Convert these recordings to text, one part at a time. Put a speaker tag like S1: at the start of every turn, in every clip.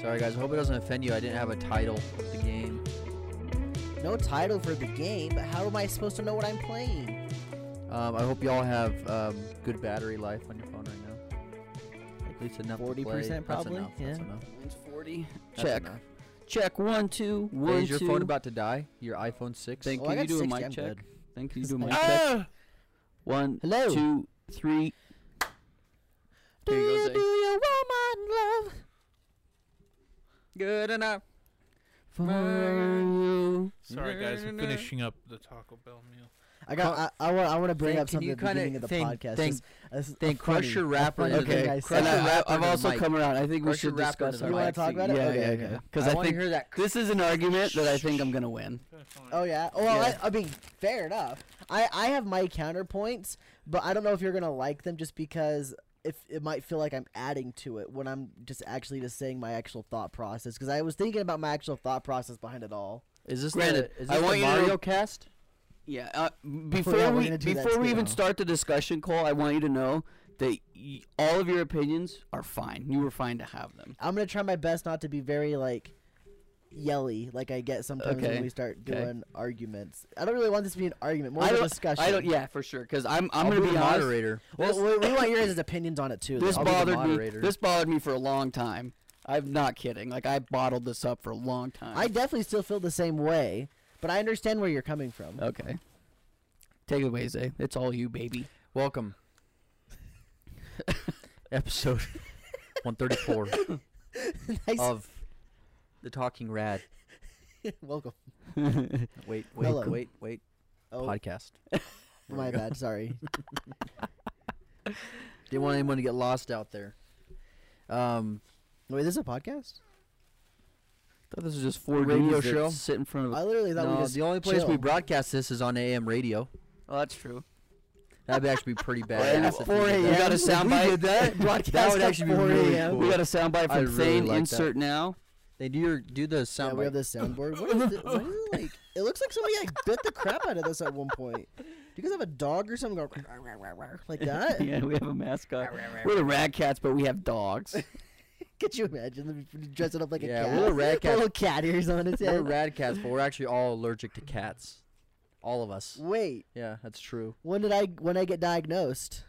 S1: Sorry, guys. I hope it doesn't offend you. I didn't have a title for the game.
S2: No title for the game, but how am I supposed to know what I'm playing?
S1: Um, I hope y'all have um, good battery life on your phone right now. At least enough. to play.
S2: 40% probably,
S1: That's enough. That's
S2: yeah.
S1: enough.
S3: Mine's 40.
S1: That's
S3: Check.
S1: enough.
S3: Check. One, two. One,
S1: Hey, is your
S3: two.
S1: phone about to die? Your iPhone six?
S3: Think
S2: Oh, I
S3: can
S2: got
S3: you do a
S2: 60,
S3: mic
S2: I'm
S3: check?
S2: good.
S3: Think you do a mic check?
S2: Ah!
S3: One,
S2: Hello.
S3: two, three.
S2: Do
S3: Here you go,
S2: you
S3: Zay.
S2: do you want my love?
S3: Good enough. For you.
S1: Mm.
S4: Sorry, guys. I'm finishing up the Taco Bell meal.
S2: I got. I, I want. I want to bring
S1: Think-
S2: up
S1: can
S2: something
S1: you
S2: at the beginning
S1: kinda
S2: of the
S1: think-
S2: podcast.
S1: think-
S2: just- this is a
S1: think crush
S2: funny-
S1: your
S2: a
S1: rapper
S2: funny
S1: into the-
S2: thing I
S1: crush
S2: said.
S3: And
S1: your
S3: I,
S1: rapper
S3: I've
S1: into the
S3: also
S1: mic.
S3: come around. I think we
S1: Crush
S3: should
S1: your rapper
S3: discuss
S1: into the
S3: our
S1: mic. You
S2: wanna
S3: mic
S2: talk
S3: thing.
S2: about it?
S3: Yeah,
S2: Okay,
S3: yeah,
S2: okay.
S3: yeah. Because I,
S1: wanna
S3: think
S1: hear that.
S3: this is an argument that I think I'm gonna win.
S2: Oh yeah. Oh, well,
S3: Yeah.
S2: I, I mean, fair enough. I I have my counterpoints, but I don't know if you're gonna like them just because if it might feel like I'm adding to it when I'm just actually just saying my actual thought process because I was thinking about my actual thought process behind it all.
S1: Is this
S3: Granted,
S1: the, is
S3: I
S1: this
S3: want
S1: the
S3: you to
S1: Mario
S3: know-
S1: Cast?
S3: Yeah. Uh, before
S2: yeah, we're
S3: we
S2: gonna do that
S3: before we
S2: too,
S3: even
S2: though.
S3: start the discussion, Cole, I want you to know that y- all of your opinions are fine. You were fine to have them.
S2: I'm gonna try my best not to be very like yelly like I get sometimes
S3: Okay,
S2: when we start
S3: okay.
S2: doing arguments. I don't really want this to be an argument, more
S3: I
S2: of a
S3: don't-
S2: discussion.
S3: I don't. Yeah, for sure. Because I'm I'm
S1: I'll
S3: gonna
S1: the
S3: be honest.
S1: moderator.
S2: Well,
S3: this-
S2: we, we want your guys' opinions on it too.
S3: This
S2: though.
S1: I'll be the
S3: bothered me.
S1: moderator.
S3: This bothered me for a long time. I'm not kidding. Like I bottled this up for a long time.
S2: I definitely still feel the same way, but I understand where you're coming from.
S3: okay. Take it away, Zay. It's all you, baby.
S1: Welcome. Episode 134
S2: Nice.
S1: of The Talking Rad. Oh.
S2: Welcome.
S1: Wait, wait,
S2: Hello.
S1: wait, wait.
S2: Oh,
S1: Podcast. we
S2: my
S1: go.
S2: bad. Sorry.
S1: Didn't want anyone to get lost out there. Um,
S2: Wait, this is a podcast?
S3: thought this was just four
S1: Radio
S3: dudes that
S1: show?
S3: Sit in front of.
S2: I literally thought
S1: no,
S2: we just.
S1: the only place we
S2: chill.
S1: broadcast this is on AM radio.
S3: oh, that's true.
S1: That'd actually be pretty
S3: Well,
S1: bad.
S3: at 4 a.m. We got a soundbite.
S1: that,
S2: Broadcast
S1: that would
S2: at
S1: actually be
S2: 4
S1: really
S2: a.m.
S1: cool.
S3: We got a soundbite
S1: I
S3: from
S1: really
S3: Thane.
S1: like that.
S3: insert now.
S1: They do your, do the sound.
S2: Yeah, we have this soundboard. What is it? What is it like? It looks like somebody like bit the crap out of this at one point. Do you guys have a dog or something going like that?
S3: yeah, we have a mascot. We're the rat cats, but we have dogs.
S2: Could you imagine them dressing up like
S1: Yeah,
S2: a cat?
S1: we're rat
S2: With Little cat ears on its
S1: We're
S2: head.
S1: rad cats, but we're actually all allergic to cats. All of us.
S2: Wait,
S1: Yeah, that's true.
S2: when did I when I get diagnosed?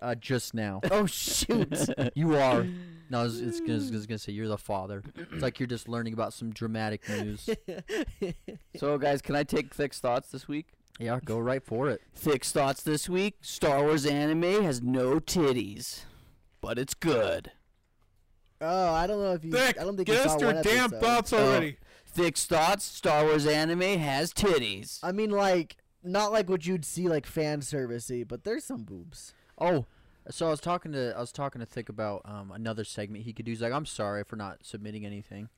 S1: Uh, just now.
S2: Oh shoot!
S1: You are. No, I was, it's, gonna- it's gonna say you're the father. It's like you're just learning about some dramatic news.
S3: so, guys, can I take Thick's thoughts this week?
S1: yeah, go right for it.
S3: Thick's thoughts this week. Star Wars anime has no titties, but it's good.
S2: Oh, I don't know if you. I don't think you saw one episode.
S4: Oh,
S3: already. Thick's thoughts. Star Wars anime has titties.
S2: I mean, like not like what you'd see like fan servicey, but there's some boobs.
S1: Oh, so I was talking to I was talking to Thick about um, another segment he could do. He's like, I'm sorry for not submitting anything.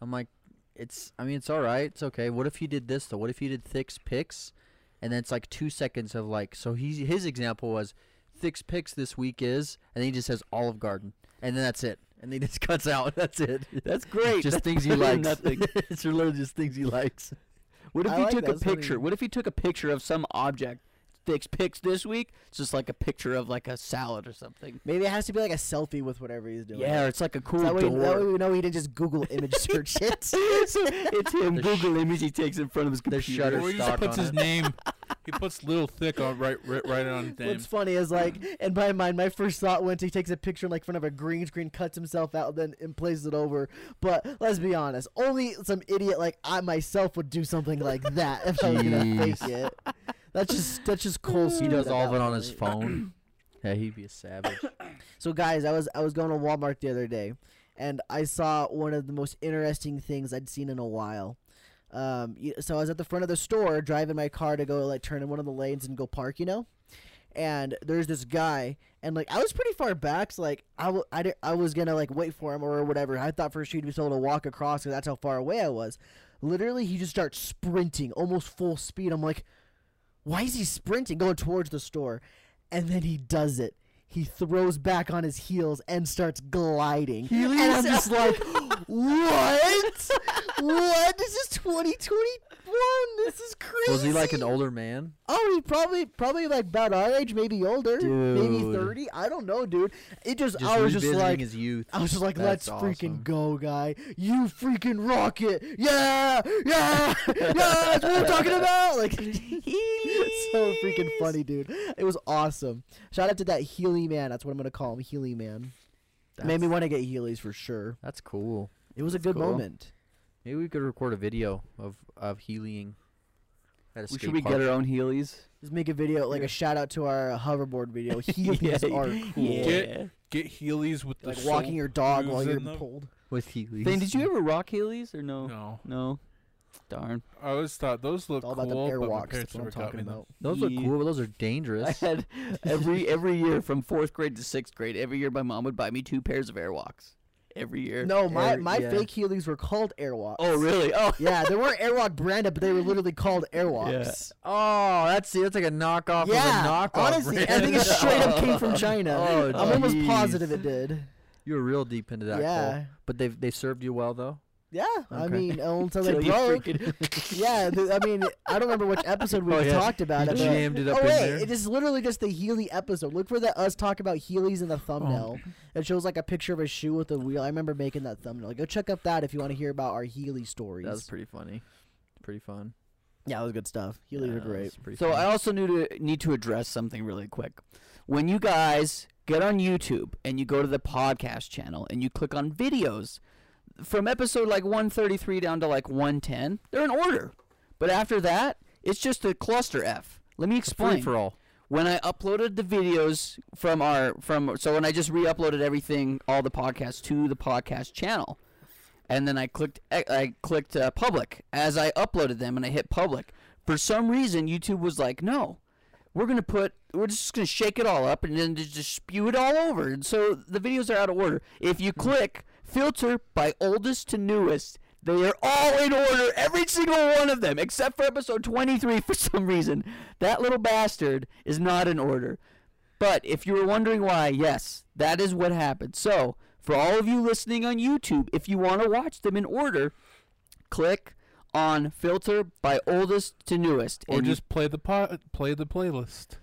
S1: I'm like, it's. I mean, it's all right. It's okay. What if you did this though? What if you did Thick's picks, and then it's like two seconds of like. So he his example was Thick's picks this week is, and then he just says Olive Garden, and then that's it. And then he just cuts out. That's it.
S3: That's great.
S1: Just
S3: That's
S1: things he
S3: better than
S1: likes.
S3: nothing.
S1: it's literally just things he likes.
S3: What if
S2: I
S3: he
S2: like
S3: took
S2: that.
S3: a
S2: That's funny.
S3: picture? What if he took a picture of some object? Thick's picks this week. It's just like a picture of like a salad or something.
S2: Maybe it has to be like a selfie with whatever he's doing.
S3: Yeah, or it's like a cool
S2: That way, that way
S3: door.
S2: we know he didn't just Google image search it.
S3: so it's him.
S1: The
S3: Google image he takes in front of his
S1: the
S3: computer.
S1: shutter
S4: Or he
S1: stock
S4: just puts
S1: on
S4: his
S1: it.
S4: name. He puts Little Thick on right, right, right on his name.
S2: What's funny is like, in my mind, my first thought went to he takes a picture in like front of a green screen, cuts himself out, then and plays it over. But let's be honest, only some idiot like I myself would do something like that if I was gonna fake it. That's just that's just cool.
S1: He does all of it on his phone. yeah, he'd be a savage.
S2: So guys, I was I was going to Walmart the other day, and I saw one of the most interesting things I'd seen in a while. Um, y- so I was at the front of the store driving my car to go like turn in one of the lanes and go park, you know. And there's this guy, and like I was pretty far back, so like I, w- I, di- I was gonna like wait for him or whatever. I thought for sure he'd be able to walk across, 'cause that's how far away I was. Literally, he just starts sprinting, almost full speed. I'm like, why is he sprinting going towards the store? And then he does it. He throws back on his heels and starts gliding. and I'm just like, what? what? This is 2021. this is crazy.
S1: Was he like an older man?
S2: Oh, he probably probably like about our age, maybe older, maybe
S1: Dude.
S2: thirty. I don't know, dude. It just,
S1: Just
S2: I was just
S1: revisiting
S2: like
S1: his youth.
S2: I was just like,
S1: That's
S2: let's freaking
S1: awesome.
S2: go, guy. You freaking rock it. Yeah, yeah, yeah. That's what we're talking about. Like, it's so freaking funny, dude. It was awesome. Shout out to that Healy man. That's what I'm gonna call him, Healy man. Made me
S1: That's-
S2: want to get Heelys for sure.
S1: That's cool.
S2: It was a
S3: That's
S2: good
S3: cool.
S2: moment.
S1: Maybe we could record a video of of healing. At a
S3: We-
S1: skate
S3: Should we
S1: park.
S3: get our own Heelys?
S2: Just make a video, like
S3: Yeah.
S2: a shout out to our hoverboard video. Heelys are cool.
S4: Get- Get Heelys with
S2: Like
S4: the
S2: walking your dog while
S4: grooves
S2: you're
S4: in them.
S2: pulled.
S1: with healing?
S3: Thing, did you ever rock Heelys or no?
S4: soul- No,
S3: No. Darn.
S4: I always thought those look
S2: It's all about
S4: cool,
S2: the
S4: but my
S2: airwalks.
S4: parents
S2: That's what
S4: never
S2: I'm
S4: got
S2: talking
S4: me them.
S2: about.
S1: Those look
S3: Ye-
S1: cool, but those are
S3: I
S1: dangerous.
S3: had every every year from fourth grade to sixth grade. Every year, my mom would buy me two pairs of Airwalks. Every year.
S2: No, my,
S1: Every-
S2: my
S1: yeah.
S2: fake Heelys were called Airwalks.
S3: Oh really? Oh.
S2: yeah, they weren't Airwalk branded, but they were literally called Airwalks.
S1: Oh, that's that's like a knockoff
S2: Yeah,
S1: of a knockoff.
S2: honestly, I
S1: brand.
S2: think it straight up came from China.
S1: Oh,
S2: I'm almost
S1: jeez.
S2: positive it did.
S1: You were real deep into that.
S2: yeah,
S1: Cole. But they they served you well though.
S2: yeah. I
S1: Okay.
S2: mean, until they
S3: Till you
S2: broke.
S3: freaking-
S2: Yeah, th- I mean, I don't remember which episode we
S1: Oh, yeah.
S2: talked about
S1: you
S2: it. but-
S1: jammed it up
S2: oh
S1: in
S2: wait,
S1: there.
S2: it is literally just the Healy episode. Look for the us talk about Heelys in the thumbnail.
S1: Oh.
S2: It shows like a picture of a shoe with a wheel. I remember making that thumbnail. Go check up that if you want to hear about our Healy stories.
S1: that was pretty funny. Pretty fun.
S2: yeah, it was good stuff. Heelys
S1: Yeah,
S2: are
S1: that was
S2: great. uh,
S1: pretty
S3: So
S1: fun.
S3: I also need to need to address something really quick. When you guys get on YouTube and you go to the podcast channel and you click on videos from episode like 133 down to like 110, they're in order. But after that, it's just a cluster F. Let me
S1: free
S3: explain.
S1: for all.
S3: When I uploaded the videos from our from so when I just re-uploaded everything all the podcasts to the podcast channel and then I clicked I clicked uh, public as I uploaded them and I hit public. For some reason, YouTube was like, "No, we're gonna put we're just gonna shake it all up and then just just spew it all over." And so the videos are out of order. If you
S4: Mm-hmm.
S3: click filter by oldest to newest. They are all in order, every single one of them, except for episode 23 for some reason. That little bastard is not in order. But if you were wondering why, yes, that is what happened. So, for all of you listening on YouTube, if you want to watch them in order, click on filter by oldest to newest.
S4: Or
S3: and you-
S4: just play the pot, play the playlist.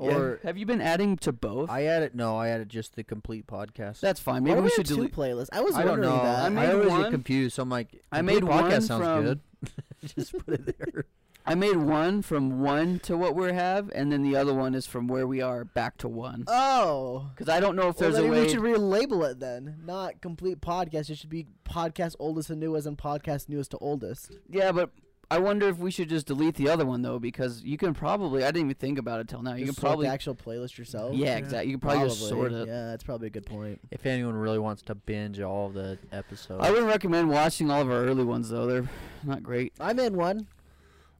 S1: Yeah. or-
S3: have you been adding to both?
S1: I added no, I added just the complete podcast.
S3: That's fine.
S2: Why
S3: Maybe
S2: do
S3: we
S2: have
S3: should
S2: Oh, two
S3: delete.
S2: playlists. I was
S1: I don't
S2: wondering
S1: know.
S2: that.
S1: I,
S3: I made
S1: always
S3: one-
S1: get confused. So I'm like,
S3: I
S1: complete
S3: made
S1: podcast
S3: one
S1: sounds
S3: from-
S1: good. just put it there.
S3: I made one from one to what we have, and then the other one is from where we are back to one.
S2: Oh.
S3: Because I don't know if
S2: Well,
S3: there's a
S2: then
S3: way.
S2: we should relabel it then. Not complete podcast. It should be podcast oldest and newest and podcast newest to oldest.
S3: Yeah, but I wonder if we should just delete the other one though, because you can probably. I didn't even think about it till now. You
S2: Just
S3: can
S2: sort
S3: probably.
S2: the actual playlist yourself.
S3: yeah, exactly. You can probably, just sort it.
S2: Yeah, that's probably a good point.
S1: If anyone really wants to binge all the episodes,
S3: I wouldn't recommend watching all of our early ones though. They're not great.
S2: I'm in one.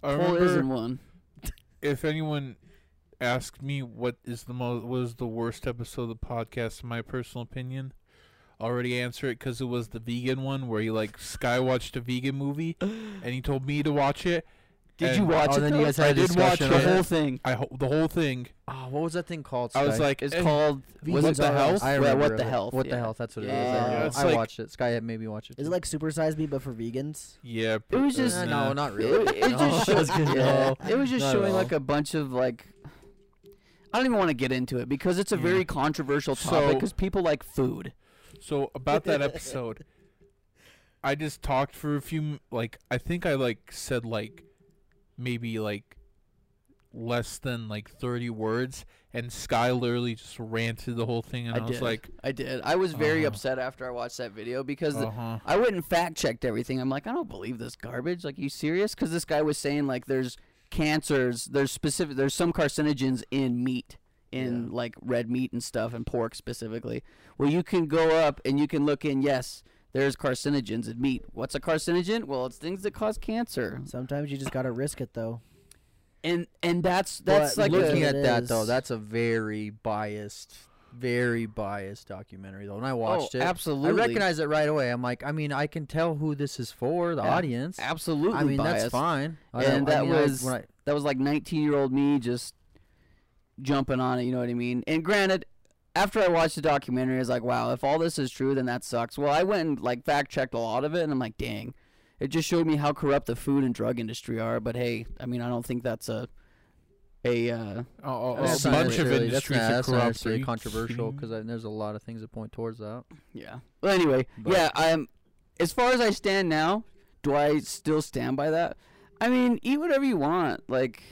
S4: I
S3: Cole is in
S4: remember
S3: one.
S4: if anyone asked me what is the most was the worst episode of the podcast, in my personal opinion, I already answer it because it was the vegan one where he like sky watched a vegan movie and he told me to watch it.
S3: Did you
S4: And-
S3: watch
S1: oh,
S3: it?
S1: then you
S3: though?
S1: guys
S4: I
S1: had a
S4: did watch
S1: discussion
S3: the
S1: on
S4: it.
S1: it.
S3: whole thing.
S4: I ho- the whole thing.
S1: Oh, what was that thing called?
S4: I was
S1: Sky?
S4: like,
S3: It's
S4: eh,
S3: called
S4: What
S3: was
S4: the health?
S1: I
S3: Yeah,
S1: remember
S3: what the
S1: it.
S3: health?
S1: What
S3: yeah.
S1: the health? That's what it is.
S3: Yeah.
S1: I,
S3: Yeah,
S1: remember.
S4: it's
S1: I
S4: like-
S1: watched it. Sky had made me watch it.
S2: Is it
S1: too.
S2: like Super Size Me but for vegans?
S4: Yeah,
S3: It was just-
S1: Uh,
S4: no.
S1: no, not really.
S3: It, it
S1: No,
S3: just
S1: I was
S3: showed,
S1: gonna-
S3: yeah,
S4: Oh.
S1: no.
S3: it was just
S1: Not at
S3: showing
S1: all.
S3: like a bunch of like. I don't even want to get into it because it's a
S4: Yeah.
S3: very controversial topic
S4: So-
S3: because people like food.
S4: So about that episode, I just talked for a few. m- Like I think I like said like maybe like less than like thirty words, and Sky literally just ranted the whole thing, and I,
S3: I
S4: was
S3: did.
S4: like,
S3: I did. I was very
S4: Uh-huh.
S3: upset after I watched that video because
S4: uh huh.
S3: I went and fact checked everything. I'm like, I don't believe this garbage. Like, you serious? Because this guy was saying like there's cancers, there's specific, there's some carcinogens in meat, in like red meat and stuff, and pork specifically. Well, you can go up and you can look in. Yes, there's carcinogens in meat. What's a carcinogen? Well, it's things that cause cancer.
S2: Sometimes you just gotta risk it though.
S3: And and that's that's
S2: But
S3: like
S1: looking
S3: a,
S2: a-
S1: at
S2: It
S1: that though,
S2: is.
S1: that's a very biased, very biased documentary though. When I watched
S3: oh,
S1: it,
S3: absolutely.
S1: I recognize it right away. I'm like, I mean, I can tell who this is for, the
S3: Yeah,
S1: audience.
S3: absolutely.
S1: I mean,
S3: biased.
S1: that's fine. I
S3: And
S1: don't- I
S3: that
S1: mean, I-
S3: was-
S1: when I-
S3: that was like 19 year old me just jumping on it you know what i mean and granted after i watched the documentary i was like wow if all this is true then that sucks well i went and like fact checked a lot of it and i'm like dang It just showed me how corrupt the food and drug industry are. But hey, I mean, I don't think that's a a uh,
S4: A, a, a
S1: That's not
S4: bunch of
S1: necessarily- that's
S4: industries
S1: not-
S4: are
S1: that's not
S4: corrupt.
S1: necessarily
S4: Are you
S1: controversial
S4: kidding me?
S1: because there's a lot of things that point towards that.
S3: yeah. Well, anyway,
S1: But-
S3: yeah. I'm as far as I stand now. Do I still stand by that? I mean, eat whatever you want. Like,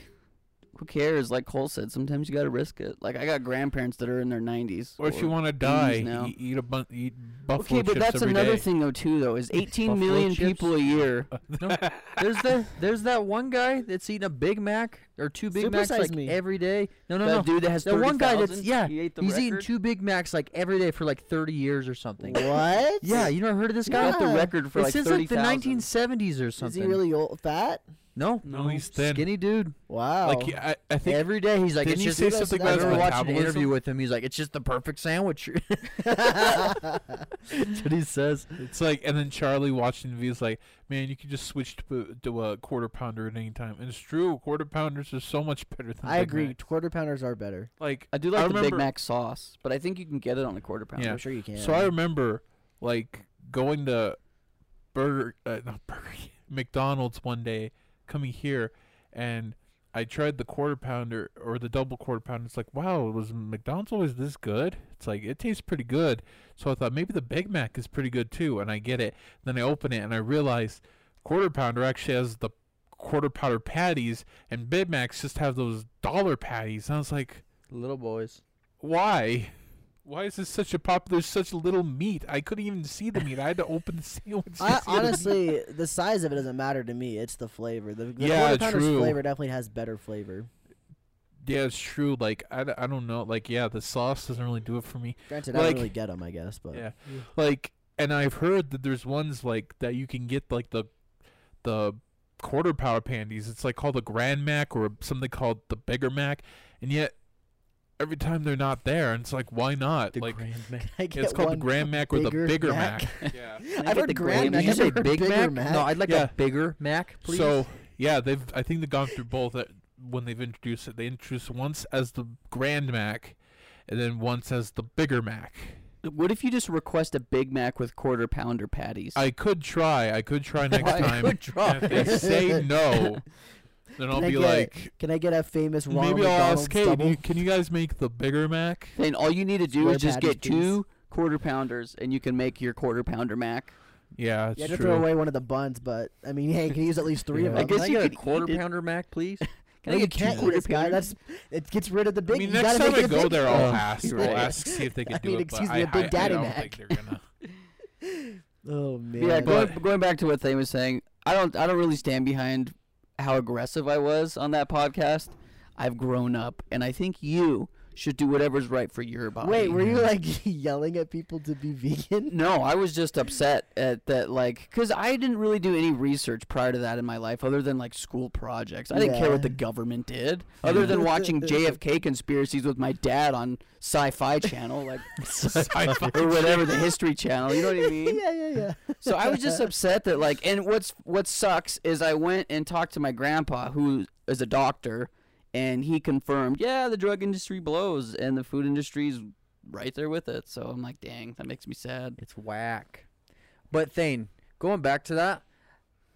S3: who cares? Like Cole said, sometimes you gotta risk it. Like, I got grandparents that are in their nineties.
S4: or if you want to
S3: now.
S4: die, e-, eat, eat a bun- eat buffalo
S3: Okay, but
S4: chips
S3: that's
S4: every
S3: another
S4: day.
S3: thing though too though is 18
S1: Buffalo
S3: million
S1: chips?
S3: people a year.
S1: There's the there's that one guy that's eating a Big Mac or two Big Macs
S2: Supersize
S1: like
S2: me.
S1: every day. No, no,
S3: that
S1: no.
S3: dude that has
S1: That one guy that's
S3: 30,000,
S1: yeah,
S3: he ate the
S1: he's eating
S3: record.
S1: two Big Macs like every day for like 30 years or something.
S2: What?
S1: Yeah, you never heard of this
S3: He
S1: guy?
S3: got the record for
S1: It
S3: like
S1: says
S3: thirty
S1: like the
S3: thousand.
S1: 1970s or
S2: Is
S1: something.
S2: he really old, fat?
S1: No,
S4: No, he's thin.
S1: skinny dude.
S2: Wow.
S4: Like he- I, I think
S1: every day he's like, it's
S4: didn't you
S1: just.
S4: say
S2: that's-
S4: something
S1: I
S4: about
S2: that's
S4: his
S1: remember
S2: what
S1: watching an interview
S4: metabolism?
S1: with him. He's like, it's just the perfect sandwich. That's
S2: That's
S1: what he says.
S4: It's like, and then Charlie watching the videos like, man, you can just switch to, to a quarter pounder at any time, and it's true. Quarter pounders are so much better than
S2: I
S4: Big
S2: agree.
S4: Macs.
S2: Quarter pounders are better.
S4: Like,
S3: I do like
S4: I
S3: the Big
S4: remember-
S3: Mac sauce, but I think you can get it on a quarter pounder.
S4: Yeah.
S2: I'm sure you can.
S4: so I remember like going to Burger, uh, not Burger, King, McDonald's one day, coming here, and I tried the quarter pounder or the double quarter pounder. It's like, wow, was McDonald's always this good? It's like it tastes pretty good. So I thought maybe the Big Mac is pretty good too, and I get it. Then I open it and I realize quarter pounder actually has the quarter pounder patties, and Big Macs just have those dollar patties. And I was like,
S1: Little boys.
S4: why? Why is this such a pop? There's such little meat. I couldn't even see the meat. I had to open the sandwich. to
S2: I,
S4: see the meat.
S2: honestly, the size of it doesn't matter to me. It's the flavor. The, the
S4: Yeah,
S2: quarter pounder's
S4: true.
S2: flavor definitely has better flavor.
S4: yeah, it's true. Like I, d- I don't know. Like yeah, the sauce doesn't really do it for me.
S2: Granted, I
S4: Like-
S2: don't really get them, I guess, but
S4: Yeah. Like and I've heard that there's ones like that you can get like the the quarter power panties. It's like called the Grand Mac or something called the Bigger Mac, and yet every time they're not there. And it's like why not? like
S1: Grand Mac.
S2: I
S4: yeah,
S2: get
S4: it's called the
S2: one
S4: Grand Mac or the
S2: Bigger
S4: Bigger
S2: Mac.
S4: Mac. yeah.
S3: Can I
S2: I've
S3: get
S2: heard
S3: the
S2: Grand
S1: Did
S2: Mac.
S3: Grammy?
S1: you
S2: I've
S1: say
S2: heard
S1: Big
S2: Bigger
S1: Mac? No,
S2: Mac.
S1: I'd like
S4: Yeah.
S1: a bigger Mac, please.
S4: So yeah, they've I think they've gone through both. uh, When they've introduced it, they introduced once as the Grand Mac, and then once as the bigger Mac.
S3: What if you just request a Big Mac with quarter pounder patties?
S4: I could try. I could try next
S3: I
S4: time.
S3: could try.
S4: And if they say no, then I'll
S2: I
S4: be
S2: get-
S4: like,
S2: Can I get a famous Ronald
S4: maybe I'll
S2: McDonald's
S4: ask, hey, do
S2: double?
S4: you- can you guys make the bigger Mac?
S3: then all you need to do
S2: Square
S3: is just
S2: patties,
S3: get two quarter pounders, and you can make your quarter pounder Mac.
S4: Yeah, it's
S2: you have to
S4: true.
S2: throw away one of the buns, but I mean, hey, you can use at least three of
S4: Yeah.
S2: them.
S3: I guess
S1: Can I
S3: you
S1: get
S3: could
S1: a
S3: eat
S1: quarter
S3: it.
S1: pounder Mac, please.
S3: Can
S2: No,
S3: I
S2: you
S3: get two
S2: can't eat
S3: quarter
S2: this guy.
S3: pounders?
S2: That's it gets rid of the big.
S4: I mean,
S2: you
S4: next
S2: gotta
S4: time
S2: make
S4: I
S2: it
S4: go
S2: big.
S4: there,
S3: Oh,
S4: I'll ask.
S3: you're
S4: I'll
S3: right.
S4: ask see if they can
S2: I
S4: do
S2: mean,
S4: it.
S2: excuse
S4: but
S2: me,
S4: I,
S2: a Big
S4: I- I
S2: Daddy
S4: don't
S2: Mac.
S4: think they're gonna.
S2: Oh man.
S3: yeah,
S4: go-
S3: going, going back to what Thane was saying, I don't I don't really stand behind how aggressive I was on that podcast. I've grown up, and I think you should do whatever's right for your body.
S2: Wait, were you like yelling at people to be vegan?
S3: No, I was just upset at that, like, because I didn't really do any research prior to that in my life, other than like school projects. I didn't care what the
S2: Yeah.
S3: government did, other than watching JFK conspiracies with my dad on Sci-Fi Channel, like,
S4: Sci-fi.
S3: or whatever the History Channel. You know what I mean?
S2: yeah, yeah, yeah.
S3: So I was just upset that like, and what's what sucks is I went and talked to my grandpa who is a doctor, and he confirmed, yeah, the drug industry blows, and the food industry's right there with it. So I'm like, dang, that makes me sad.
S1: It's whack. But Thane, going back to that,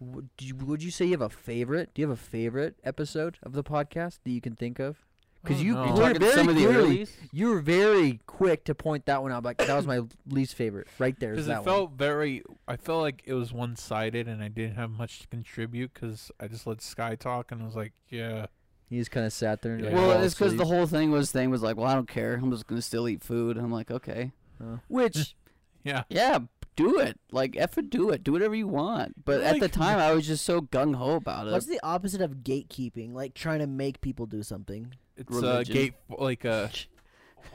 S1: would you, would you say you have a favorite? Do you have a favorite episode of the podcast that you can think of? Because
S4: Oh,
S1: you
S4: no.
S1: you
S4: You're
S1: were
S3: talking
S1: very
S3: some of the
S1: clearly-
S3: earlies?
S1: you were very quick to point that one out. Like that was my least favorite, right there. is
S4: Because
S1: that
S4: it felt very, I felt like it was one sided, and I didn't have much to contribute because I just let Sky talk, and I was like, yeah,
S1: one. He just kind of sat there and
S4: Yeah.
S1: like,
S3: Well,
S1: fell
S3: it's because the
S1: asleep.
S3: whole thing was thing was like, well, I don't care. I'm just gonna still eat food. I'm like, okay,
S2: Uh.
S1: Oh.
S3: which
S4: yeah.
S3: yeah, do it. Like, eff it, do it. Do whatever you want. But at the
S4: Like-
S3: time, I was just so gung ho about
S2: What's
S3: it.
S2: the opposite of gatekeeping? Like trying to make people do something.
S4: It's a
S3: Religion.
S4: gate, like a.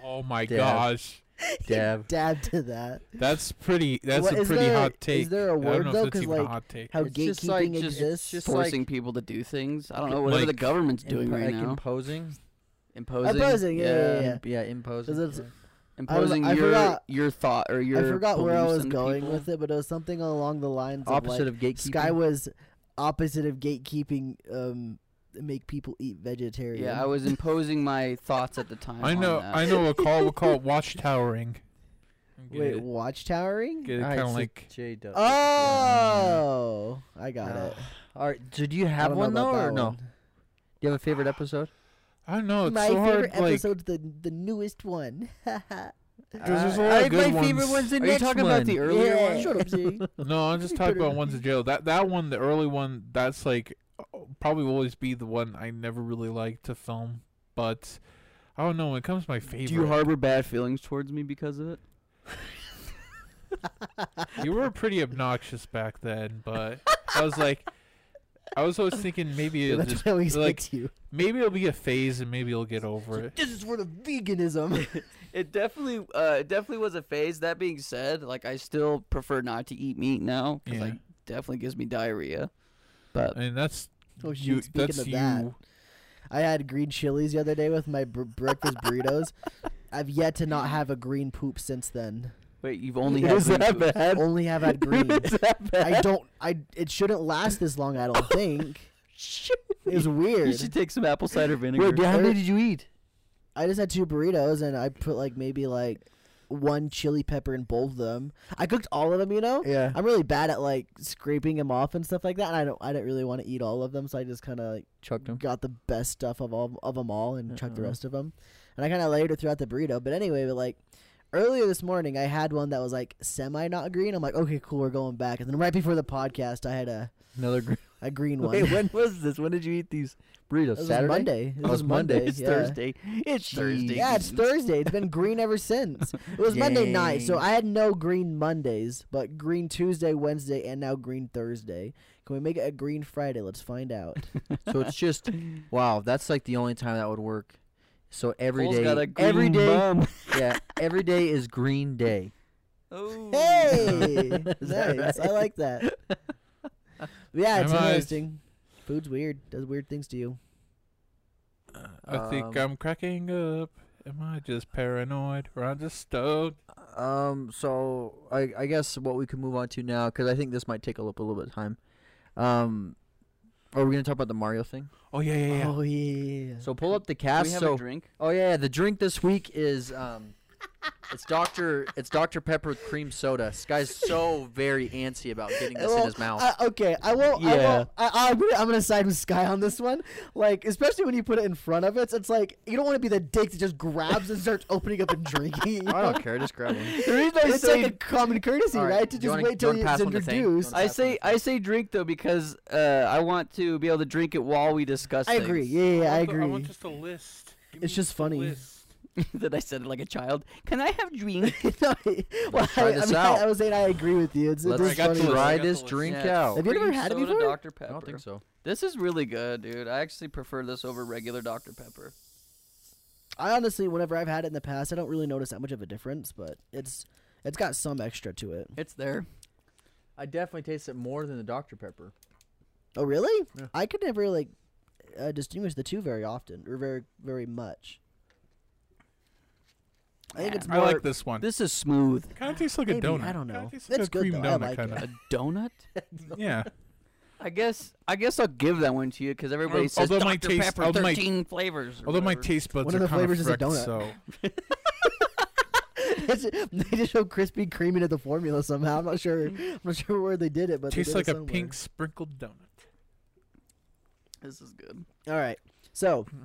S4: Oh my
S1: Dad.
S4: gosh,
S1: Dab.
S2: Dab to that.
S4: that's pretty. That's
S2: What-
S4: a
S2: is
S4: pretty
S2: there-
S4: hot take.
S2: Is there a
S4: I don't
S2: word
S4: know
S2: though?
S4: if that's
S2: Because
S4: even a
S2: like
S4: hot take.
S3: uh,
S2: how
S1: It's just
S2: gatekeeping
S1: like- just-
S2: exists.
S1: just like-
S3: Forcing people to do things. I don't know whatever
S4: Like-
S3: the government's doing
S1: Impo-
S3: right
S1: like
S3: now.
S1: imposing.
S3: imposing.
S2: Opposing, yeah, yeah, yeah.
S1: Yeah, imposing.
S2: Does it-
S1: yeah.
S3: Imposing
S2: I
S3: your
S2: forgot-
S3: your thought or your.
S2: I forgot where I
S3: beliefs
S2: was
S3: into
S2: going
S3: people.
S2: with it, but it was something along the lines of like,
S1: Opposite of gatekeeping.
S2: Sky was opposite of gatekeeping. Um, make people eat vegetarian.
S3: Yeah, I was imposing my thoughts at the time.
S4: I know,
S3: On that.
S4: I know. We'll call, we'll call it watchtowering. I'm getting
S2: Wait,
S4: it-
S2: watchtowering?
S4: get it kind of like
S1: J Dub.
S2: Oh, I got it.
S1: All right. Did you
S2: I
S1: have
S2: don't know
S1: one though,
S2: about that
S1: or no? Do
S2: one.
S1: you have a favorite episode?
S4: I don't know. It's
S2: My
S4: so hard.
S2: favorite
S4: Like
S2: episode's the the newest one.
S4: there's
S1: Uh,
S4: a lot of
S1: I-
S4: good
S1: my favorite
S4: ones.
S1: one's the
S4: Are you
S1: next
S4: talking
S1: one.
S4: about the
S1: earlier
S2: yeah.
S1: one?
S2: Shut up, Z.
S4: no, I'm just talking about ones in jail. That that one, the early one, that's like probably will always be the one I never really liked to film. But I don't know. When it comes to my favorite,
S3: Do you harbor bad feelings towards me because of it?
S4: you were pretty obnoxious back then, but I was like, I was always thinking maybe it'll
S2: That's
S4: just
S2: why I always
S4: like-
S2: hit you.
S4: maybe it'll be a phase and maybe you'll get over it.
S2: This is for the veganism.
S3: It definitely, uh, it definitely was a phase. That being said, like I still prefer not to eat meat now because
S4: Yeah.
S3: like definitely gives me diarrhea. But
S4: And that's
S2: Oh, shoot,
S4: you.
S2: speaking
S4: That's
S2: of
S4: you.
S2: that, I had green chilies the other day with my br- breakfast burritos. I've yet to not have a green poop since then.
S3: wait, you've only
S2: It
S3: had
S2: is
S3: green
S2: that
S3: food.
S2: Only have had green.
S3: It's that
S2: I
S3: bad?
S2: don't. I. It shouldn't last this long. I don't think. It's weird.
S3: You should take some apple cider vinegar.
S1: Wait, how
S2: There-
S1: many did you eat?
S2: I just had two burritos and I put like maybe like one chili pepper in both of them. I cooked all of them, you know.
S1: Yeah.
S2: I'm really bad at like scraping them off and stuff like that. And I don't. I didn't really want to eat all of them, so I just kind of like
S1: Chucked them.
S2: got the best stuff of all of them all and chucked the
S1: Uh-uh.
S2: rest of them. And I kind of layered it throughout the burrito. But anyway, but like earlier this morning, I had one that was like semi not green. I'm like, okay, cool, we're going back. And then right before the podcast, I had a
S1: Another. Gr-
S2: a green one.
S1: Wait, when was this? When did you eat these burritos?
S2: This was
S1: Saturday.
S2: Monday. This
S1: Oh,
S2: was
S1: it's Monday.
S2: Monday.
S3: It's
S2: yeah.
S3: Thursday. It's
S1: Jeez.
S3: Thursday.
S2: Yeah, it's Thursday. It's been green ever since. It was Monday night, so
S1: Dang.
S2: I had no green Mondays, but green Tuesday, Wednesday, and now green Thursday. Can we make it a green Friday? Let's find out.
S1: So it's just wow. That's like the only time that would work. So every
S3: Cole's
S1: day,
S3: got a
S1: every
S3: green
S1: day,
S3: bum.
S1: yeah, every day is Green Day.
S3: Oh.
S2: Hey,
S1: Is that
S2: nice. I
S1: right?
S2: like that. yeah, it's
S4: Am I-
S2: interesting. Food's weird. Does weird things to you.
S4: I think
S2: um,
S4: I'm cracking up. Am I just paranoid or I'm just stoned?
S1: Um. So I I guess what we could move on to now because I think this might take a little, a little bit of time. Um, are we gonna talk about the Mario thing?
S4: Oh yeah, yeah, yeah.
S2: Oh yeah.
S1: So pull up the
S3: Can
S1: cast.
S3: we have
S1: so
S3: a drink?
S1: oh yeah, yeah, the drink this week is um, it's Doctor it's Doctor Pepper with cream soda. This guy's so very antsy about getting this in
S2: Well,
S1: his mouth.
S2: I- okay, I won't. I
S3: Yeah.
S2: won't I, I'm, gonna, I'm gonna side with Sky on this one. Like, especially when you put it in front of it, it's like you don't want to be the dick that just grabs and starts opening up and drinking. you
S1: I
S2: know?
S1: don't care. Just grab one.
S2: The reason I
S3: It's
S2: say
S3: like
S2: like a common courtesy,
S1: All right,
S2: right?
S1: do
S2: To
S1: you
S2: just
S1: wanna-
S2: wait
S1: do you
S2: till
S1: wanna
S2: it's
S1: pass one to Thane? Do you wanna
S2: introduced.
S1: pass
S3: I
S1: That's
S3: say I say drink though because uh, I want to be able to drink it while we discuss.
S2: I agree.
S3: things.
S2: Yeah, yeah, I
S4: want the- I
S2: agree.
S4: want just a list. Give
S2: It's
S4: me
S2: just
S4: a
S2: funny.
S4: list.
S3: that I said it like a child. Can I have drink?
S2: No, I- well,
S1: try
S2: I, I,
S1: this
S2: mean,
S1: out.
S2: I, I was saying I agree with you. It's,
S1: Let's
S2: it's
S4: I got
S2: funny.
S4: the list.
S1: try
S4: I got
S1: this
S4: the list.
S1: drink
S3: Yeah,
S1: out.
S2: Have you ever
S3: Cream
S2: had it
S3: soda
S2: before?
S3: Dr.
S1: I
S3: Pepper.
S1: don't think so.
S3: This is really good, dude. I actually prefer this over regular Dr. Pepper.
S2: I honestly, whenever I've had it in the past, I don't really notice that much of a difference, but it's it's got some extra to it.
S3: It's there.
S1: I definitely taste it more than the Dr Pepper.
S2: Oh, really?
S1: Yeah.
S2: I could never like uh, distinguish the two very often or very very much. I think
S3: Yeah.
S2: it's
S4: I
S2: more.
S4: like this one.
S3: This is smooth.
S4: Kind of tastes like a
S2: Maybe,
S4: donut.
S2: I don't
S4: Kinda
S2: know.
S4: tastes like
S2: It's
S4: a
S2: good,
S4: cream
S2: though. I
S4: donut
S2: like
S4: kinda.
S3: A donut?
S4: Yeah.
S3: I guess I guess I'll give that one to you because everybody
S4: Um,
S3: says
S4: although
S3: Dr.
S4: my taste-
S3: Pepper
S4: although my-
S3: 13 flavors. or
S4: Although my
S3: whatever.
S4: taste buds
S2: One
S4: are
S2: of the
S4: kind
S2: flavors is a
S4: fricked,
S2: donut.
S4: so
S2: it's, they just show Krispy Kreme into the formula somehow. I'm not sure.
S1: Mm-hmm.
S2: I'm not sure where they did it, but
S4: tastes
S2: they
S4: like
S2: did it
S4: a
S2: somewhere.
S4: pink sprinkled donut.
S3: This is good.
S2: All right. So,
S1: Mm-hmm.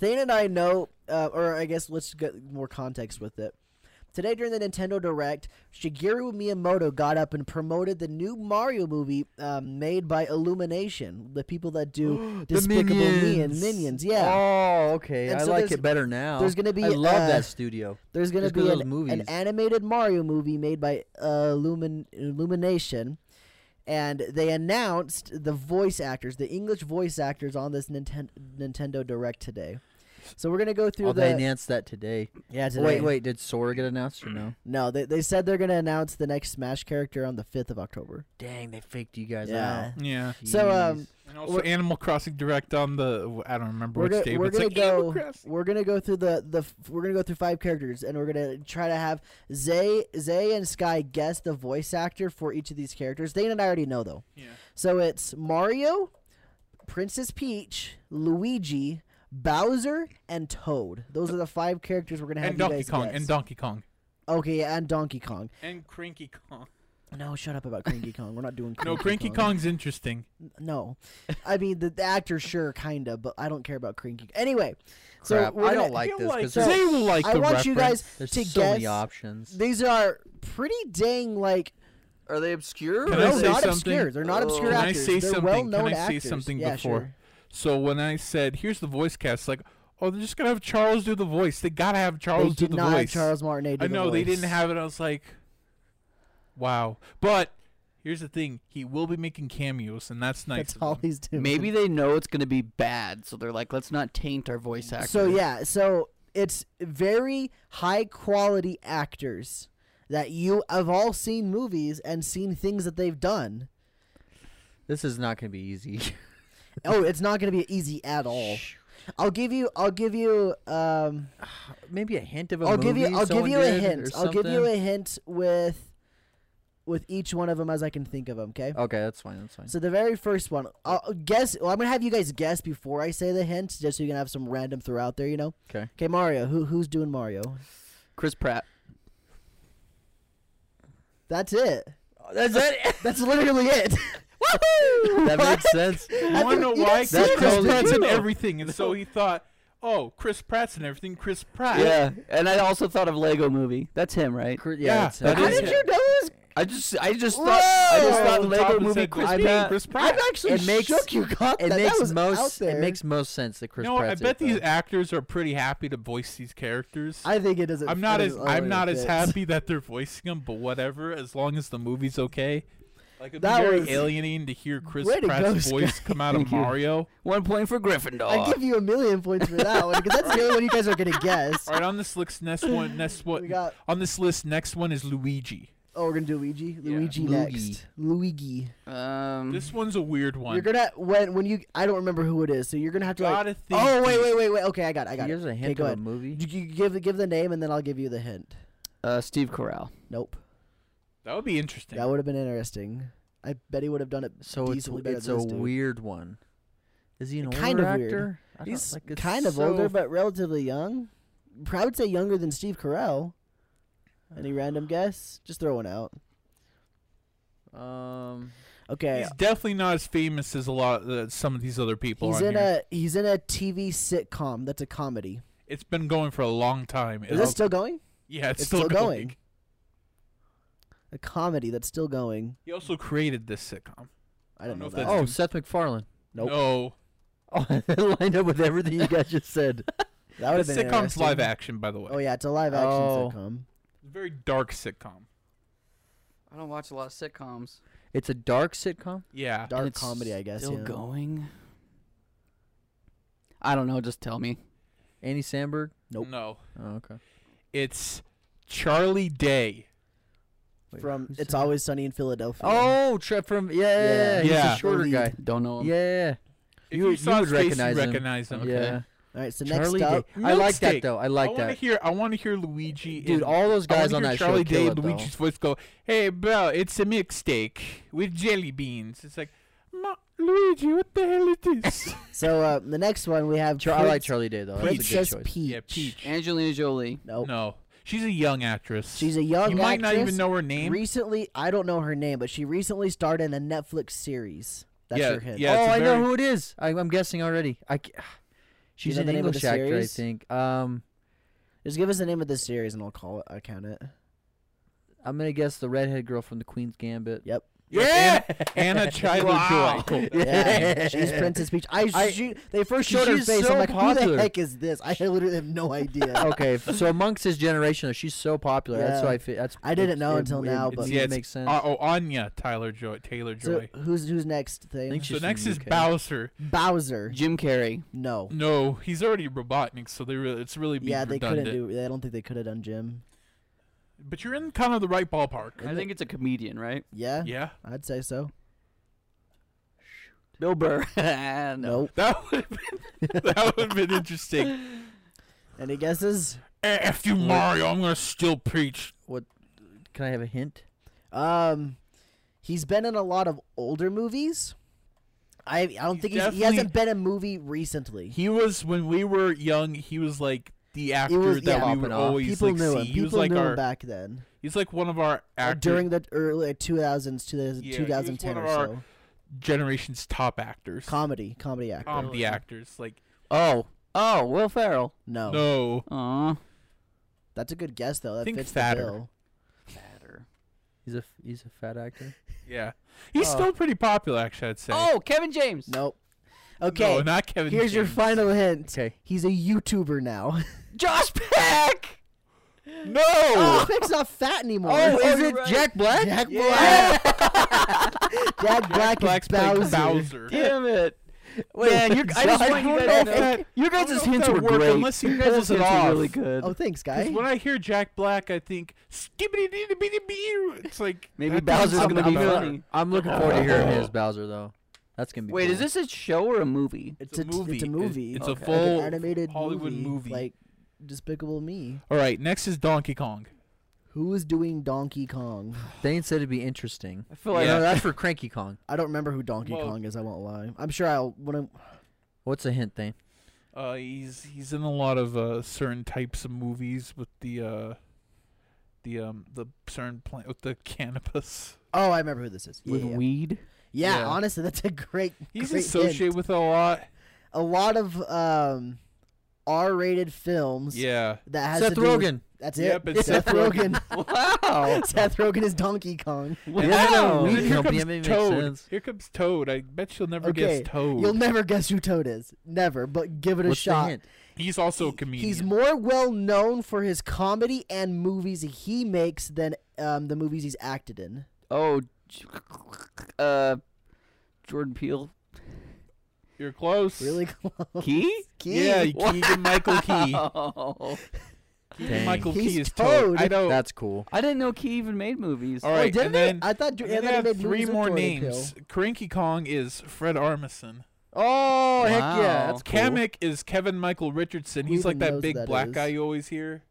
S2: Thane and I know, uh, or I guess let's get more context with it. Today during the Nintendo Direct, Shigeru Miyamoto got up and promoted the new Mario movie um, made by Illumination, the people that do Despicable Me and Minions. Yeah,
S1: Oh, okay.
S2: And
S1: I
S2: so
S1: like
S2: there's-
S1: it better now.
S2: there's gonna be.
S1: I love
S2: uh,
S1: that studio.
S2: There's gonna
S1: Just 'cause
S2: be
S1: of
S2: an,
S1: those
S2: an
S1: movies.
S2: animated Mario movie made by uh, Illumin- Illumination, and they announced the voice actors, the English voice actors on this Ninten- Nintendo Direct today. So we're gonna go through
S1: Oh,
S2: the
S1: they announced that today.
S2: yeah today.
S1: Wait, wait. Did Sora get announced or no?
S2: No, they they said they're gonna announce the next Smash character on the fifth of October.
S1: Dang, they faked you guys
S2: Yeah.
S1: out.
S4: Yeah.
S2: So um,
S4: And also
S2: We're-
S4: Animal Crossing Direct on the I don't remember
S2: we're
S4: which
S2: gonna,
S4: day, but
S2: we're
S4: it's
S2: gonna
S4: like Animal
S2: go
S4: Crossing.
S2: we're gonna go through the the f- we're gonna go through five characters and we're gonna try to have Zay Zay and Sky guess the voice actor for each of these characters. Dane and I already know though.
S4: Yeah.
S2: So it's Mario, Princess Peach, Luigi, Bowser, and Toad. Those are the five characters we're gonna have
S4: And
S2: you
S4: Donkey
S2: guys
S4: Kong.
S2: guess.
S4: And Donkey Kong.
S2: Okay, yeah, and Donkey Kong.
S4: And Cranky Kong.
S2: No, shut up about Cranky Kong. We're not doing Cranky
S4: No, Cranky Kong's interesting.
S2: N- No, I mean the, the actor, sure, kinda, but I don't care about Cranky. Anyway, so
S1: Crap,
S2: we're
S1: I
S2: gonna-
S1: don't like
S4: You
S1: this
S4: like
S1: because
S2: So,
S1: there's,
S4: they will like
S2: I
S4: the
S2: want you
S4: reference.
S2: guys
S1: there's
S2: to
S1: so many
S2: guess-
S1: options.
S2: These are pretty dang like
S1: Are they obscure?
S4: Can
S1: or
S4: I
S1: are
S2: no,
S4: say
S1: they-
S2: not
S4: something?
S2: obscure. They're not
S1: Oh.
S2: obscure
S1: Can
S4: I
S2: actors.
S4: say
S2: They're
S4: something?
S2: well
S4: Can
S2: known
S4: I say
S2: actors.
S4: something
S2: yeah,
S4: before?
S2: Sure.
S4: So when I said, "Here's the voice cast," like, "Oh, they're just gonna have Charles do the voice. They gotta have Charles
S2: they
S4: do
S2: did
S4: the
S2: not have
S4: voice."
S2: Charles Martinet. Do
S4: I know
S2: the
S4: they didn't
S2: voice.
S4: have it. I was like, "Wow!" But here's the thing: he will be making cameos, and that's nice.
S2: That's
S4: of
S2: all
S4: them.
S2: he's doing.
S3: Maybe they know it's gonna be bad, so they're like, let's not taint our voice actor.
S2: So yeah, so it's very high quality actors that you have all seen movies and seen things that they've done.
S1: This is not going to be easy.
S2: Oh, it's not going to be easy at all. I'll give you. I'll give you. Um,
S1: Maybe a hint of a
S2: I'll give you.
S1: movie
S2: I'll give
S1: someone
S2: you a
S1: did or
S2: hint. I'll give you
S1: something?
S2: a hint with, with each one of them as I can think of them. Okay.
S1: Okay, that's fine. That's fine.
S2: So the very first one, I'll guess. Well, I'm gonna have you guys guess before I say the hint, just so you can have some random throughout there. You know.
S1: 'Kay.
S2: Okay, Mario. Who who's doing Mario?
S3: Chris Pratt.
S2: That's it.
S1: That's it.
S2: That's literally it.
S1: that makes sense.
S4: I want to know why
S1: see
S4: Chris
S1: it on the
S4: Pratt's in
S1: channel.
S4: everything, and so he thought, "Oh, Chris Pratt's in everything. Chris Pratt."
S3: Yeah, and I also thought of Lego Movie. That's him, right?
S1: Cr- Yeah,
S4: Yeah,
S1: that's
S4: that
S1: it.
S3: How
S4: is
S3: did
S4: him.
S3: you know this? I just, I just thought, I just
S2: Whoa!
S3: thought
S4: On top
S3: Lego
S4: it
S3: Movie.
S4: said Chris
S3: Chris
S4: Pratt,
S3: Pratt.
S4: Chris
S2: I'm
S4: Pratt.
S2: actually
S1: It makes-
S2: shook you got
S1: It
S2: that. that
S1: makes
S2: was out
S1: most.
S2: there.
S1: It makes most sense that Chris
S4: no, I
S1: Pratt's
S4: bet
S1: it,
S4: these
S1: though.
S4: actors are pretty happy to voice these characters.
S2: I think it doesn't.
S4: I'm not
S2: it
S4: as
S2: doesn't
S4: I'm
S2: really
S4: not as
S2: fit.
S4: happy that they're voicing him, but whatever. As long as the movie's okay. Like it'd
S2: That
S4: be very
S2: was-
S4: alienating to hear Chris
S2: Way to
S4: Pratt's
S2: go,
S4: voice come out of
S3: Thank you.
S4: Mario.
S3: One point for Gryffindor.
S2: I give you a million points for that one because that's the only one you guys are gonna guess.
S4: All right, on this list, next one, next
S2: We
S4: one,
S2: got.
S4: on this list, next one is Luigi.
S2: Oh, we're gonna do Luigi.
S1: Luigi.
S2: Luigi next. Luigi.
S3: um,
S4: This one's a weird one.
S2: You're gonna when when you. I don't remember who it is, so you're gonna have to like.
S4: gotta think.
S2: Oh wait
S4: deep.
S2: wait wait wait. Okay, I got it, I got it.
S1: Here's a hint
S2: go
S1: of a
S2: ahead.
S1: movie.
S2: You, you give give the name and then I'll give you the hint.
S3: uh, Steve Carell.
S2: Nope.
S4: That would be interesting.
S2: That would have been interesting. I bet he would have done it.
S1: So it's
S2: decently better
S1: it's
S2: than
S1: a
S2: this dude.
S1: weird one. Is he an older
S2: Kind of weird.
S1: actor? I don't-
S2: He's
S1: like, it's
S2: kind of
S1: so-
S2: older, but relatively young. I would say younger than Steve Carell. Any random guess? Just throw one out.
S1: Um,
S2: Okay,
S4: He's definitely not as famous as a lot of uh, some of these other people.
S2: he's
S4: on
S2: in
S4: here.
S2: a he's in a TV sitcom that's a comedy.
S4: It's been going for a long time.
S2: Is this still going?
S4: yeah, it's,
S2: it's still going. A comedy that's still going.
S4: He also created this sitcom.
S2: I don't know.
S4: if
S2: that.
S4: that's-
S1: oh, Seth MacFarlane.
S2: Nope.
S4: No,
S1: Oh, that lined up with everything you guys just said.
S2: Oh, that would have
S4: the
S2: been
S4: sitcom's
S2: interesting.
S4: live action, by the way.
S2: Oh yeah, it's a live action
S1: Oh.
S2: sitcom.
S4: Very dark sitcom.
S3: I don't watch a lot of sitcoms.
S1: It's a dark sitcom.
S4: Yeah,
S2: Dark
S1: it's
S2: comedy, I guess.
S3: Still
S2: yeah.
S3: going. I don't know. Just tell me.
S1: Andy Samberg.
S2: Nope.
S4: No,
S1: Oh, okay.
S4: it's Charlie Day.
S1: Wait,
S2: From
S1: who's
S2: It's
S1: that?
S2: Always Sunny in Philadelphia.
S1: Oh, Trip from yeah, yeah,
S2: Yeah.
S1: he's
S4: Yeah.
S1: a shorter
S2: Lead.
S1: guy.
S3: Don't know him.
S1: Yeah,
S4: If
S1: You-
S4: you,
S1: you
S4: saw
S1: would
S4: his face,
S1: recognize
S4: you
S1: him.
S4: recognize him.
S3: Okay.
S1: yeah.
S2: All right, so
S1: Charlie
S2: next up,
S1: Day. I like that
S4: Milkshake.
S1: though. I
S4: I
S1: like
S4: want to
S1: that.
S4: hear. I want to hear Luigi.
S1: Dude,
S4: in-
S1: all those
S4: I wanna
S1: guys on
S4: hear
S1: that
S4: Charlie
S1: show
S4: Day
S1: kill
S4: and
S1: it,
S4: Luigi's voice go, "Hey, bro, it's a mixtape with jelly beans." It's like, Ma- Luigi, what the hell is this?
S2: so uh, the next one we have.
S1: though. Char- I like
S2: Prince-
S1: Charlie Day though. That's a good
S2: Princess
S1: choice.
S2: Peach.
S4: yeah, Peach.
S3: Angelina Jolie.
S2: Nope.
S4: No, she's a young actress.
S2: She's a young
S4: you might not even
S2: actress.
S4: know her name.
S2: Recently, I don't know her name, but she recently starred in a Netflix series. That's
S4: Yeah,
S2: your hint.
S4: yeah.
S1: oh,
S4: it's a
S1: I
S4: very-
S1: know who it is. I, I'm guessing already. I. c- She's
S2: know
S1: an
S2: the name of
S1: English
S2: the
S1: actor, I
S2: series?
S1: think. Um,
S2: Just give us the name of the series, and I'll call it. I count it.
S1: I'm gonna guess the redhead girl from the Queen's Gambit.
S2: Yep.
S4: Yeah, Anna, Anna
S1: Wow.
S4: Joy.
S2: Yeah, she's Princess Peach. I,
S1: I-
S2: she, they first showed her
S1: she's
S2: face.
S1: so
S2: I'm like, who
S1: popular.
S2: the heck is this? I literally have no idea.
S1: okay, f- so amongst his generation, though, she's so popular. That's
S2: Yeah.
S1: why I feel. That's
S2: I didn't
S1: it-
S2: know
S1: it-
S2: until
S1: it-
S2: now,
S1: it
S2: but-
S1: seems-
S4: Yeah,
S1: it
S4: it's-
S1: makes sense.
S4: Uh, oh, Anya Tyler Joy. Taylor
S2: so
S4: Joy.
S2: who's who's next? Thing
S1: think
S4: So,
S1: she's from
S4: next is
S1: UK.
S4: Bowser.
S2: Bowser.
S3: Jim Carrey.
S2: No.
S4: No, he's already Robotnik, so they really, it's really being
S2: Yeah, they
S4: redundant.
S2: couldn't do. I don't think they could have done Jim.
S4: But you're in kind of the right ballpark.
S3: I think it's a comedian, right?
S2: Yeah,
S4: Yeah.
S2: I'd say so.
S3: Bill Burr. no.
S2: Nope.
S4: That would have been that would have been interesting.
S2: Any guesses?
S4: F you Mario, I'm gonna still preach.
S1: Can I have a hint?
S2: Um, he's been in a lot of older movies. I I don't think
S4: He's
S2: he's, he
S4: definitely-
S2: hasn't been in a movie recently.
S4: He was when we were young, he was like the actor
S2: was-
S4: that
S2: yeah.
S4: we would
S1: Popping off.
S4: always
S2: People
S4: like
S2: knew
S4: see.
S2: him.
S4: He was
S2: People
S4: like
S2: knew him
S4: our
S2: back then.
S4: he's like one of our
S2: Or
S4: actors
S2: during the early 2000s, 2000,
S4: Yeah, he was
S2: 2010
S4: one
S2: or
S4: of our
S2: so.
S4: generation's top actors.
S2: Comedy, comedy actor.
S4: Comedy actors. Like
S3: Oh, oh, Will Ferrell.
S2: No,
S4: no.
S3: Aw.
S2: that's a good guess though. That
S4: Think
S2: fits
S4: fatter.
S2: the bill.
S1: He's a f- he's a fat actor.
S4: Yeah. He's
S1: Oh.
S4: still pretty popular actually I'd say.
S3: Oh, Kevin James.
S2: Nope. Okay.
S4: No, not Kevin.
S2: Here's your
S4: James.
S2: final hint.
S1: Okay.
S2: He's a YouTuber now.
S3: Josh Peck.
S4: No.
S2: Oh, Pick's not fat anymore.
S3: Oh, is
S2: you're
S3: it
S2: right.
S3: Jack Black?
S2: Jack
S3: Yeah.
S2: Jack Black,
S4: Black's
S2: is
S4: playing
S2: Bowser.
S4: Bowser.
S3: Damn it. Man, you I just
S2: I
S3: want you
S2: don't know
S3: guys to
S2: if
S3: know.
S4: that-
S3: Your
S4: I don't know
S3: guys'
S4: if
S3: hints
S4: that
S3: were
S4: worked
S3: great.
S4: unless you
S3: Your
S4: guys
S3: guys'
S4: was
S3: hints were
S4: off.
S3: really good.
S2: Oh, thanks, guy.
S4: Because when I hear Jack Black, I think "Skibbidi-dee-dee-bee-dee-bee." It's like
S3: Maybe
S4: that
S3: Bowser's
S4: doesn't
S3: gonna
S4: sound
S3: be
S4: Bowser.
S3: funny.
S1: I'm looking forward to hearing
S2: Oh.
S1: his Bowser though. That's gonna be.
S3: Wait,
S1: cool.
S3: is this a show or a movie?
S2: It's a t- It's a movie.
S4: It's,
S3: Okay.
S4: a
S2: Like
S3: Like
S2: an
S4: full
S2: animated
S4: Hollywood movie.
S2: like Despicable Me.
S4: All right, next is Donkey Kong.
S2: Who is doing Donkey Kong?
S1: Dane said it'd be interesting.
S3: I
S2: Oh,
S3: feel like
S1: No,
S4: Yeah.
S1: that's for Cranky Kong.
S2: I don't remember who Donkey
S4: Well-
S2: Kong is. I won't lie. I'm sure I'll when I'm.
S1: What's a hint, Dane?
S4: Uh, he's he's in a lot of uh, certain types of movies with the uh, the um the certain plant with the cannabis.
S2: Oh, I remember who this is. Yeah,
S3: with
S2: yeah, yeah.
S3: weed.
S2: Yeah,
S4: Yeah.
S2: honestly, that's a great.
S4: He's
S2: great
S4: associated
S2: hint.
S4: with a lot.
S2: a lot of um, R-rated films.
S4: Yeah.
S2: That has
S1: Seth
S2: to do with-
S1: Rogen.
S2: that's
S4: Yep,
S2: it.
S4: it's Seth
S2: Rogen.
S3: Wow.
S2: Seth Rogen is Donkey Kong.
S1: Yeah, I know.
S2: Oh.
S4: And then
S1: Weed
S4: here
S1: company, that
S4: comes
S1: makes
S4: Toad.
S1: sense.
S4: Here comes Toad. I bet you'll never
S2: Okay,
S4: guess Toad.
S2: You'll never guess who Toad is. Never, but give it a
S1: What's
S2: shot.
S1: the hint?
S4: he's also a comedian.
S2: He's more well known for his comedy and movies he makes than um, the movies he's acted in.
S3: Oh, j- uh, Jordan Peele.
S4: You're close.
S2: Really close.
S3: Key?
S2: Key.
S4: Yeah, Keegan Michael Key.
S3: Wow.
S1: Dang.
S4: Michael
S2: He's
S4: Key is Toad.
S2: Toad.
S4: I know.
S1: That's cool.
S3: I didn't know Key even made movies.
S4: All
S2: Oh,
S4: right,
S2: didn't
S4: and
S2: he?
S4: then
S2: I thought.
S4: and
S2: I
S4: then
S2: thought
S4: I
S2: he
S4: have
S2: made
S4: three
S2: movies with
S4: more
S2: Jordan
S4: names.
S2: Peele.
S4: Cranky Kong is Fred Armisen.
S1: Oh
S3: heck yeah, Wow. that's cool.
S4: Kamek is Kevin Michael Richardson.
S2: Who
S4: He's like
S2: even
S4: that
S2: knows
S4: big
S2: who that
S4: black
S2: is?
S4: guy you always hear.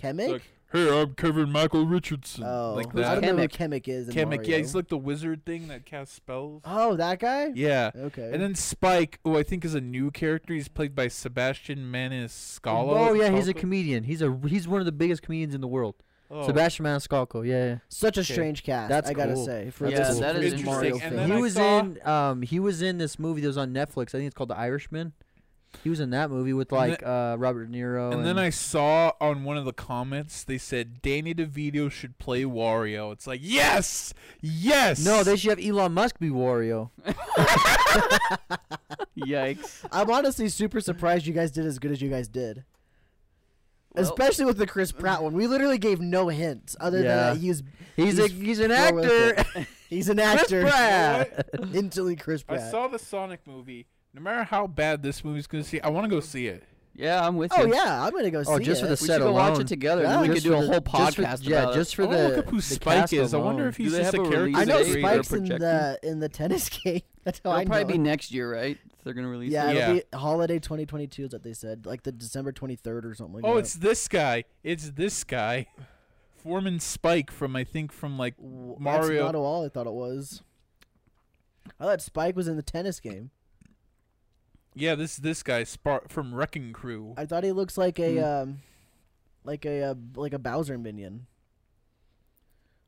S2: Kemek.
S4: Like, hey, I'm Kevin Michael Richardson.
S2: oh,
S4: like
S2: I
S4: that.
S2: don't know who Kemek is. in
S4: Kamek, yeah,
S2: Mario.
S4: he's like the wizard thing that casts spells.
S2: Oh, that guy.
S4: Yeah.
S2: Okay.
S4: And then Spike, who I think is a new character, he's played by Sebastian Maniscalco.
S1: Oh yeah, he's a
S4: Scalco?
S1: comedian. He's a he's one of the biggest comedians in the world.
S4: Oh.
S1: Sebastian Maniscalco. Yeah, yeah.
S2: Such a
S4: Okay.
S2: strange cast.
S1: That's
S2: I gotta
S1: cool.
S2: say. For
S1: Yeah,
S2: this,
S1: that
S2: for
S1: is
S2: this Mario
S4: interesting. And
S2: film.
S4: then
S1: he
S4: I
S1: was
S4: saw-
S1: in um he was in this movie that was on Netflix. I think it's called The Irishman. He was in that movie with
S4: And
S1: like uh Robert De Niro.
S4: And then I saw on one of the comments they said Danny DeVito should play Wario. It's like yes, yes.
S1: no, they should have Elon Musk be Wario.
S3: Yikes.
S2: I'm honestly super surprised you guys did as good as you guys did.
S3: Well-
S2: Especially with the Chris Pratt one. We literally gave no hints other
S1: Yeah.
S2: than that he's
S1: He's, a
S2: He's
S1: he's an
S2: well with
S1: actor.
S2: he's an
S1: Chris
S2: actor.
S1: Pratt.
S2: Instantly Chris
S4: I
S2: Pratt.
S4: saw the Sonic movie. No matter how bad this movie's gonna see, I want to go see it.
S3: Yeah, I'm with
S2: Oh
S3: you.
S2: yeah, I'm gonna go see
S1: Oh, just for
S2: it.
S1: the
S3: We
S1: set
S3: should go watch
S1: alone.
S3: it together. and
S2: Yeah.
S3: then we could
S1: Just
S3: do
S1: for
S3: a
S1: the-
S3: whole
S1: just for-
S3: podcast
S1: yeah,
S3: about it.
S1: just for
S4: I wanna
S1: the
S4: look up who
S1: the
S4: Spike
S1: cast
S4: is. I wonder
S1: alone.
S4: if
S3: Do
S4: he's
S3: they
S4: just
S3: have
S4: a
S3: a
S4: character.
S3: release
S2: I know
S3: date or
S2: Spike's in
S3: projection?
S2: the in the tennis game. That's how
S3: It'll
S2: I know.
S3: probably
S2: it.
S3: be next year, right? If They're gonna release.
S2: yeah,
S3: it.
S2: it'll
S4: Yeah.
S2: be holiday 2022 is what they said, like the December 23rd or something like that.
S4: Oh, it's this guy. It's this guy, Foreman Spike from I think from like
S2: W-
S4: Mario.
S2: That's not all I thought it was. I thought Spike was in the tennis game.
S4: yeah, this this guy Spar- from Wrecking Crew.
S2: I thought he looks like a
S3: Hmm.
S2: um, like a uh, like a Bowser minion.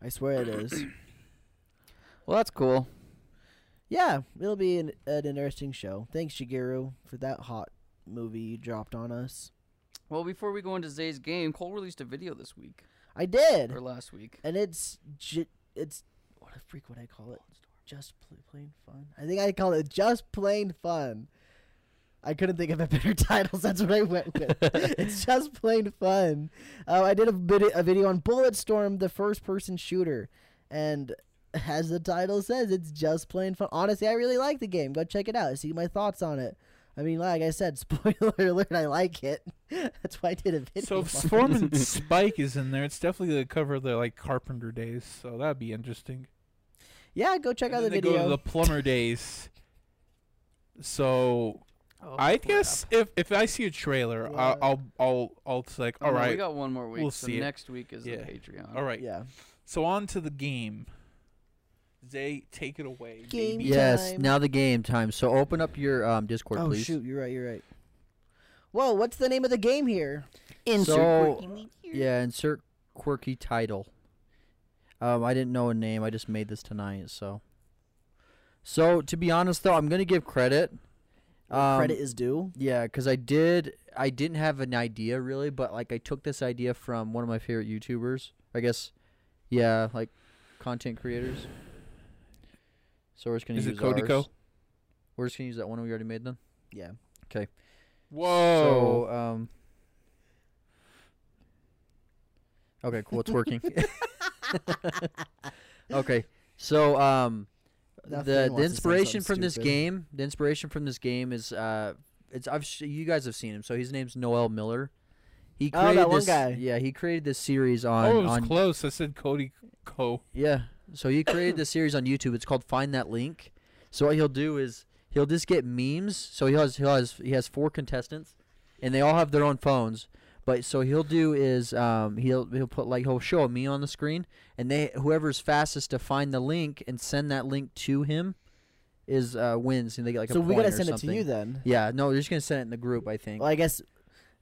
S2: I swear it is.
S3: Well, that's cool.
S2: yeah, it'll be an, an interesting show. Thanks Shigeru for that hot movie you dropped on us.
S3: Well, before we go into Zay's game, Cole released a video this week
S2: I did,
S3: or last week.
S2: and it's j- it's what a freak would I call it? Just pl- plain fun. I think I call it just plain fun. I couldn't think of a better title. so That's what I went with. it's just plain fun. Uh, I did a, bit, a video on Bulletstorm, the first-person shooter, and as the title says, it's just plain fun. Honestly, I really like the game. Go check it out. See my thoughts on it. I mean, like I said, spoiler alert. I like it. That's why I did a video.
S4: So if
S2: on it.
S4: Foreman Spike is in there, it's definitely the cover of the like Carpenter days. So that'd be interesting.
S2: yeah, go check
S4: And
S2: out
S4: then
S2: the
S4: they
S2: video.
S4: go to the plumber days. So
S3: Oh,
S4: I
S3: crap.
S4: guess if if I see a trailer, I,
S2: Wow.
S4: I'll I'll I'll it's like
S3: Oh,
S4: all
S3: no,
S4: right,
S3: We got one more week.
S4: We'll
S3: so
S4: see it.
S3: next week is
S4: Yeah.
S3: the Patreon.
S4: all right.
S2: yeah.
S4: So on to the game. They take it away.
S2: Game
S4: baby.
S1: yes,
S2: time.
S1: now the game time. So open up your um Discord,
S2: Oh
S1: please.
S2: shoot, you're right. You're right. Whoa, what's the name of the game here?
S3: Insert
S1: So-
S3: quirky meteor.
S1: Yeah, insert quirky title. Um, I didn't know a name. I just made this tonight. So, so to be honest though, I'm gonna give credit. Um,
S2: Credit is due.
S1: Yeah, because I did. I didn't have an idea really, but like I took this idea from one of my favorite YouTubers. I guess, yeah, like content creators. So we're just gonna
S4: Is it
S1: use
S4: Codeco?
S1: ours. We're just gonna use that one we already made then.
S2: Yeah.
S4: Whoa.
S2: Oh.
S1: So um. Okay, cool. It's working. okay, so um,
S2: Nothing
S1: the the
S2: wants to say
S1: inspiration
S2: something
S1: from this
S2: stupid.
S1: game, the inspiration from this game is uh, it's I've sh- you guys have seen him, so his name's Noel Miller. He
S2: Oh, that
S1: created
S2: one
S1: this,
S2: guy.
S1: yeah, he created this series on
S4: oh, it was
S1: on
S4: close. I said Cody Co.
S1: yeah. So he created this series on YouTube. It's called Find That Link. So what he'll do is he'll just get memes. So he has he has he has four contestants, and they all have their own phones. But so he'll do is um, he'll he'll put like he'll show a meme on the screen, and they whoever's fastest to find the link and send that link to him is uh, wins, and they get like
S2: so
S1: a
S2: we
S1: point
S2: gotta
S1: or
S2: send it to you
S1: something.
S2: then.
S1: Yeah, no, they're just gonna send it in the group. I think.
S2: Well, I guess.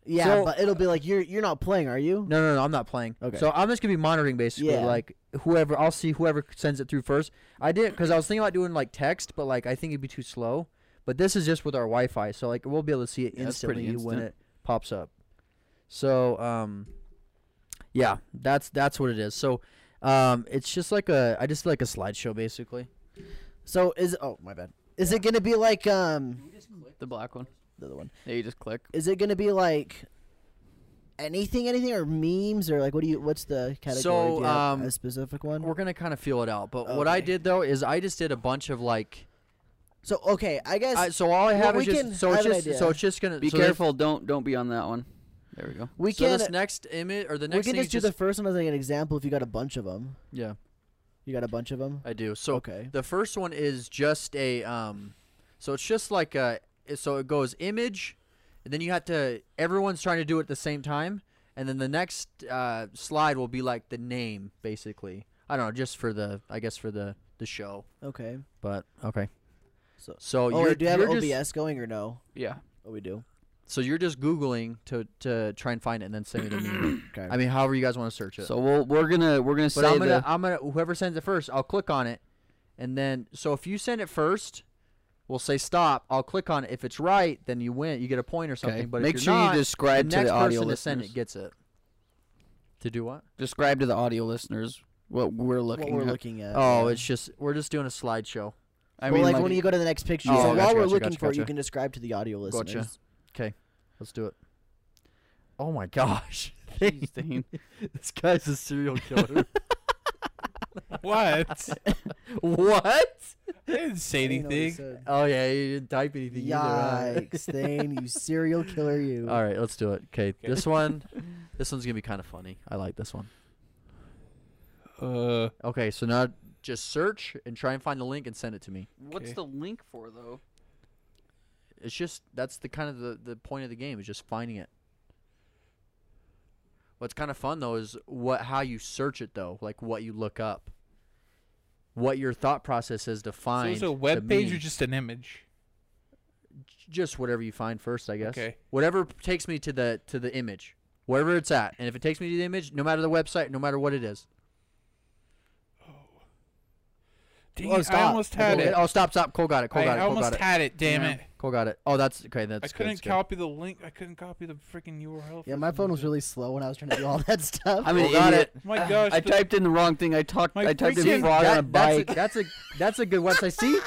S2: Yeah,
S1: So-
S2: but it'll be like you're you're not playing, are you?
S1: No, no, no, I'm not playing.
S2: Okay.
S1: So I'm just gonna be monitoring basically,
S2: Yeah.
S1: like whoever I'll see whoever sends it through first. I did because I was thinking about doing like text, but like I think it'd be too slow. But this is just with our Wi-Fi, so like we'll be able to see it
S3: Yeah, that's pretty
S1: instantly when
S3: instant.
S1: it pops up. So um, yeah, that's that's what it is. So um, it's just like a I just did, like a slideshow basically.
S2: So is oh my bad. Is it gonna be like um
S3: the black one.
S2: the other one?
S3: Yeah, you just click.
S2: Is it gonna be like anything, anything, or memes, or like what do you? What's the category?
S1: So,
S2: do you have
S1: um,
S2: a specific one?
S1: We're gonna kind of feel it out. But what I
S2: Okay.
S1: did though is I just did a bunch of like.
S2: So okay, I guess
S1: I, so all I
S2: Well,
S1: have
S2: we
S1: is
S2: can
S1: just so it's
S2: have an
S1: just so
S2: idea.
S1: it's just gonna
S3: Be
S1: so there's-
S3: careful. Don't don't be on that one. There we go.
S2: we
S1: so
S2: can
S1: this next image or the
S2: we
S1: next
S2: can
S1: thing
S2: just do
S1: is
S2: the first one as like an example. If you got a bunch of them,
S1: yeah
S2: you got a bunch of them.
S1: I do. So
S2: okay.
S1: the first one is just a um, so it's just like a so it goes image, and then you have to everyone's trying to do it at the same time, and then the next uh, slide will be like the name basically. I don't know, just for the I guess for the the show.
S2: Okay.
S1: But okay,
S2: So
S1: so
S2: oh,
S1: you're,
S2: wait, do you have
S1: you're
S2: OBS
S1: just
S2: going or no?
S3: Yeah.
S2: Oh, we do.
S1: so you're just googling to to try and find it and then send it to me.
S2: Okay.
S1: I mean, however you guys want to search it.
S3: So we'll we're gonna we're gonna
S1: But
S3: say
S1: I'm gonna,
S3: the
S1: I'm gonna, whoever sends it first, I'll click on it, and then so if you send it first, we'll say stop. I'll click on it. If it's right, then you win. You get a point or something.
S3: okay.
S1: But
S3: make
S1: if
S3: sure
S1: you're not,
S3: you
S1: the
S3: describe to
S1: next
S3: the audio
S1: person to
S3: listeners.
S1: send it gets it. To do what?
S3: Describe to the audio listeners what we're looking
S2: what we're
S3: at.
S2: looking at.
S1: Oh,
S2: yeah.
S1: it's just we're just doing a slideshow.
S3: I
S2: Well,
S3: mean,
S2: like,
S3: Uh, like,
S2: when you go to the next picture.
S1: Oh,
S2: so
S1: gotcha,
S2: while we're
S1: gotcha,
S2: looking
S1: gotcha,
S2: for it, you
S1: gotcha.
S2: can describe to the audio listeners.
S1: Gotcha. Let's do it. Oh my gosh!
S3: Jeez, Dane.
S1: this guy's a serial killer.
S4: What?
S1: what?
S4: I didn't say
S2: Dane always
S4: anything.
S2: said,
S1: Oh yeah, you didn't type anything either. huh?
S2: Yikes, Thane, you serial killer, you.
S1: All right, let's do it. Okay,
S4: Okay.
S1: this one, this one's gonna be kind of funny. I like this one.
S4: Uh,
S1: Okay, so now just search and try and find the link and send it to me.
S3: What's
S4: Okay.
S3: the link for though?
S1: It's just that's the kind of the, the point of the game is just finding it. What's kind of fun though is what how you search it though, like what you look up. What your thought process is to
S4: so
S1: find.
S4: it's a
S1: the
S4: web page or
S1: meme.
S4: just an image?
S1: J- just whatever you find first, I guess.
S4: Okay.
S1: Whatever p- takes me to the to the image, wherever it's at, and if it takes me to the image, no matter the website, no matter what it is.
S4: Dang
S2: Oh,
S4: it, I
S2: stop.
S4: almost
S2: I
S4: had
S1: Cole-
S4: it.
S1: Oh, stop, stop. Cole got it. Cole
S4: I
S1: got it. Cole
S4: almost
S1: got it.
S4: had it. Damn it!
S1: Cole got it. Oh, that's okay. That's
S4: I
S1: good,
S4: couldn't
S1: that's good.
S4: copy the link. I couldn't copy the freaking URL.
S2: Yeah,
S4: for
S2: my
S4: some
S2: phone was
S4: reason.
S2: really slow when I was trying to do all that stuff.
S3: I'm an
S1: Well, Oh, got
S3: idiot.
S1: it.
S4: My gosh!
S3: I
S4: the-
S3: typed in the wrong thing. I talked.
S4: My
S3: I typed
S4: freaking-
S3: in frog on a
S1: That- that's
S3: bike.
S1: A, that's a that's a good website. See,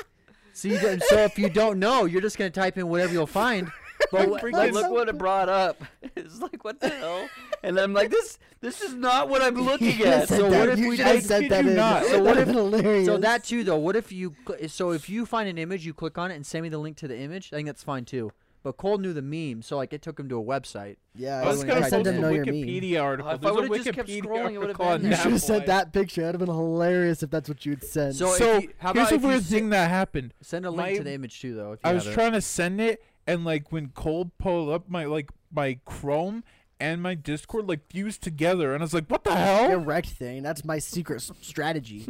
S1: see. you don't- So if you don't know, you're just gonna type in whatever you'll find.
S4: My
S1: But wha-
S4: freaking-
S3: Like,
S1: let's-
S3: look what it brought up. It's like what the hell? And I'm like, this this is not what I'm looking at.
S1: so
S3: So
S1: what
S3: what
S1: if
S3: if
S1: we
S2: have
S1: just-
S2: sent
S4: kid
S2: that
S4: you
S2: in.
S4: not.
S1: So what
S2: That'd been hilarious.
S1: so that too though. What if you cl- so if you find an image, you click on it and send me the link to the image. I think that's fine too. But Cole knew the meme, so like it took him to a website.
S2: yeah,
S4: I was
S1: when
S4: gonna
S1: I
S4: post
S1: sent
S2: send
S4: a
S1: them
S2: them know your meme.
S4: Wikipedia article.
S3: If I
S4: There's a
S3: would've just kept
S4: Wikipedia
S3: scrolling, it would've
S4: article on
S2: You
S3: been Yeah,
S2: should have
S4: that
S2: sent
S4: boy.
S2: that picture. That'd have been hilarious if that's what you'd send.
S1: So, if
S4: So,
S1: you, how
S4: Here's
S1: about
S4: a
S1: if you
S4: weird
S1: se-
S4: thing that happened.
S1: Send a link
S4: My-
S1: to the image too though. If you
S4: I was
S1: have it.
S4: trying to send it, and like when Cole pulled up my like my Chrome and my Discord like fused Oh. together, and I was like, "What the hell?"
S2: direct thing. That's my secret s- strategy.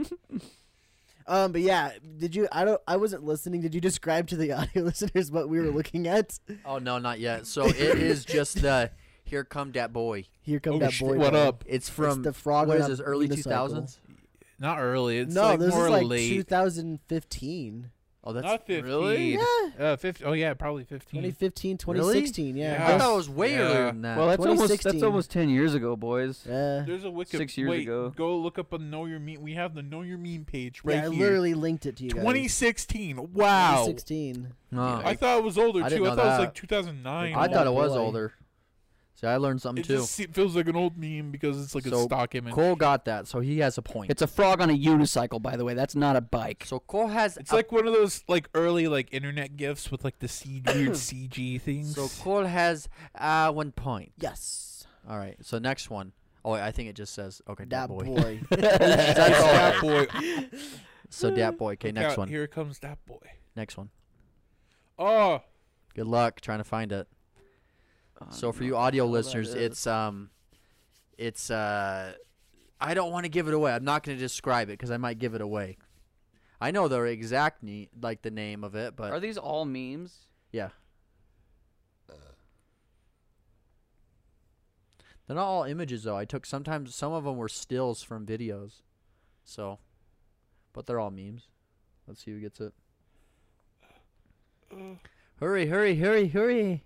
S2: Um, but yeah, did you? I don't. I wasn't listening. Did you describe to the audio listeners what we were looking at?
S1: Oh no, not yet. So it is just the "Here Come Dat Boy."
S2: Here come
S4: Oh,
S2: that
S4: shit,
S2: boy.
S4: what
S2: boy.
S4: up?
S1: It's from
S2: the frog
S1: What
S2: on
S1: is
S2: a
S1: this? Early two
S2: unicycle.
S1: thousands?
S4: Not early. It's
S2: no,
S4: like
S2: this
S4: more
S2: is like
S4: late.
S2: 2015.
S1: Oh, that's
S4: Not
S1: really.
S4: 15.
S2: Yeah,
S4: Uh, 15, oh yeah, probably fifteen.
S2: 2015,
S1: Really?
S2: 2016. Yeah.
S1: I
S4: Yeah.
S1: thought it was way
S4: Yeah.
S1: earlier than that.
S3: Well, that's almost that's
S2: 2016.
S3: almost ten years ago, boys.
S2: Yeah.
S4: There's a wiki.
S3: Six years
S4: wait,
S3: ago.
S4: Go look up a Know Your Meme. We have the Know Your Meme page right
S2: yeah, I
S4: here.
S2: literally linked it to you guys.
S4: 2016. Wow.
S2: 2016.
S1: No,
S4: I thought it was older
S1: I
S4: too.
S1: didn't
S4: I
S1: know
S4: thought it was
S1: that.
S4: like 2009.
S1: I thought it was
S2: boy.
S1: older. See, I learned something
S4: It
S1: too.
S4: just se- feels like an old meme because it's like
S1: So,
S4: a stock image.
S1: Cole got that, so he has a point.
S3: It's a frog on a unicycle, by the way. That's not a bike.
S1: so Cole has.
S4: It's
S1: a-
S4: like one of those like early like internet gifs with like the C- weird CG things.
S1: so Cole has uh, one point.
S2: Yes.
S1: All right. So next one. Oh, wait, I think it just says okay. Dat
S2: That
S1: boy.
S2: boy.
S1: That's all.
S4: that boy.
S1: So dat boy. Okay,
S4: Look
S1: next
S4: out,
S1: one.
S4: Here comes that boy.
S1: Next one.
S4: Oh,
S1: Good luck trying to find it. So for you audio listeners, it's um, it's uh, I don't want to give it away. I'm not going to describe it because I might give it away. I know the exact ne- like the name of it, but
S3: are these all memes?
S1: yeah, they're not all images though. I took sometimes some of them were stills from videos, so, but they're all memes. Let's see who gets it. Hurry! Hurry! Hurry! Hurry!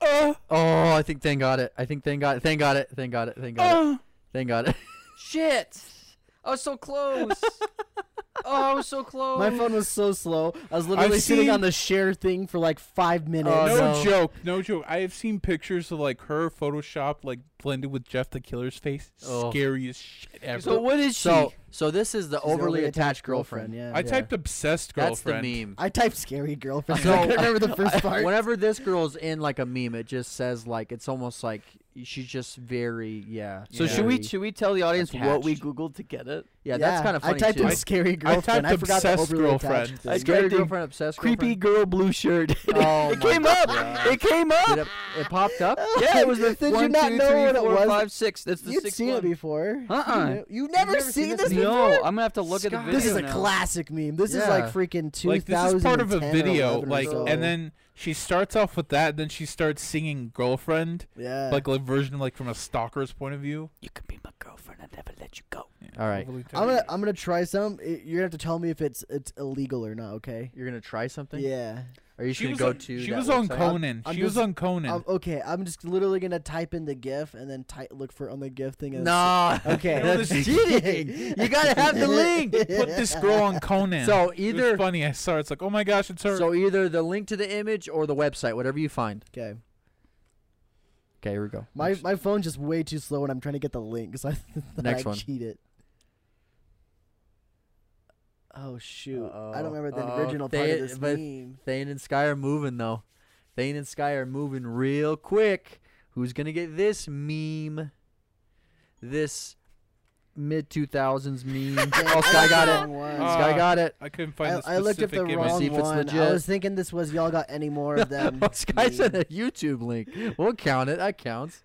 S4: uh,
S1: Oh, I think Thing got it. I think Thing got it. Thing got it. Thing got it. Thing got it.
S4: uh.
S1: Thing got it.
S3: Shit! I was so close. oh, I was so close.
S2: My phone was so slow. I was literally sitting
S4: seen-
S2: on the share thing for like five minutes.
S1: Oh,
S4: no
S1: no.
S4: joke, no joke. I have seen pictures of like her Photoshop like blended with Jeff the Killer's face.
S1: Oh.
S4: Scariest shit ever.
S3: so what is she?
S1: So, so this is the
S2: She's an
S1: overly attached girlfriend.
S2: Yeah.
S4: I typed obsessed
S1: That's
S4: girlfriend.
S1: the meme.
S2: I typed scary girlfriend.
S1: So-
S2: I couldn't remember the first part.
S1: Whenever this girl's in like a meme, it just says like it's almost like she's just very yeah.
S3: so
S1: yeah.
S3: should we
S1: very-
S3: should we tell the audience what we
S1: attached.
S3: googled to get it?
S1: Yeah, that's kind of funny
S2: I typed
S1: too.
S2: in scary
S4: I
S2: girlfriend. I,
S4: typed
S2: forgot the
S4: obsessed
S2: overly
S4: girlfriend.
S2: attached
S3: I
S2: thing.
S3: typed
S1: Scary
S3: Goddamn
S1: girlfriend, obsessed
S3: Creepy
S1: girlfriend.
S3: girl blue shirt.
S1: Oh
S3: it
S1: my
S3: came up.
S1: God.
S3: It came up.
S1: Did it, it popped up.
S3: Yeah, it was the
S2: Did you
S3: one,
S2: not
S3: two,
S2: know
S3: three,
S2: what it
S3: four,
S2: was?
S3: five, six. That's the
S2: You'd
S3: sixth
S2: seen
S3: one.
S2: it before.
S3: Uh-uh.
S2: You kn- You've never,
S1: never
S2: seen,
S1: seen
S2: this
S1: this
S2: before?
S3: No, I'm gonna have to look at the
S1: Scott.
S3: video
S2: This is a
S3: now.
S2: classic meme. This is like
S1: Yeah.
S2: freaking 2010
S4: like this is part of a
S2: or
S4: video
S2: 11 or
S4: like
S2: so.
S4: and then she starts off with that then she starts singing girlfriend
S2: yeah.
S4: like a version like from a stalker's point of view
S3: You can be my girlfriend. I never let you go.
S1: All right.
S4: Overly
S2: I'm gonna
S4: tender.
S2: I'm gonna try some. I- You're gonna have to tell me if it's it's illegal or not. Okay.
S1: You're gonna try something.
S2: Yeah.
S1: Are you
S4: she
S1: should
S4: was
S1: go
S4: on,
S1: to.
S4: she
S1: that
S4: was on
S1: website?
S4: conan
S2: I'm
S4: she was
S2: just-
S4: on conan
S2: Um, okay. I'm just literally gonna type in the GIF and then ty- look for on the GIF thing. And
S1: No.
S2: Okay.
S1: that's cheating. You gotta have the link.
S4: put this girl on conan
S1: So
S4: It was
S1: either
S4: funny i saw it. it's like oh my gosh it's her
S1: so either the link to the image or the website, whatever you find.
S2: Okay.
S1: Okay, here we go.
S2: My my phone's just way too slow, and I'm trying to get the link, so I thought
S1: Next
S2: I'd
S1: one.
S2: cheat it. Oh shoot! I
S1: Uh-oh.
S2: don't remember the
S1: Uh-oh.
S2: original part
S1: They-
S2: of this
S1: but-
S2: meme.
S1: Thane and Sky are moving though. Thane and Sky are moving real quick. Who's gonna get this meme? This mid two thousands meme. oh, Sky got it.
S4: Uh,
S2: it.
S1: Sky got it.
S4: i couldn't find
S2: I,
S4: the
S2: I looked up the
S4: specific
S2: wrong
S1: See
S4: image.
S1: if it's
S2: one. I
S1: legit.
S2: was thinking this was y'all got any more of them.
S1: Sky sent
S2: meme.
S1: a YouTube link. We'll count it. That counts.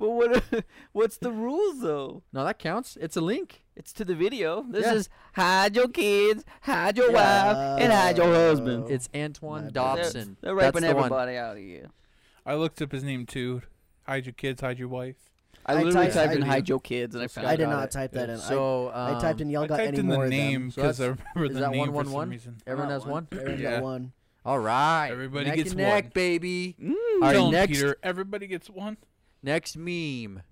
S3: But what? What's the rules though?
S1: No, that counts. It's a link.
S3: It's to the video. This
S1: Yeah.
S3: is hide your kids, hide your wife, and hide your husband.
S2: Yeah.
S1: It's Antoine
S2: My bad.
S1: Dobson.
S3: They're
S1: That's
S3: raping
S1: the one.
S3: everybody out of you.
S4: i looked up his name too hide your kids hide your wife
S3: I
S2: I
S3: literally
S2: typed-
S3: typed
S2: I
S3: in
S2: did-
S3: hide your kids and I found
S2: I did
S1: got
S2: not
S1: it.
S2: type that
S4: Yeah.
S2: in.
S1: So
S2: I, I typed
S1: um,
S2: in y'all
S4: i
S2: got
S4: typed
S2: any
S4: in the
S2: more
S4: name
S2: of
S1: So
S4: because i
S1: that's-
S4: remember
S1: is
S4: the
S1: that
S4: name
S1: one, one,
S4: for
S1: one?
S4: some reason
S1: Everyone
S3: Not
S1: has one.
S3: one.
S2: them. Everyone
S4: Yeah.
S2: got one.
S1: All right.
S4: Everybody
S1: neck
S4: gets
S1: and neck,
S4: one.
S1: baby.
S3: Mm.
S1: All right,
S4: Tell him,
S1: next-
S4: Peter, everybody gets one
S1: Next meme.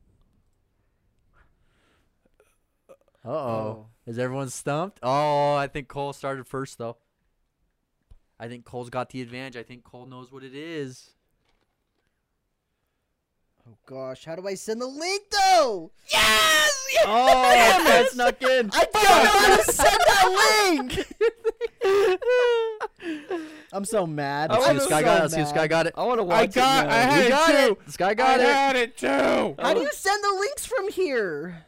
S1: Uh oh. Is everyone stumped? Oh, I think Cole started first though. I think Cole's got the advantage. I think Cole knows what it is.
S2: Oh gosh, how do I send the link though?
S3: Yes!
S1: Oh, that snuck in.
S2: I don't know how to send that link.
S3: Mm.
S2: I'm so mad.
S3: I
S1: Let's Oh, see
S2: I'm
S1: if
S3: was
S1: Sky
S2: so
S1: got it. Let's see if
S2: mad.
S1: Sky got it.
S3: I want to watch
S4: i got
S3: it.
S4: i
S3: now.
S4: had
S1: He got
S4: it too
S1: it. Sky
S4: i
S1: got it.
S4: had it too
S2: How do you send the links from here?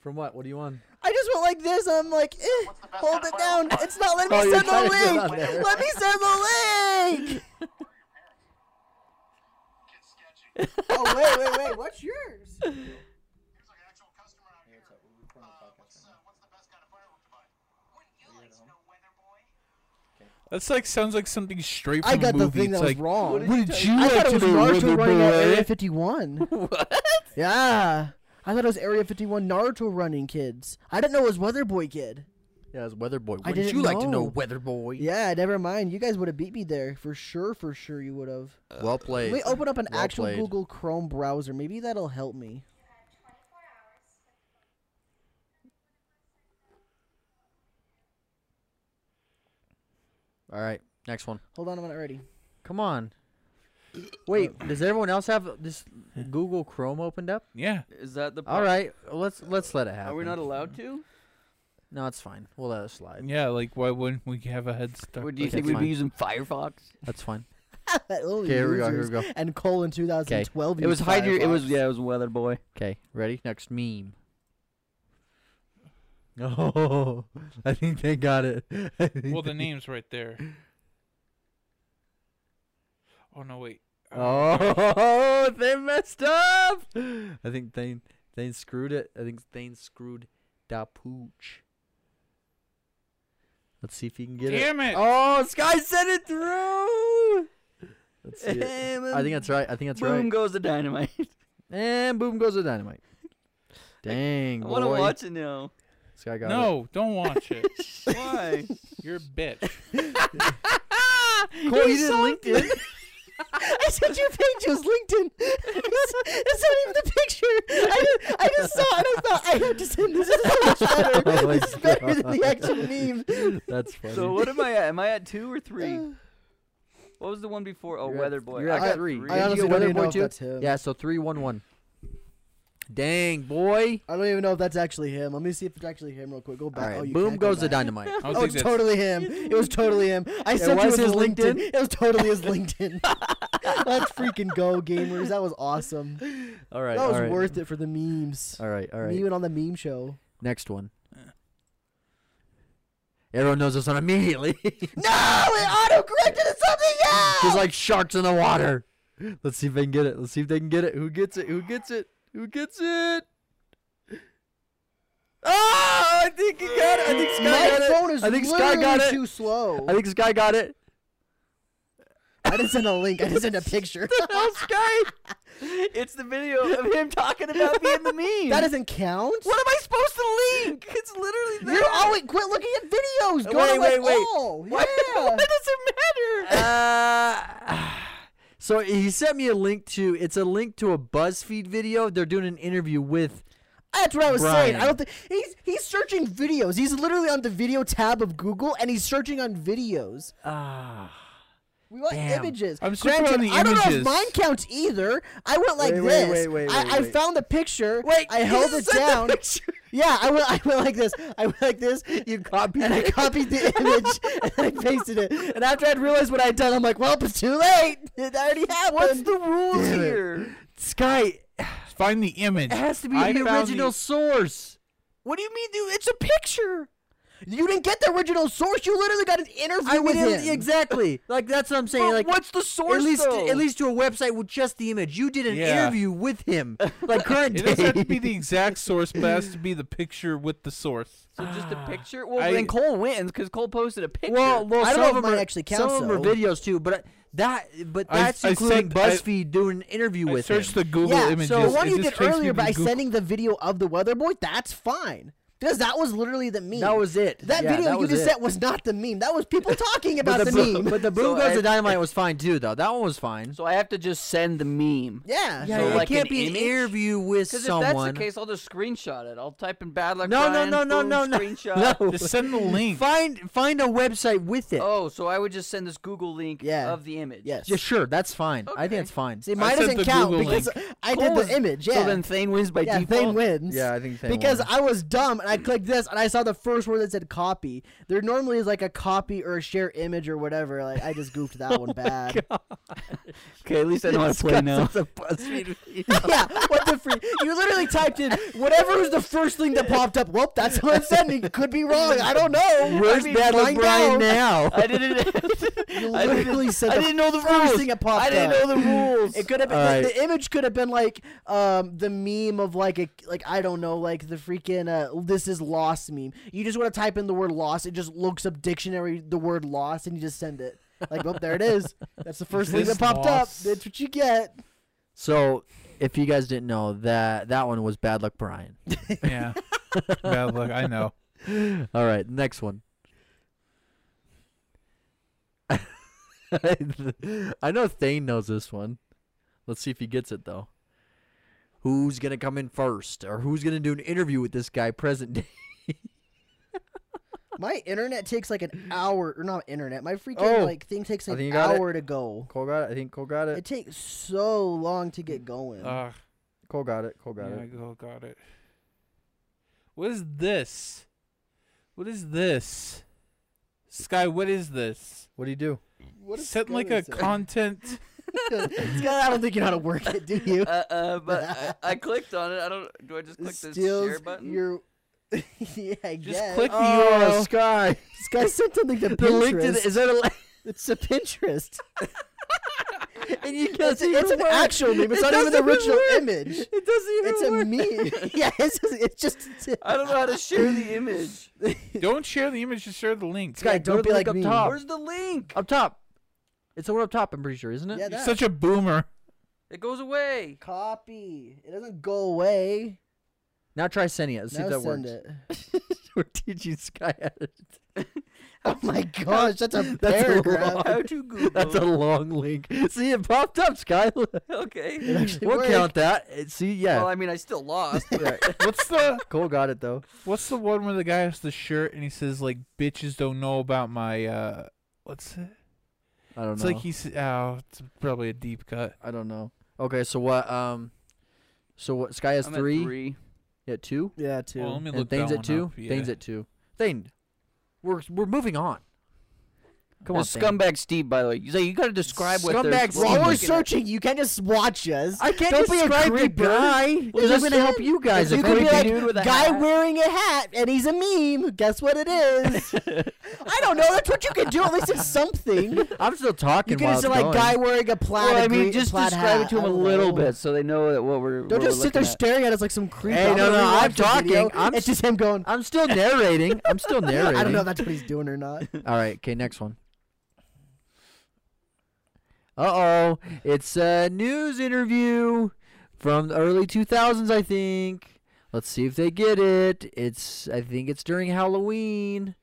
S1: From what? What do you want?
S2: I just went like this. I'm like, eh, hold it down. It's not letting
S1: Oh,
S2: me
S1: you're
S2: send
S1: trying to get
S2: the
S1: on there.
S2: link. Let me send the link. oh wait, wait, wait. What's yours?
S5: Here's like an actual customer out here. Uh, what's, uh, what's the best kind of firework?
S4: That's like sounds like something straight from
S2: I got
S4: a
S2: the
S4: movie.
S2: thing
S4: it's
S2: that
S4: like,
S2: was wrong.
S4: what did you
S2: I
S4: like
S2: thought it
S4: to
S2: was
S4: do,
S2: Naruto
S4: little
S2: running at Area
S4: boy?
S2: 51.
S3: What?
S2: Yeah. I thought it was Area 51 Naruto running kids. I didn't know it was Weather Boy Kid.
S1: Yeah, it's Weather Boy.
S2: I
S1: Wouldn't
S2: didn't
S1: you like to know
S2: know.
S1: Weather Boy?
S2: Yeah, never mind. You guys would have beat me there. For sure, for sure you would have.
S1: Well played.
S2: Let me open up an
S1: Well
S2: actual
S1: played.
S2: Google Chrome browser. Maybe that'll help me.
S1: All right, next one.
S2: Hold on, I'm not ready.
S1: Come on. Wait, does everyone else have this Google Chrome opened up?
S4: Yeah.
S3: Is that the?
S1: All right, let's let's let it happen.
S3: Are we not allowed to?
S1: No, it's fine. We'll let it slide.
S4: Yeah, like why wouldn't we have a head start?
S3: Or do you
S1: Okay,
S3: think we'd
S1: fine.
S3: be using Firefox?
S1: That's fine.
S2: Only
S1: Okay, here we go. Here we
S2: oh, losers.
S1: go.
S2: And Cole in 2012.
S3: It was
S2: used
S3: hide your. It was
S2: Firefox.
S3: yeah. It was Weather Boy.
S1: Okay, ready? Next meme. Oh, I think they got it. I think
S4: Well, the
S1: they-
S4: name's right there. Oh no, wait.
S1: Oh, they messed up. I think Thane Thane screwed it. I think Thane screwed da pooch. Let's see if he can get it.
S4: Damn it!
S1: Oh, Sky sent it through. Let's see it.
S3: And
S1: I think that's right. I think that's
S3: boom
S1: right.
S3: goes the dynamite.
S1: And boom goes the dynamite. Dang,
S3: I
S1: boy.
S3: want to watch it now.
S1: Sky got it.
S4: no, don't watch it.
S3: Why?
S4: You're a bitch.
S1: Cole, you didn't link it.
S2: I sent you a page. It was LinkedIn. It's, it's not even the picture. I just, I just saw it. and I thought I have to send this. It's so much better.
S1: Oh my
S2: it's better than the
S1: God.
S2: actual meme.
S1: That's funny.
S3: so what am I at? Am I at two or three? What was the one before? Oh,
S1: You're at-
S3: Weather Boy.
S1: you're
S3: I
S1: at
S3: got
S1: three.
S3: three.
S1: I
S2: I
S1: honestly
S2: honestly
S1: don't
S2: don't
S1: even
S2: even
S1: know
S2: know
S1: if
S2: if that's him.
S1: yeah, so three one one. Dang, boy.
S2: I don't even know if that's actually him. Let me see if it's actually him real quick. Go
S1: All
S2: back.
S1: right,
S2: Oh, you
S1: boom
S2: can't go
S1: goes the
S2: back.
S1: dynamite.
S4: I don't
S2: Oh,
S4: think
S2: it's
S4: that's-
S2: totally him. It was totally him. I sent
S1: was
S2: you
S1: his
S2: his LinkedIn.
S1: LinkedIn?
S2: It was totally his LinkedIn. Let's freaking go, gamers. That was awesome.
S1: All right,
S2: that was
S1: all right.
S2: worth it for the memes.
S1: All right, all
S2: Even
S1: right.
S2: on the meme show.
S1: Next one. Everyone knows this one immediately.
S2: No, it auto corrected to something else.
S1: Just like sharks in the water. Let's see if they can get it. Let's see if they can get it. Who gets it? Who gets it? Who gets it? Oh, I think he got it. I think Sky
S2: My
S1: got
S2: phone
S1: it.
S2: is
S1: I think Sky
S2: literally
S1: got it.
S2: too slow.
S1: I think Sky got it.
S2: I didn't send a link. I just sent a picture.
S3: No, Sky. It's the video of him talking about being the meme.
S2: that doesn't count.
S3: What am I supposed to link? It's literally there.
S2: You're always quit looking at videos. Go
S1: Wait,
S2: to like
S1: wait, wait.
S2: all.
S3: Why,
S2: Yeah.
S3: why does it matter?
S1: Uh, so he sent me a link to it's a link to a BuzzFeed video. They're doing an interview with
S2: That's what I was saying. I
S1: Brian.
S2: don't think he's he's searching videos. He's literally on the video tab of Google and he's searching on videos.
S1: ah.
S2: We want
S1: Damn.
S2: images.
S4: I'm super on the
S2: I don't know if
S4: images.
S2: mine counts either. I went like
S1: Wait, wait,
S2: this.
S1: wait, wait,
S2: I,
S1: wait,
S2: I
S1: wait.
S2: found the picture. I held it down. Yeah, I went, I went like this. I went like this. You copied and I copied the image and I pasted it. And after I'd realized what I'd done, I'm like, well, it's too late. It already happened.
S3: What's the rules
S1: Damn it.
S3: here?
S1: Sky
S4: Find the image.
S1: it has to be
S4: I
S1: the
S4: found
S1: original source.
S3: What do you mean, dude? It's a picture.
S2: you didn't get the original source. You literally got an interview
S1: I
S2: with
S1: mean, it-
S2: him.
S1: exactly. Like that's what I'm saying.
S3: But
S1: like
S3: what's the source?
S1: at least
S3: though?
S1: at least to a website with just the image. You did an
S4: Yeah.
S1: interview with him, like current
S4: It
S1: day.
S4: doesn't have to be the exact source, but it has to be the picture with the source.
S3: So just a picture. Well,
S4: I-
S3: then Cole wins because Cole posted a picture.
S1: well, well,
S2: I don't
S1: some
S2: know
S1: of them
S2: if mine
S1: are,
S2: actually
S1: some
S2: count,
S1: of them are
S2: though.
S1: videos too. But that but
S4: I-
S1: that's
S4: I
S1: including
S4: sent- I-
S1: BuzzFeed doing an interview
S4: I
S1: with him.
S4: searched the Google
S2: yeah,
S4: images.
S2: so the
S4: it
S2: one you
S4: just
S2: did
S4: takes me
S2: earlier
S4: to
S2: by
S4: Google.
S2: sending the video of the weather boy, that's fine. Because that was literally the meme.
S1: That was it.
S2: that
S1: Yeah,
S2: video
S1: that
S2: you
S1: was
S2: just
S1: it.
S2: said was not the meme. That was people talking about
S1: but
S2: the,
S1: the,
S2: meme.
S1: boom, but the
S3: So
S1: boom goes
S3: I-
S1: the dynamite was fine too, though. That one was fine.
S3: so I have to just send the meme.
S2: yeah.
S1: Yeah,
S3: So,
S1: it
S3: like,
S1: can't
S3: an
S1: be an
S3: image?
S1: interview with
S3: Because if
S1: someone.
S3: that's the case, I'll just screenshot it. I'll type in bad luck.
S1: no, no,
S3: Brian,
S1: no, no,
S3: boom,
S1: no, no,
S3: Screenshot.
S1: no.
S4: Just send the link.
S1: Find find a website with it.
S3: Oh, so I would just send this Google link
S2: Yeah.
S3: of the image.
S2: Yes.
S1: Yeah, sure, that's fine. I think it's fine.
S2: See, mine
S4: sent
S2: doesn't
S4: the
S2: count
S4: Google
S2: because I did
S3: Cool.
S2: the image. Yeah.
S3: So then Thane wins by
S2: yeah,
S3: default.
S2: Thane wins.
S1: Yeah, I think Thane
S2: because
S1: won.
S2: I was dumb and I clicked this and I saw the first word that said copy. There normally is like a copy or a share image or whatever. Like I just goofed that one bad.
S3: Okay, at least I know how to play now.
S2: yeah, what the free? You literally typed in whatever was the first thing that popped up. Well, that's what I'm sending. Could be wrong. I don't know.
S1: Where's
S2: I mean,
S1: Bad Luck
S2: find
S1: Brian
S2: out.
S1: now?
S3: I didn't.
S2: You
S3: I didn't-
S2: literally said
S3: I
S2: the
S3: didn't know the
S2: first
S3: rules.
S2: thing that popped
S3: I didn't
S2: up.
S3: know the rules.
S2: It could have been
S1: All
S2: the,
S1: right.
S2: the image could have been like um the meme of like a like I don't know like the freaking uh, this this is lost meme. You just want to type in the word lost. It just looks up dictionary the word lost and you just send it. Like, oh, there it is. That's the first thing
S4: This
S2: that popped
S4: lost.
S2: up. That's what you get.
S1: So, if you guys didn't know that that one was Bad Luck Brian.
S4: yeah. Bad luck. I know.
S1: All right, next one. I know Thane knows this one. Let's see if he gets it though. Who's gonna come in first, or who's gonna do an interview with this guy present day?
S2: My internet takes like an hour, or not internet. My freaking
S1: Oh.
S2: like thing takes
S1: I
S2: an
S1: think you got it.
S2: hour to go.
S1: Cole got it. I think Cole got
S2: It takes so long to get going.
S3: Uh,
S4: Ugh.
S1: Cole got it. Cole
S4: yeah, go- got it. What is this? What is this? Sky, what is this?
S1: What do you do?
S2: what is
S4: Set like
S2: going
S4: a
S2: to-
S4: content.
S2: Scott, I don't think you know how to work it, do you?
S3: Uh, uh, but I, I clicked on it. I don't. Do I just click the share
S2: Steals
S3: button?
S2: your. yeah, I
S4: Just
S2: guess.
S4: click the
S2: Oh.
S4: URL.
S1: Sky.
S2: This guy sent something to
S1: The
S2: Pinterest.
S1: link to the, is that a link?
S2: It's a Pinterest.
S1: And you can't
S2: It's,
S1: see
S2: it's
S1: your
S2: an
S1: work.
S2: actual meme.
S1: It
S2: It's not even the
S1: doesn't
S2: original
S1: work.
S2: image.
S1: It doesn't even
S2: It's a
S1: work.
S2: meme. yeah, it's just, it's just. It's
S3: I don't know how to share the image.
S4: Don't share the image, just share the link.
S1: Sky,
S2: Yeah,
S1: don't be like
S2: up
S1: me.
S2: top.
S3: Where's the link?
S1: Up top. It's the one up top. I'm pretty sure, isn't it?
S2: yeah,
S4: You're
S2: that.
S4: such a boomer.
S3: It goes away.
S2: copy. It doesn't go away.
S1: Now try sending it. Let's see
S2: now
S1: if that
S2: send
S1: works.
S2: it.
S1: We're teaching Sky how to
S2: Oh my gosh, that's a
S1: That's a
S2: paragraph.
S3: How to Google?
S1: That's a long link. See, it popped up, Sky.
S3: okay.
S1: we'll
S2: worked. Oh,
S1: count that. It- See, yeah.
S3: Well, I mean, I still lost.
S1: Right.
S4: What's the
S1: Cole got it though.
S4: What's the one where the guy has the shirt and he says like bitches don't know about my uh what's it?
S1: I don't
S4: It's
S1: know.
S4: like he's oh, it's probably a deep cut.
S1: I don't know. Okay, so what? Um, so what? Sky has
S3: I'm at
S1: three. Yeah, two.
S2: Yeah, too.
S4: Well, let me
S1: And
S4: look
S1: Thane's
S4: that
S1: at two.
S4: one up, yeah.
S1: Thane's at two. Thane, we're we're moving on. Come on,
S3: There's
S1: Thane.
S3: scumbag Steve, by the way. You say you gotta describe what
S1: Scumbag
S3: they're. what
S1: Steve.
S2: While
S3: they're
S2: we're
S3: looking at.
S2: searching, you can't just watch us.
S1: I can't
S2: Don't be a
S1: describe the
S2: creeper.
S1: guy because I'm
S2: just
S1: gonna help
S2: said,
S1: you guys.
S2: you
S1: if
S2: could be
S1: anything.
S2: like
S3: dude with a
S2: guy
S3: hat."
S2: wearing a hat and he's a meme. Guess what it is? I don't know. That's what you can do. At least it's something. You
S1: I'm still talking.
S2: can
S1: while
S2: just
S1: it's
S2: like
S1: going.
S2: guy wearing a plaid.
S3: Well, I
S2: a
S3: mean,
S2: green-
S3: just
S2: plaid
S3: describe
S2: hat.
S3: it to him
S2: I
S3: a
S2: don't
S3: little
S2: know.
S3: bit so they know that what we're.
S2: Don't
S3: what
S2: just
S3: we're
S2: sit there
S3: looking at.
S2: staring at us like some creep.
S1: Hey,
S2: I'm
S1: no,
S2: gonna
S1: no,
S2: rewatch
S1: I'm
S2: this video.
S1: talking. I'm
S2: it's just him going.
S1: I'm still narrating. I'm still narrating.
S2: I don't know if that's what he's doing or not.
S1: All right, okay, next one. Uh oh, it's a news interview from the early 2000s, I think. Let's see if they get it. It's, I think it's during Halloween.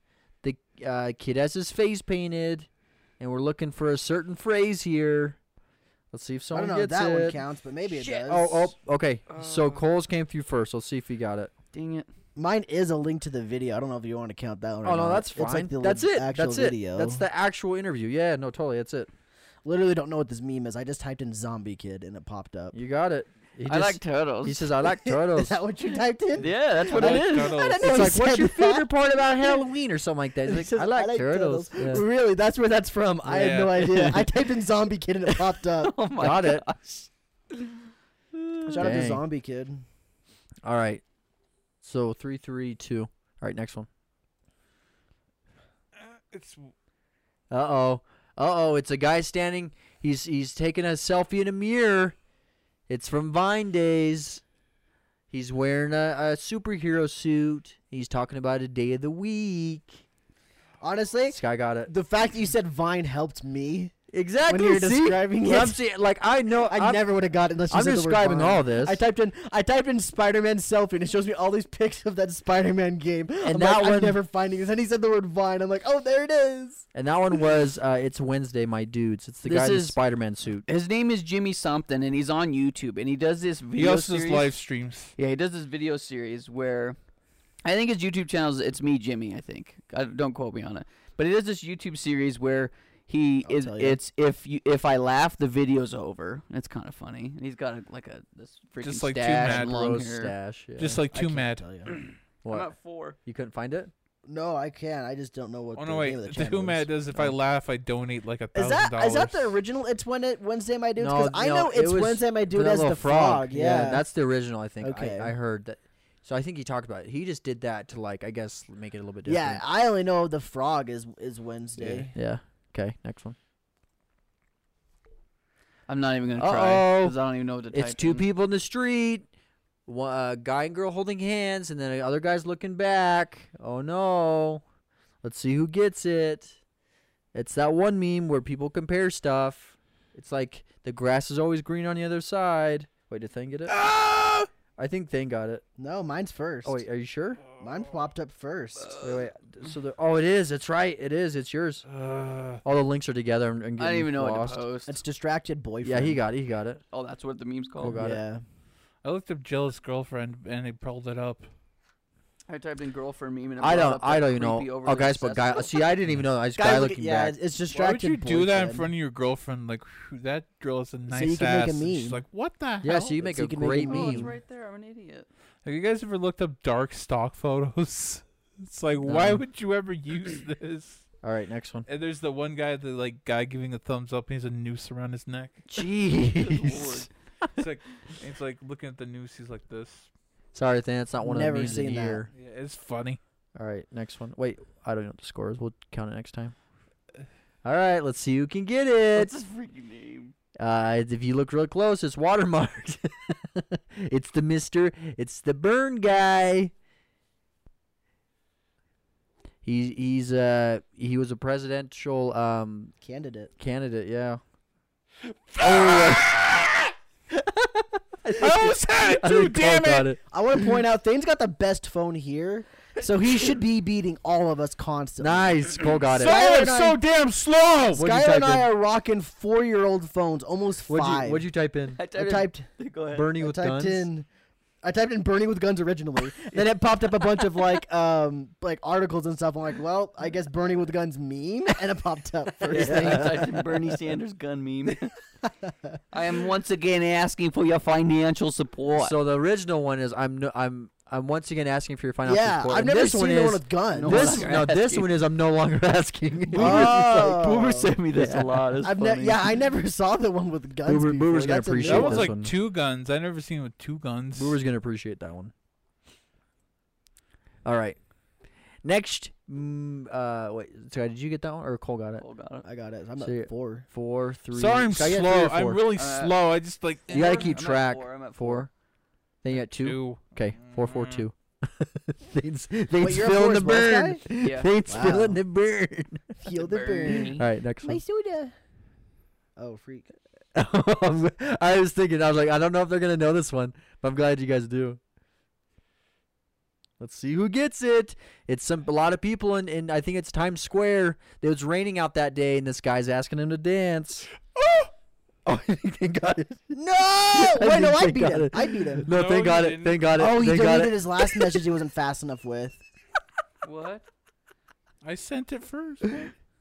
S1: The uh, kid has his face painted, and we're looking for a certain phrase here. Let's see if
S2: I
S1: someone
S2: don't know if
S1: gets
S2: that
S1: it.
S2: one counts, but maybe it
S3: Shit.
S2: does.
S1: Oh, oh, okay. so
S3: Uh,
S1: Cole's came through first. Let's see if he got it.
S3: Dang it.
S2: Mine is a link to the video. I don't know if you want to count that one. or
S1: Oh no,
S2: not.
S1: that's fine.
S2: It's like the
S1: that's
S2: le-
S1: it.
S2: Actual
S1: That's
S2: video.
S1: it. That's the actual interview. Yeah, no, totally. That's it.
S2: Literally don't know what this meme is. I just typed in zombie kid and it popped up.
S1: You got it. He
S3: I
S1: just-
S3: like turtles.
S1: He says, "I like turtles."
S2: Is that what you typed in?
S3: yeah, that's what
S4: I
S3: it
S4: like
S3: is.
S4: turtles.
S2: I don't know.
S1: it's
S2: he
S1: like,
S2: said
S1: "What's your
S2: that."
S1: favorite part about Halloween?" or something like that. He's
S2: He
S1: like,
S2: says,
S1: "I like, turtles." Yeah.
S2: Really, that's where that's from. I had no
S4: Yeah.
S2: idea. I typed in zombie kid and it popped up.
S3: Oh my
S1: Got it.
S3: gosh.
S2: Shout out to
S1: Dang.
S2: zombie kid.
S1: All right. So three, three, two. All right, next one.
S4: It's
S1: Uh oh. Uh oh. It's a guy standing. He's he's taking a selfie in a mirror. It's from Vine days. He's wearing a, a superhero suit. He's talking about a day of the week.
S2: Honestly,
S1: Sky got it.
S2: the fact that you said Vine helped me when
S1: Exactly.
S2: you were
S1: see?
S2: describing
S1: Well, I'm
S2: it,
S1: saying, like I know.
S2: I
S1: I'm-
S2: never would have got it unless you
S1: I'm
S2: said
S1: describing
S2: the word Vine.
S1: all this.
S2: I typed in I typed in Spider Man selfie and it shows me all these pics of that Spider Man game. And I'm
S1: that
S2: like,
S1: one-
S2: I'm never finding this. And he said the word Vine. I'm like, oh, there it is.
S1: And that one was uh, it's Wednesday, my dudes. It's the
S3: This
S1: guy in the
S3: is-
S1: Spider-Man suit.
S3: His name is Jimmy something, and he's on YouTube, and he does this
S4: he
S3: video
S4: also does
S3: series.
S4: live streams.
S3: Yeah, he does this video series where I think his YouTube channel is It's Me Jimmy. I think I, don't quote me on it, but he does this YouTube series where he
S2: I'll
S3: is.
S2: tell ya.
S3: It's if you if I laugh, the video's over. It's kind of funny, and he's got a, like a this freaking
S4: Just like two
S3: stash
S4: Mad
S3: and long
S1: Rose
S3: hair.
S1: stash. Yeah.
S4: Just like
S2: I
S4: too
S2: can't
S4: mad.
S2: tell you.
S1: what?
S3: I'm at four.
S1: You couldn't find it?
S2: No, I can't. I just don't know what
S4: Oh
S2: the
S4: no
S2: name
S4: wait,
S2: of the
S4: the
S2: channel
S4: too
S2: is.
S4: mad does if I laugh I donate like a
S2: Is
S4: thousand
S2: that
S4: dollars.
S2: is that the original? It's when it Wednesday my dude.
S1: No,
S2: Because I
S1: no,
S2: know
S1: it
S2: it's
S1: was
S2: Wednesday my
S1: For
S2: dude
S1: that
S2: as the
S1: little
S2: frog. Yeah.
S1: that's the original. I think.
S2: Okay.
S1: I, I heard that. So I think he talked about it. He just did that to like I guess make it a little bit
S2: yeah.
S1: different.
S2: I only know the frog is is Wednesday.
S1: Yeah. Okay. Next one.
S3: I'm not even gonna try
S1: Uh-oh.
S3: because I don't even know what to type.
S1: It's two
S3: in.
S1: people in the street. one uh, guy and girl holding hands, and then the other guy's looking back. Oh no! Let's see who gets it. It's that one meme where people compare stuff. It's like the grass is always green on the other side. Wait, did Thing get it?
S4: Ah!
S1: I think Thing got it.
S2: No, mine's first.
S1: Oh wait, are you sure?
S2: Mine popped up first.
S1: Wait, wait. So there. Oh, it is. That's right. It is. It's yours.
S4: Uh,
S1: All the links are together. And, and
S3: I
S1: getting
S3: didn't even know
S1: lost.
S3: what to post.
S2: It's distracted boyfriend.
S1: Yeah, he got. It, he got it.
S3: oh, that's what the meme's called.
S1: Oh, got it.
S2: yeah.
S4: I looked up jealous girlfriend and it pulled it up.
S3: I typed in girl for a meme and it
S1: I
S3: brought
S1: don't.
S3: up that
S1: I don't even know.
S3: creepy
S1: Oh,
S3: overly
S1: guys, but guy.
S3: obsessed-
S1: See, I didn't even know. I just guy,
S2: Guy look-
S1: looking
S2: yeah,
S1: back.
S2: it's- it's
S4: Why would
S2: distracted
S4: you do that in
S2: boyfriend.
S4: front of your girlfriend? Like "Phew, that girl is a nice
S2: you can make
S4: ass.
S2: a
S4: and She's
S2: meme.
S4: like, what the
S1: Yeah,
S4: hell?
S1: so you make
S2: So
S1: a
S2: you can make a
S1: great
S2: meme.
S3: Oh, it's
S1: meme.
S3: right there. I'm an idiot.
S4: Have you guys ever looked up dark stock photos? It's like, why
S1: No.
S4: would you ever use this?
S1: All right, next one.
S4: And there's the one guy, the like guy giving a thumbs up, and he's a noose around his neck.
S1: Jeez.
S4: It's like, it's like looking at the noose. He's like this.
S1: Sorry, Than. It's not one
S2: Never
S1: of the memes in
S2: seen
S1: the
S2: that.
S1: year.
S4: Yeah, it's funny.
S1: All right, next one. Wait, I don't know what the score is. We'll count it next time. All right, let's see who can get it.
S3: What's his freaking name?
S1: Uh, if you look real close, it's watermarked. it's the Mister. It's the burn guy. He's he's uh he was a presidential um
S2: Candidate.
S1: candidate. Yeah.
S4: I almost had it
S1: I
S4: too.
S1: think Carl
S4: Damn it!
S1: got it.
S2: I want to point out, Thane's got the best phone here, so he should be beating all of us constantly.
S1: Nice, Cole got it.
S4: Sorry,
S2: Skylar
S4: I'm
S2: and I-
S4: so damn slow.
S1: What'd you
S2: Skylar and
S1: type
S2: I are rocking four-year-old phones, almost
S1: What'd
S2: five.
S1: you, what'd you type in?
S3: I
S2: I
S3: typed.
S2: typed.
S3: in, go ahead.
S1: Bernie
S2: I
S1: with
S2: typed
S1: guns.
S2: in. I typed in Bernie with guns originally. then it popped up a bunch of like um like articles and stuff. I'm like, well, I guess Bernie with guns meme, and it popped up
S3: First
S2: first
S3: thing I
S2: thing.
S3: typed in Bernie Sanders gun meme. I am once again asking for your financial support.
S1: So the original one is I'm no, I'm I'm once again asking for your financial
S2: Yeah,
S1: support.
S2: I've
S1: and
S2: never
S1: this
S2: seen
S1: one
S2: the one
S1: is-
S2: with guns.
S3: No
S1: this
S3: longer
S1: no, this
S3: asking.
S1: one is I'm no longer asking.
S3: Boomer, like,
S2: Oh.
S3: Boomer sent me this
S1: Yeah.
S3: a lot. It's
S2: I've
S3: funny.
S2: ne- yeah, I never saw the one with guns.
S1: Boomer-
S2: before.
S1: Boomer's gonna
S2: That's a new
S1: appreciate
S4: That
S1: Shit,
S4: was
S1: this
S4: like
S1: one.
S4: two guns. I never seen with two guns.
S1: Brewer's gonna appreciate that one. All right, next. Mm, uh, wait, Sky, did you get that one or Cole got it?
S3: Oh, got it.
S2: I got it. I'm
S1: See-
S2: at four.
S1: Four, three.
S4: Sorry, I'm
S1: Sky, you got three
S4: slow.
S1: or
S4: I'm
S1: four?
S4: really
S3: Uh,
S4: slow. I just like
S1: You gotta keep
S3: I'm at
S1: track.
S3: Four. I'm at four.
S1: four. Then you got two.
S4: two. Mm-hmm.
S1: Okay, four, four,
S4: Mm.
S1: two. Thane's, Thane's
S2: Wait, you're at four
S1: feeling the
S2: as well,
S1: burn.
S2: Sky?
S3: Yeah.
S1: Thane's
S2: Wow.
S1: feeling the burn.
S2: Feel the burn.
S1: All right, next
S2: My
S1: one.
S2: soda. Oh, freak.
S1: I'm- I was thinking, I was like, I don't know if they're gonna know this one, but I'm glad you guys do. Let's see who gets it. It's some a lot of people in, in I think it's Times Square. It was raining out that day, and this guy's asking him to dance. Oh, they got it.
S2: No!
S1: think
S2: Oh, Wait, no, I
S1: they
S2: beat
S1: got
S2: him.
S1: it.
S2: I beat him.
S1: No,
S4: No,
S1: they
S4: he
S1: got it.
S4: didn't.
S1: They got it.
S2: Oh, he
S1: they got
S2: deleted
S1: it.
S2: his last message he wasn't fast enough with.
S3: What?
S4: I sent it first.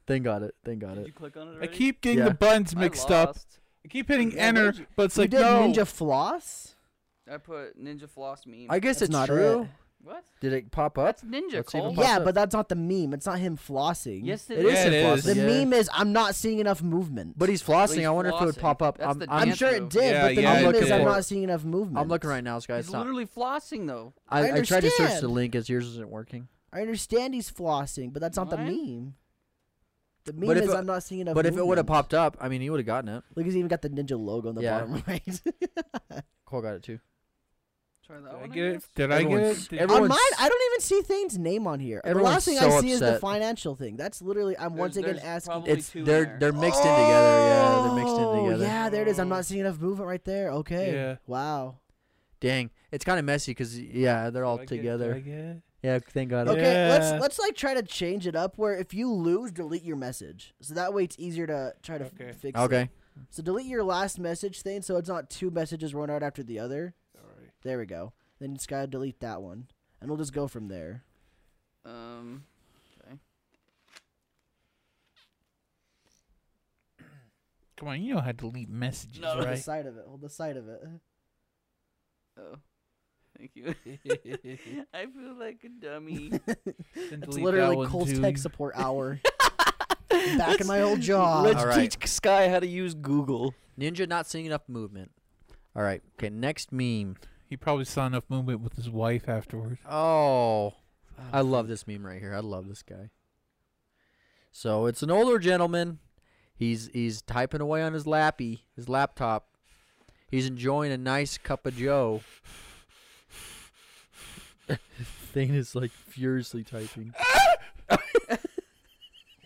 S1: They got it. They got
S3: Did you
S1: it.
S3: click on it
S4: I
S3: already?
S4: keep getting
S1: Yeah.
S4: the buttons
S3: I
S4: mixed up.
S3: lost.
S4: I keep hitting
S3: Yeah,
S4: enter,
S3: what'd you-
S4: but it's
S2: you
S4: like
S2: did
S4: no.
S2: Ninja Floss?
S3: I put Ninja Floss meme.
S1: I guess it's
S2: That's not
S1: true.
S2: it.
S3: what?
S1: Did it pop up?
S3: That's Ninja
S1: Let's see if
S3: Cole.
S1: it
S2: Yeah,
S1: up.
S2: but that's not the meme. It's not him flossing.
S3: Yes,
S1: It
S4: Yeah,
S1: is
S4: it
S1: him
S4: is.
S1: flossing.
S2: The
S1: yeah.
S2: meme is I'm not seeing enough movement.
S1: But he's flossing.
S3: he's
S1: I wonder if it would
S3: flossing.
S1: pop up.
S3: That's
S1: I'm,
S3: the
S1: I'm
S2: I'm
S3: dance
S1: sure.
S2: sure it
S3: move.
S2: did,
S4: Yeah,
S2: but the
S4: yeah,
S2: meme
S1: it
S2: is I'm
S1: did.
S2: not seeing enough movement.
S1: I'm looking right now, Sky. It's
S3: He's
S1: not.
S3: literally flossing though.
S1: I,
S2: I
S1: I tried to search the
S2: understand.
S1: link as yours isn't working.
S2: I understand he's flossing, but that's not the
S3: Mine?
S2: meme. The meme
S1: if
S2: is
S1: it-
S2: I'm not seeing enough
S1: But if it would have
S2: movement.
S1: popped up, I mean, he would have gotten it.
S2: Look, he's even got the ninja logo on the
S1: Yeah.
S2: bottom right.
S1: Cole got it too.
S3: Try that
S4: Did I
S3: one.
S4: get it?
S3: guess.
S4: Did I get
S1: Everyone's-
S4: it? Did-
S1: everyone-
S2: on mine,
S1: Everyone's-
S2: I don't even see Thane's name on here. The
S1: Everyone's
S2: last thing I
S1: so
S2: see is the
S1: upset.
S2: financial thing. That's literally I'm
S3: There's-
S2: once again
S3: there's
S2: asking.
S3: probably
S1: It's
S3: two in
S1: they're
S3: there.
S1: they're mixed in together. Yeah, they're mixed in
S2: Oh,
S1: together.
S2: Yeah, there it is. I'm not seeing enough movement right there. Okay.
S4: Yeah.
S2: Wow.
S1: Dang, it's kind of messy because yeah, they're all
S4: Did I get it? Did I
S1: together.
S4: get it?
S1: Yeah, thank God.
S2: Okay,
S4: Yeah.
S2: let's let's like try to change it up where if you lose, delete your message. So that way it's easier to try to f-
S4: Okay.
S2: fix it.
S1: Okay.
S2: So delete your last message thing so it's not two messages run out after the other.
S4: Alright.
S2: There we go. Then you just gotta delete that one. And we'll just go from there.
S3: Um. Okay.
S4: Come on, you know how to delete messages,
S3: No.
S2: Hold the
S4: right?
S2: side of it. Hold the side of it.
S3: Oh. Thank you. I feel like a dummy.
S4: Then
S2: It's
S4: delete that
S2: literally
S4: one
S2: Cole's
S4: too.
S2: tech support hour. Back in my old job.
S3: Let's
S1: Alright.
S3: teach Sky how to use Google.
S1: Ninja not seeing enough movement. All right. Okay. Next meme.
S4: He probably saw enough movement with his wife afterwards.
S1: Oh, I love this meme right here. I love this guy. So it's an older gentleman. He's he's typing away on his lappy, his laptop. He's enjoying a nice cup of Joe. Thane is like furiously typing.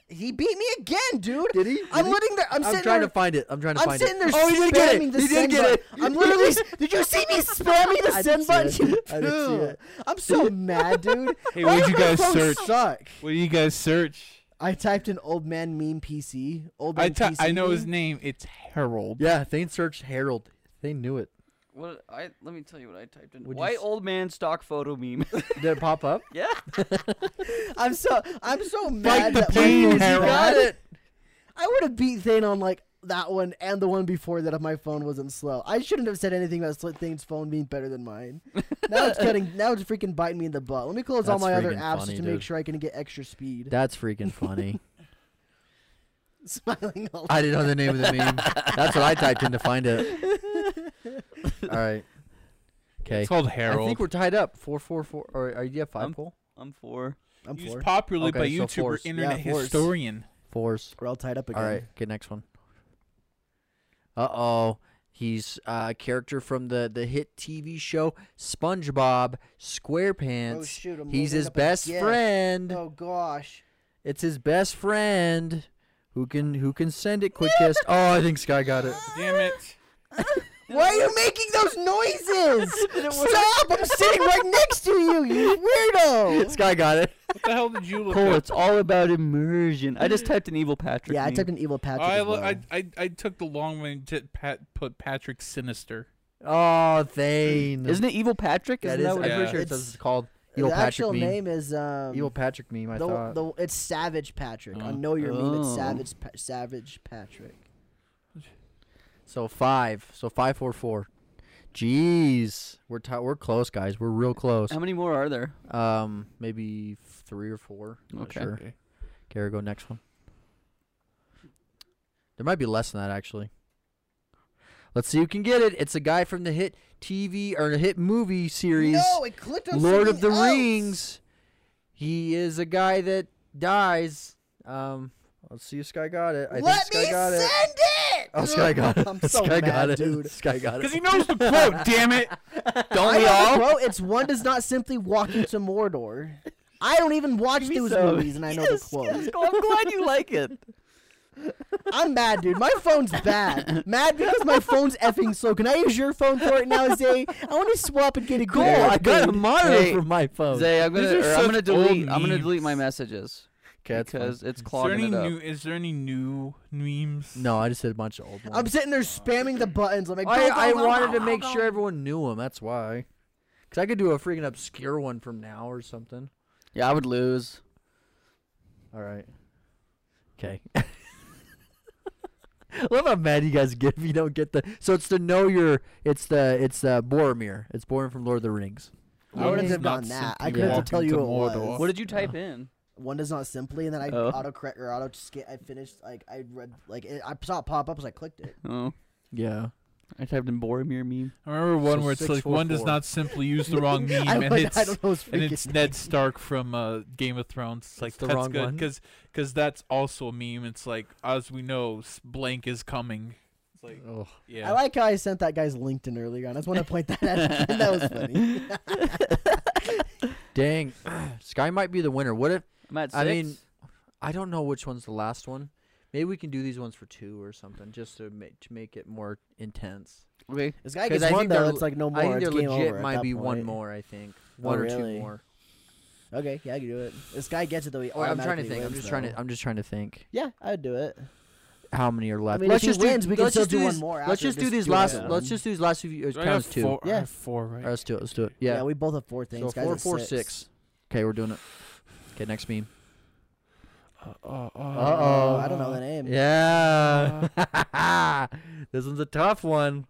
S2: He beat me again, dude.
S1: Did he?
S2: I'm letting there. I'm,
S1: I'm,
S2: sitting
S1: trying
S2: there.
S1: to find it. I'm trying to
S2: I'm
S1: find
S2: sitting
S1: it.
S2: there
S3: Oh, he did get it.
S2: spamming the
S3: He did
S2: send
S3: get
S2: button.
S3: it.
S2: I'm literally. s- did you see me spamming the
S1: I did
S2: send
S1: see
S2: button?
S1: it. I did see
S2: Dude,
S1: it.
S2: I'm so mad, dude.
S4: Hey,
S2: Why
S4: what'd
S2: does
S4: you
S2: my
S4: guys
S2: phone
S4: search?
S2: Suck.
S4: What do you guys search?
S2: I typed in old man meme PC. Old
S4: I
S2: man
S4: t-
S2: PC.
S4: I know his
S2: meme.
S4: name. It's Harold.
S1: Yeah, Thane searched Harold. They knew it.
S3: What I let me tell you what I typed in.
S1: What'd you
S3: White
S1: s-
S3: old man stock photo meme.
S1: Did it pop up?
S3: yeah.
S2: I'm so I'm so mad.
S4: the
S2: that my
S4: pain,
S2: phone's
S4: Harold.
S2: bad.
S4: Got it.
S2: I would have beat Thane on like that one and the one before that if my phone wasn't slow. I shouldn't have said anything about sl- Thane's phone being better than mine. Now it's cutting. Now it's freaking biting me in the butt. Let me close all
S1: That's
S2: my other
S1: freaking
S2: apps
S1: funny,
S2: just to make
S1: dude.
S2: sure I can get extra speed.
S1: That's freaking funny.
S2: Smiling all.
S1: I didn't know the name of the meme. That's what I typed in to find it. All right. Okay.
S4: It's called
S1: I
S4: Harold.
S1: think we're tied up. Four, four, four. Or are you have five
S3: Um,
S1: pole?
S3: I'm four.
S2: I'm
S4: Used
S2: four.
S4: popularly
S1: Okay,
S4: by
S1: so
S4: YouTuber
S1: fours.
S4: Internet
S2: Yeah, fours.
S4: Historian.
S1: Fours.
S2: We're all tied up again.
S1: All right. Good next one. Uh oh. He's uh, a character from the the hit TV show SpongeBob SquarePants.
S2: Oh, shoot, I'm
S1: He's
S2: loading
S1: his
S2: up
S1: best
S2: again.
S1: friend.
S2: Oh gosh.
S1: It's his best friend. Who can who can send it quickest? oh, I think Sky got it.
S4: Damn it.
S2: Why are you making those noises? Stop! I'm sitting right next to you, you weirdo.
S1: Sky got it.
S4: What the hell did you look
S3: Cole,
S4: up?
S3: it's all about immersion. I just typed in evil Patrick.
S2: Yeah, I
S3: meme.
S2: typed an evil Patrick.
S4: I,
S2: as
S4: lo-
S2: well.
S4: I, I, I took the long one and did Pat, put Patrick Sinister.
S1: Oh, Thane.
S3: Isn't it evil Patrick?
S1: that
S3: Isn't
S1: is?
S3: that
S1: I'm
S3: what
S4: Yeah.
S1: pretty sure
S2: It's-
S1: it's, it's called.
S2: the
S1: Evil Patrick
S2: actual
S1: meme.
S2: name is um.
S1: Evil Patrick meme. I
S2: the,
S1: thought.
S2: the- it's Savage Patrick.
S4: Oh.
S2: I know your meme. It's
S3: Oh.
S2: Savage pa- Savage Patrick.
S1: so five. So five four four. Jeez, we're ti we're close, guys. We're real close.
S3: How many more are there?
S1: Um, maybe three or four. I'm not
S3: Okay.
S1: Sure. Here we go. Next one. There might be less than that actually. Let's see who can get it. It's a guy from the hit TV or the hit movie series
S2: it clicked
S1: Lord of the
S2: something else.
S1: Rings. He is a guy that dies. Um, let's see if Sky got it. I think Sky got it.
S2: it.
S1: Oh, Sky got it.
S2: I'm so
S1: Sky
S2: mad,
S1: got it.
S2: dude.
S1: Sky got
S4: Because
S1: it.
S4: he knows the quote, damn it.
S2: I
S3: Don't we
S2: know,
S3: all?
S2: bro. It's one does not simply walk into Mordor. I don't even watch
S3: Me
S2: those
S3: so.
S2: movies, and I know the
S3: Yes,
S2: quote.
S3: yes, Cole, I'm glad you like it.
S2: I'm mad, dude. My phone's bad. Mad because my phone's effing slow. Can I use your phone for it now, Zay? I want to swap and get a
S1: Cool.
S2: good
S1: I
S2: one,
S1: got a
S2: dude.
S1: monitor
S3: Hey,
S1: from my phone.
S3: Zay, I'm gonna,
S4: These are
S3: or I'm gonna
S4: such old
S3: delete. I'm gonna delete my
S4: memes.
S3: messages
S1: Okay, that's fine.
S3: because it's
S4: Is there, any
S3: clogging it up.
S4: new, is there any new memes?
S1: no, I just did a bunch of old ones.
S2: I'm sitting there spamming the buttons. I'm like,
S1: I,
S2: go, go,
S1: I
S2: go,
S1: wanted
S2: go,
S1: to make
S2: go,
S1: sure everyone knew him. That's why. Cause I could do a freaking obscure one from now or something.
S3: yeah, I would lose.
S1: All right. Okay. Love how mad you guys get if you don't get the. So it's the know your. It's the. It's uh, Boromir. It's Boromir from Lord of the Rings.
S2: I wouldn't have
S4: Not
S2: done that. I
S4: simply
S1: couldn't
S4: walk
S2: tell you
S4: into
S2: what it was.
S4: Mordor.
S3: What did you type in?
S2: one does not simply, and then I
S3: Oh.
S2: auto correct or auto skip. I finished like I read like it, I saw it pop up as I clicked it.
S3: Oh,
S1: Yeah.
S3: I typed in Boromir meme.
S4: I remember one
S1: So
S4: where it's
S1: six,
S4: like
S1: four,
S4: one does
S1: four.
S4: not simply use the wrong meme,
S2: I,
S4: and
S2: like,
S4: it's
S2: I don't know his
S4: and
S2: freaking
S4: it's
S2: name.
S4: Ned Stark from uh, Game of Thrones. It's like
S1: the
S4: that's
S1: wrong
S4: good
S1: one.
S4: because that's also a meme. It's like as we know, s- blank is coming. It's like
S1: Oh.
S4: yeah,
S2: I like how I sent that guy's LinkedIn earlier on. I just want to point that out. again. that was funny.
S1: Dang. Sky might be the winner. What if?
S3: I'm at six.
S1: I mean, I don't know which one's the last one. Maybe we can do these ones for two or something, just to make to make it more intense.
S3: okay.
S2: This guy
S1: 'Cause I
S2: gets one
S1: think they're
S2: though.
S1: le-
S2: It's like no more.
S1: I think
S2: it's
S1: there
S2: game
S1: legit
S2: over at
S1: might
S2: that
S1: be one
S2: point. Oh,
S1: more. I think one or
S2: really?
S1: two more.
S2: Okay, yeah, I can do it. This guy gets it though. He
S1: Or I'm trying to
S2: automatically
S1: think. I'm
S2: wins,
S1: just trying
S2: though.
S1: to. I'm just trying to think.
S2: Yeah, I'd do it.
S1: How many are
S2: I
S1: left?
S2: mean,
S1: let's
S2: if
S1: just
S2: he
S1: do.
S2: wins, we can
S1: let's
S2: still
S1: just
S2: do
S1: do
S2: one
S1: these-
S2: more.
S1: Let's
S2: after.
S1: just do these
S2: do
S1: last.
S2: that
S1: Let's
S2: one.
S1: just do these last few. It
S4: Do I have
S1: counts two.
S4: Four, I
S2: Yeah.
S4: have four,
S1: All
S4: right?
S1: right, let's do it. Let's do it.
S2: Yeah.
S1: Yeah.
S2: we both have four things.
S1: so
S2: Guys,
S1: four,
S2: it's
S1: four,
S2: six.
S1: six. Okay, we're doing it. Okay, next meme.
S4: Uh, uh, uh,
S1: Uh-oh.
S2: Oh, I don't know the name.
S1: Yeah. this one's a tough one.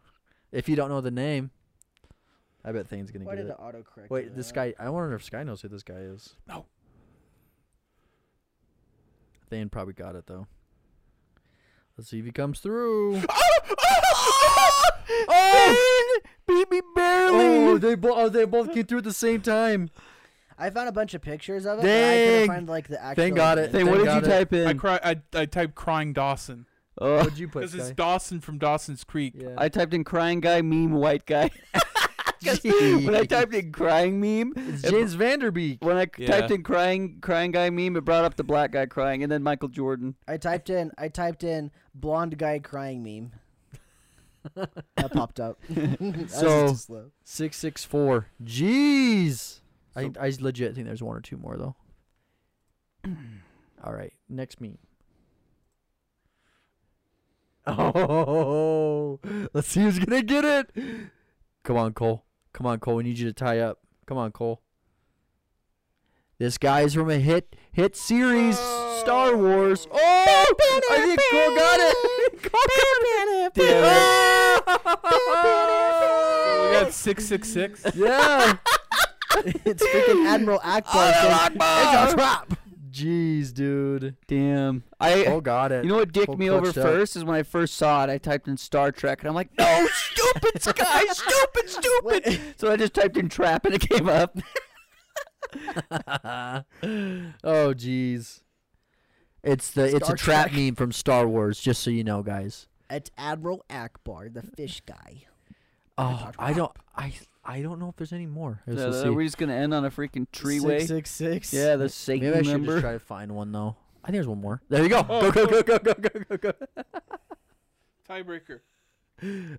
S1: If you don't know the name, I bet Thane's gonna
S2: Why
S1: get
S2: did the
S1: it.
S2: autocorrect? do
S1: Wait, this guy.
S2: that?
S1: I wonder if Sky knows who this guy is.
S4: No.
S1: Thane probably got it though. Let's see if he comes through.
S3: oh, beat me
S1: oh,
S3: barely.
S1: they both. Oh, they both came through at the same time.
S2: I found a bunch of pictures of it. but I couldn't
S1: Dang.
S2: find like the actual.
S1: Thank God it-
S3: Hey,
S1: They
S3: what did you
S1: got it.
S3: type
S4: I
S3: in?
S4: cry. I I typed crying Dawson
S3: Oh,
S1: What'd you put,
S4: because it's
S1: Sky?
S4: Dawson from Dawson's Creek.
S1: Yeah.
S3: I typed in crying guy meme white guy. 'Cause when I typed in crying meme,
S1: It's
S3: it-
S1: James Vanderbeek.
S3: when I
S4: Yeah.
S3: typed in crying crying guy meme, it brought up the black guy crying, and then Michael Jordan.
S2: I typed in I typed in blonde guy crying meme. that popped up. That was
S1: So-
S2: too slow.
S1: Six six four. Jeez. I,
S3: So-
S1: I legit think there's one or two more though. All right, next meme. Oh, let's see who's gonna get it. Come on, Cole. Come on, Cole. We need you to tie up. Come on, Cole. This guy is from a hit hit series, Star Wars. Oh, I think Cole got it. Cole
S4: We
S1: got it.
S4: got six six six.
S1: Yeah.
S2: it's freaking Admiral Akbar. saying,
S1: It's a
S3: Oh.
S1: trap. Jeez, dude.
S3: Damn. I
S1: Oh, got it.
S3: You know what dicked
S1: Full
S3: me over
S1: clutched up.
S3: first is when I first saw it. I typed in Star Trek, and I'm like, "No, stupid sky, stupid, stupid." So I just typed in trap, and it came up.
S1: oh, jeez. It's the it's
S2: Star
S1: a trap
S2: Trek.
S1: meme from Star Wars. Just so you know, guys.
S2: It's Admiral Akbar, the fish guy.
S1: Oh, I don't. I I don't know if there's any more. I guess
S3: So,
S1: we'll
S3: uh,
S1: see.
S3: we're just gonna end on a freaking tree way.
S2: Six six six.
S3: Yeah, the
S1: Maybe
S3: Satan
S1: I should
S3: member.
S1: just try to find one though. Oh, I think there's one more. There you go. Go go go go go go go go.
S4: Tiebreaker.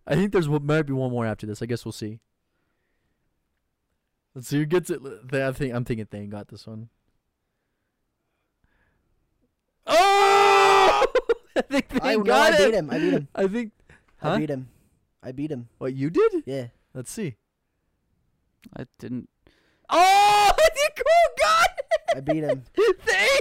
S1: I think there's one, might be one more after this. I guess we'll see. Let's see who gets it. Th- I think I'm thinking Thane got this one. Oh! I think Thane
S2: I- no,
S1: got
S2: I
S1: it.
S2: beat him, I beat him.
S1: I think. Huh?
S2: I beat him. I beat him.
S1: What you did?
S2: Yeah.
S1: Let's see.
S3: I didn't.
S1: Oh! I think Cole got it.
S2: I beat him.
S1: Thane.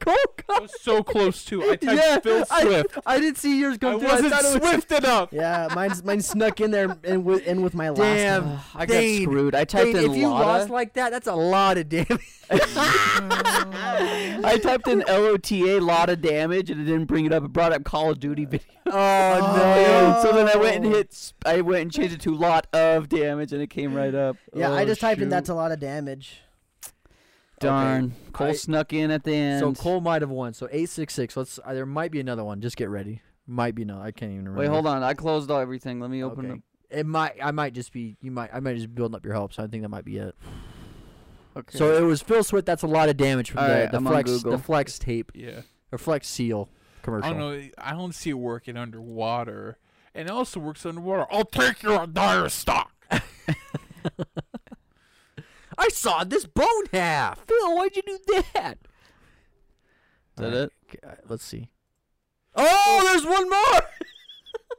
S1: Cole
S4: I
S1: got.
S4: was so close too. I typed
S1: yeah,
S4: Phil
S1: I-
S4: Swift.
S1: I, didn't see yours
S4: I,
S1: go through.
S4: wasn't
S1: thought it was-
S4: swift enough.
S2: Yeah, mine's mine snuck in there and with in with my last.
S1: Damn.
S2: one.
S3: Ugh, I
S1: Dane,
S3: got screwed. I typed
S1: Thane,
S3: in
S1: if you
S3: Lotta.
S1: lost like that, that's a lot of damage.
S3: I typed in LOTA, lot of damage, and it didn't bring it up. It brought up Call of Duty video.
S1: Oh,
S2: no.
S3: So then I went and
S2: Oh.
S3: hit. sp- I went and changed it to lot of damage, and it came right up.
S2: Yeah, I
S1: Oh,
S2: just typed in
S1: shoot.
S2: that's a lot of damage.
S3: Darn. Cole
S1: I-
S3: snuck in at the end.
S1: So Cole might have won. So eight six six. Let's. Uh, there might be another one. Just get ready. Might be no. I can't even remember.
S3: Wait, hold on. I closed all everything. Let me open
S1: Okay. Oh, It might. I might just be. You might. I might just be building up your help. So I think that might be it.
S3: up. Okay.
S1: So it was Phil Swift. That's a lot of damage from
S3: All
S1: the,
S3: right,
S1: the
S3: I'm on
S1: flex
S3: Google.
S1: the flex tape
S4: Yeah.
S1: or flex seal commercial.
S4: I don't know. I don't see it working underwater. And it also works underwater. I'll take your entire stock.
S1: I saw this bone half.
S3: Phil, why'd you do that? Is that it?
S1: let's see. Oh, there's one more.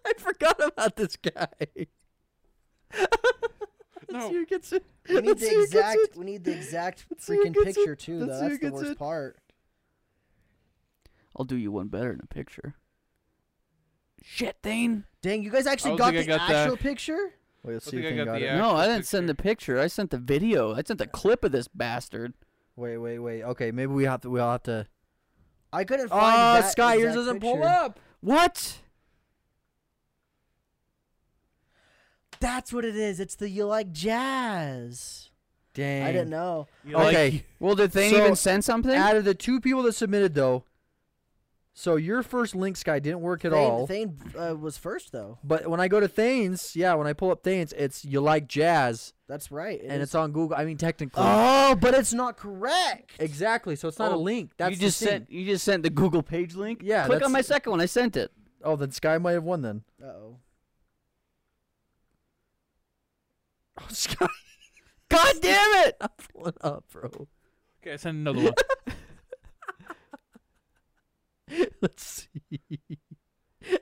S1: I forgot about this guy. Let's
S4: No.
S1: see who gets it.
S2: We need
S1: Let's see
S2: the
S1: who gets
S2: exact.
S1: it.
S2: We need the exact
S1: Let's see who
S2: freaking
S1: gets it.
S2: picture too. Though
S1: Let's see who
S2: that's the
S1: gets
S2: worst
S1: it.
S2: part.
S3: I'll do you one better in a picture. Shit, Thane.
S2: Dang, you guys actually got
S4: don't
S2: the
S4: think I got that.
S2: actual picture?
S1: Wait, let's
S4: I
S1: see if
S4: think I
S1: they
S4: got
S1: got
S4: the
S1: it.
S4: act-
S3: no, I
S4: actual
S3: didn't send the picture. I sent the video. I sent the clip of this bastard.
S1: Wait, wait, wait. Okay, maybe we have to. We'll have to.
S2: I couldn't find.
S1: Oh,
S2: that
S1: Sky, yours
S2: exact
S1: doesn't pull
S2: picture.
S1: up.
S3: What?
S2: That's what it is. It's the you like jazz.
S1: Dang.
S2: I didn't know.
S4: You like-
S1: Okay.
S3: Well, did Thane
S1: So,
S3: even send something?
S1: Out of the two people that submitted, though, so your first link Sky didn't work at
S2: Thane,
S1: all.
S2: Thane uh, was first though.
S1: But when I go to Thane's, yeah, when I pull up Thane's, it's you like jazz,
S2: That's right. It
S1: and
S2: is-
S1: it's on Google. I mean, technically,
S2: oh, but it's not correct.
S1: exactly. So it's not a
S3: Oh,
S1: link. That's
S3: you
S1: the
S3: just
S1: thing.
S3: sent. You just sent the Google page link.
S1: Yeah,
S3: Click
S1: that's-
S3: on my second one. I sent it.
S1: Oh, then Sky might have won then.
S2: Uh oh.
S1: Oh, Sky,
S3: God damn it!
S1: what up, Oh, bro?
S4: Okay, I sent another one.
S1: Let's see.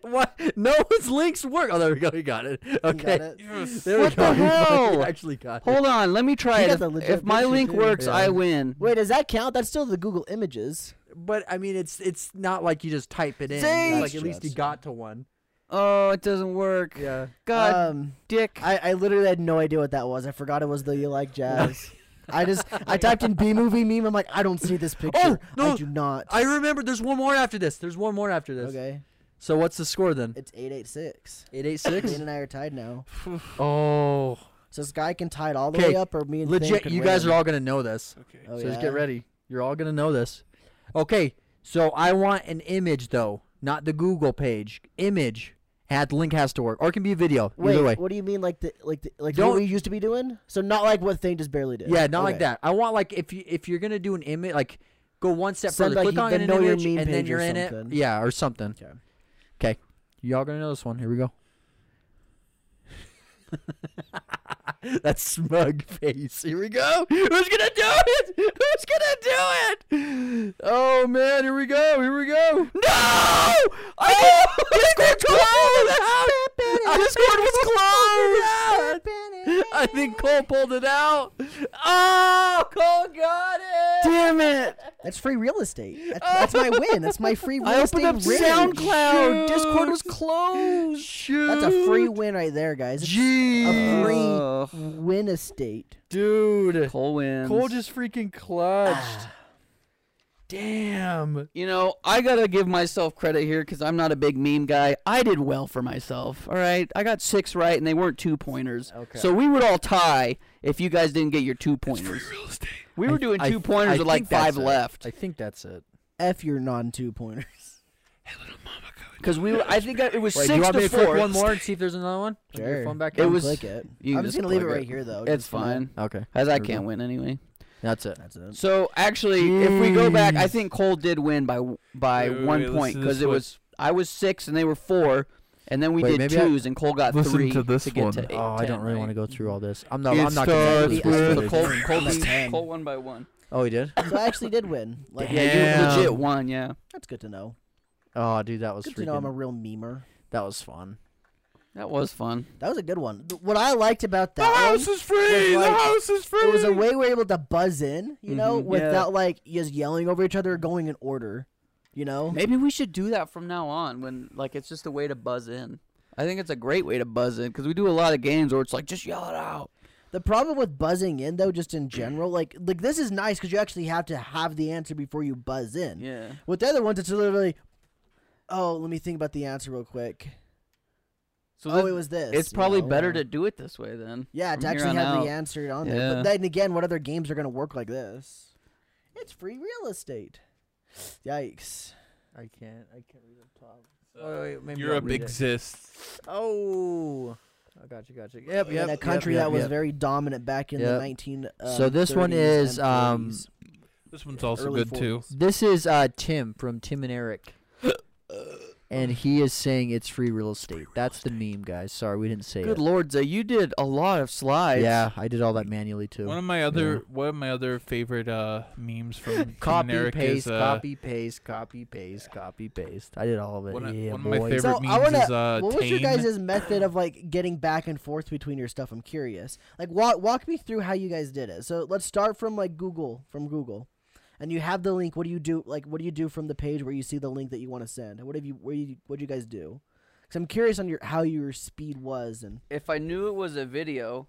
S1: What? No one's links work. Oh, there we go. He got it. Okay.
S2: Got it.
S4: Yes.
S1: There we
S3: What
S1: go.
S3: the
S1: He fucking
S3: hell?
S1: actually got it.
S3: Hold on. Let me try
S2: You
S3: it.
S2: got
S3: If,
S2: the legit
S3: if my
S2: picture,
S3: link
S2: too.
S3: works,
S1: Yeah.
S3: I win.
S2: Wait, does that count? That's still the Google Images.
S1: But I mean, it's it's not like you just type it in.
S2: Zing!
S1: Like at least he
S2: That's-
S1: got to one.
S3: Oh, it doesn't work.
S1: Yeah.
S3: God,
S2: Um,
S3: dick.
S2: I, I literally had no idea what that was. I forgot it was the you like jazz. I just I typed in B movie meme. I'm like, I don't see this picture. I
S1: Oh, no,
S2: do not.
S1: I remember. There's one more after this. There's one more after this.
S2: Okay,
S1: So what's the score then?
S2: it's eight eight six.
S1: Eight eight
S2: Dane
S1: six.
S2: and I are tied now.
S1: Oh,
S2: So this guy can tie it all the
S1: 'Kay,
S2: way up, or me and Thane
S1: legit.
S2: can
S1: You guys
S2: win.
S1: are all gonna know this.
S4: Okay.
S2: Oh,
S1: so just get
S2: yeah?
S1: ready. You're all gonna know this. Okay. So I want an image though, not the Google page. Image, Had the link has to work, or it can be a video.
S2: Wait,
S1: Either way.
S2: what do you mean like the like the, like
S1: Don't-
S2: what we used to be doing? So not like what thing just barely did.
S1: Yeah, not like
S2: Okay.
S1: that. I want like if you if you're gonna do an image, like go one step
S2: Send,
S1: further,
S2: like,
S1: click
S2: you-
S1: on
S2: then
S1: an
S2: know your
S1: image,
S2: meme
S1: and then
S2: page or
S1: you're in it.
S2: something.
S1: Yeah, or something.
S2: Okay.
S1: Okay, y'all gonna know this one. Here we go. that smug face. Here we go. Who's gonna do it? Who's gonna do it? Oh man, here we go. Here we go. No! I Discord's closed. Discord was closed. I think Cole pulled it out. Oh, Cole got it.
S3: Damn it!
S2: That's free real estate. That's, that's my win. That's my free real
S3: I
S2: estate
S3: opened up
S2: win.
S3: SoundCloud. Discord was
S1: Shoot. Oh,
S3: closed.
S1: Shoot.
S2: That's a free win right there, guys. It's a free
S3: Ugh.
S2: win estate.
S1: dude.
S3: Oh, Cole wins.
S4: Cole just freaking clutched.
S1: Ah.
S4: Damn.
S3: You know, I gotta give myself credit here because I'm not a big meme guy. I did well for myself. All right, I got six right, and they weren't two pointers.
S1: Okay.
S3: So we would all tie if you guys didn't get your two pointers.
S4: Real estate.
S3: We were doing
S1: I-
S3: two pointers
S1: I
S3: with like
S1: think that's
S3: five
S1: it.
S3: left
S1: I think that's it.
S2: F your non two pointers.
S3: because we. Were, I think I- it was
S1: Wait, do
S3: six
S1: you want
S3: to
S1: me to
S3: four.
S1: click one more and see if there's another one? Put your
S2: Sure.
S1: phone back
S3: It
S1: in?
S3: was-
S2: Click it.
S3: You
S2: I'm
S3: just
S2: just gonna leave it
S3: click
S2: right
S3: it.
S2: here though.
S3: It's
S2: just for now.
S3: fine,
S1: Okay.
S3: as I
S1: Here we go.
S3: can't win anyway.
S1: That's it.
S2: That's it.
S3: So actually, if we go back, I think Cole did win by by
S4: Wait, wait,
S3: one
S4: wait, listen
S3: point
S4: to
S3: because
S4: this
S3: it
S4: one.
S3: was I was six and they were four, and then we
S1: Wait,
S3: did
S1: maybe I-
S3: twos and Cole got
S4: Listen
S3: three
S4: to this
S3: get
S4: one.
S3: to eight,
S1: Oh, I don't really want to go through all this. I'm not.
S4: It
S1: I'm not gonna do
S4: starts
S1: this.
S3: So
S4: with-
S3: Cole, Cole,
S2: That's
S3: beat-
S2: ten.
S3: Cole won by one.
S1: Oh, he did.
S2: So I actually did win. Like,
S4: Damn.
S3: Yeah, you legit
S4: Damn.
S3: won. Yeah,
S2: that's good to know.
S1: Oh, dude, that was
S2: Good to know I'm a
S1: freaking.
S2: real memer.
S1: That was fun.
S3: that was fun.
S2: That was a good one. Th- What I liked about
S4: The
S2: that one,
S4: house is free.
S2: was
S4: the
S2: like-
S4: house is free.
S2: it was a way we're able to buzz in, you know,
S3: Mhm. Yeah.
S2: without like just yelling over each other or going in order, you know.
S3: Maybe we should do that from now on. When like it's just a way to buzz in. I think it's a great way to buzz in because we do a lot of games where it's like just yell it out.
S2: The problem with buzzing in though, just in general, like like this is nice because you actually have to have the answer before you buzz in.
S3: Yeah.
S2: With the other ones, it's literally, oh, let me think about the answer real quick.
S3: So
S2: oh,
S3: this-
S2: it was this.
S3: It's
S2: you
S3: probably
S2: know,
S3: better
S2: or-
S3: to do it this way then.
S2: Yeah,
S3: from
S2: to
S3: here
S2: actually
S3: on
S2: have the
S3: out.
S2: answer on there.
S3: Yeah.
S2: But then again, what other games are going to work like this? It's free real estate. Yikes.
S1: I can't. I can't read the top. Oh, wait, maybe I'll
S4: Europe
S1: read it.
S4: exists.
S1: Oh. I got you. Got you. Yep.
S2: in a country that was very dominant back in the
S1: Yep.
S2: 19. Um,
S1: So this one
S2: 30s
S1: is,
S2: and
S1: um,
S2: 40s.
S4: This one's also
S2: Early
S4: good too.
S2: 40s.
S1: This is uh, Tim from Tim and Eric. And he is saying it's free real estate. That's the meme, guys. Sorry, we didn't say
S3: Good
S1: it.
S3: lord, Zay, you did a lot of slides.
S1: yeah, I did all that manually too.
S4: One of my other one of my other favorite uh memes from
S1: copy
S4: Generic
S1: paste,
S4: is, uh,
S1: copy paste, copy paste, copy paste. I did all of it.
S4: One of-
S1: yeah,
S4: one of
S1: boy.
S4: my favorite
S2: So I
S4: memes
S2: want
S4: is uh
S2: What was your
S4: Tame.
S2: guys' method of like getting back and forth between your stuff? I'm curious. Like walk walk me through how you guys did it. So let's start from like Google from Google, and you have the link. What do you do? Like what do you do from the page where you see the link that you want to send? What have you? Where you? What do you guys do? Because I'm curious on your how your speed was and
S3: If I knew it was a video,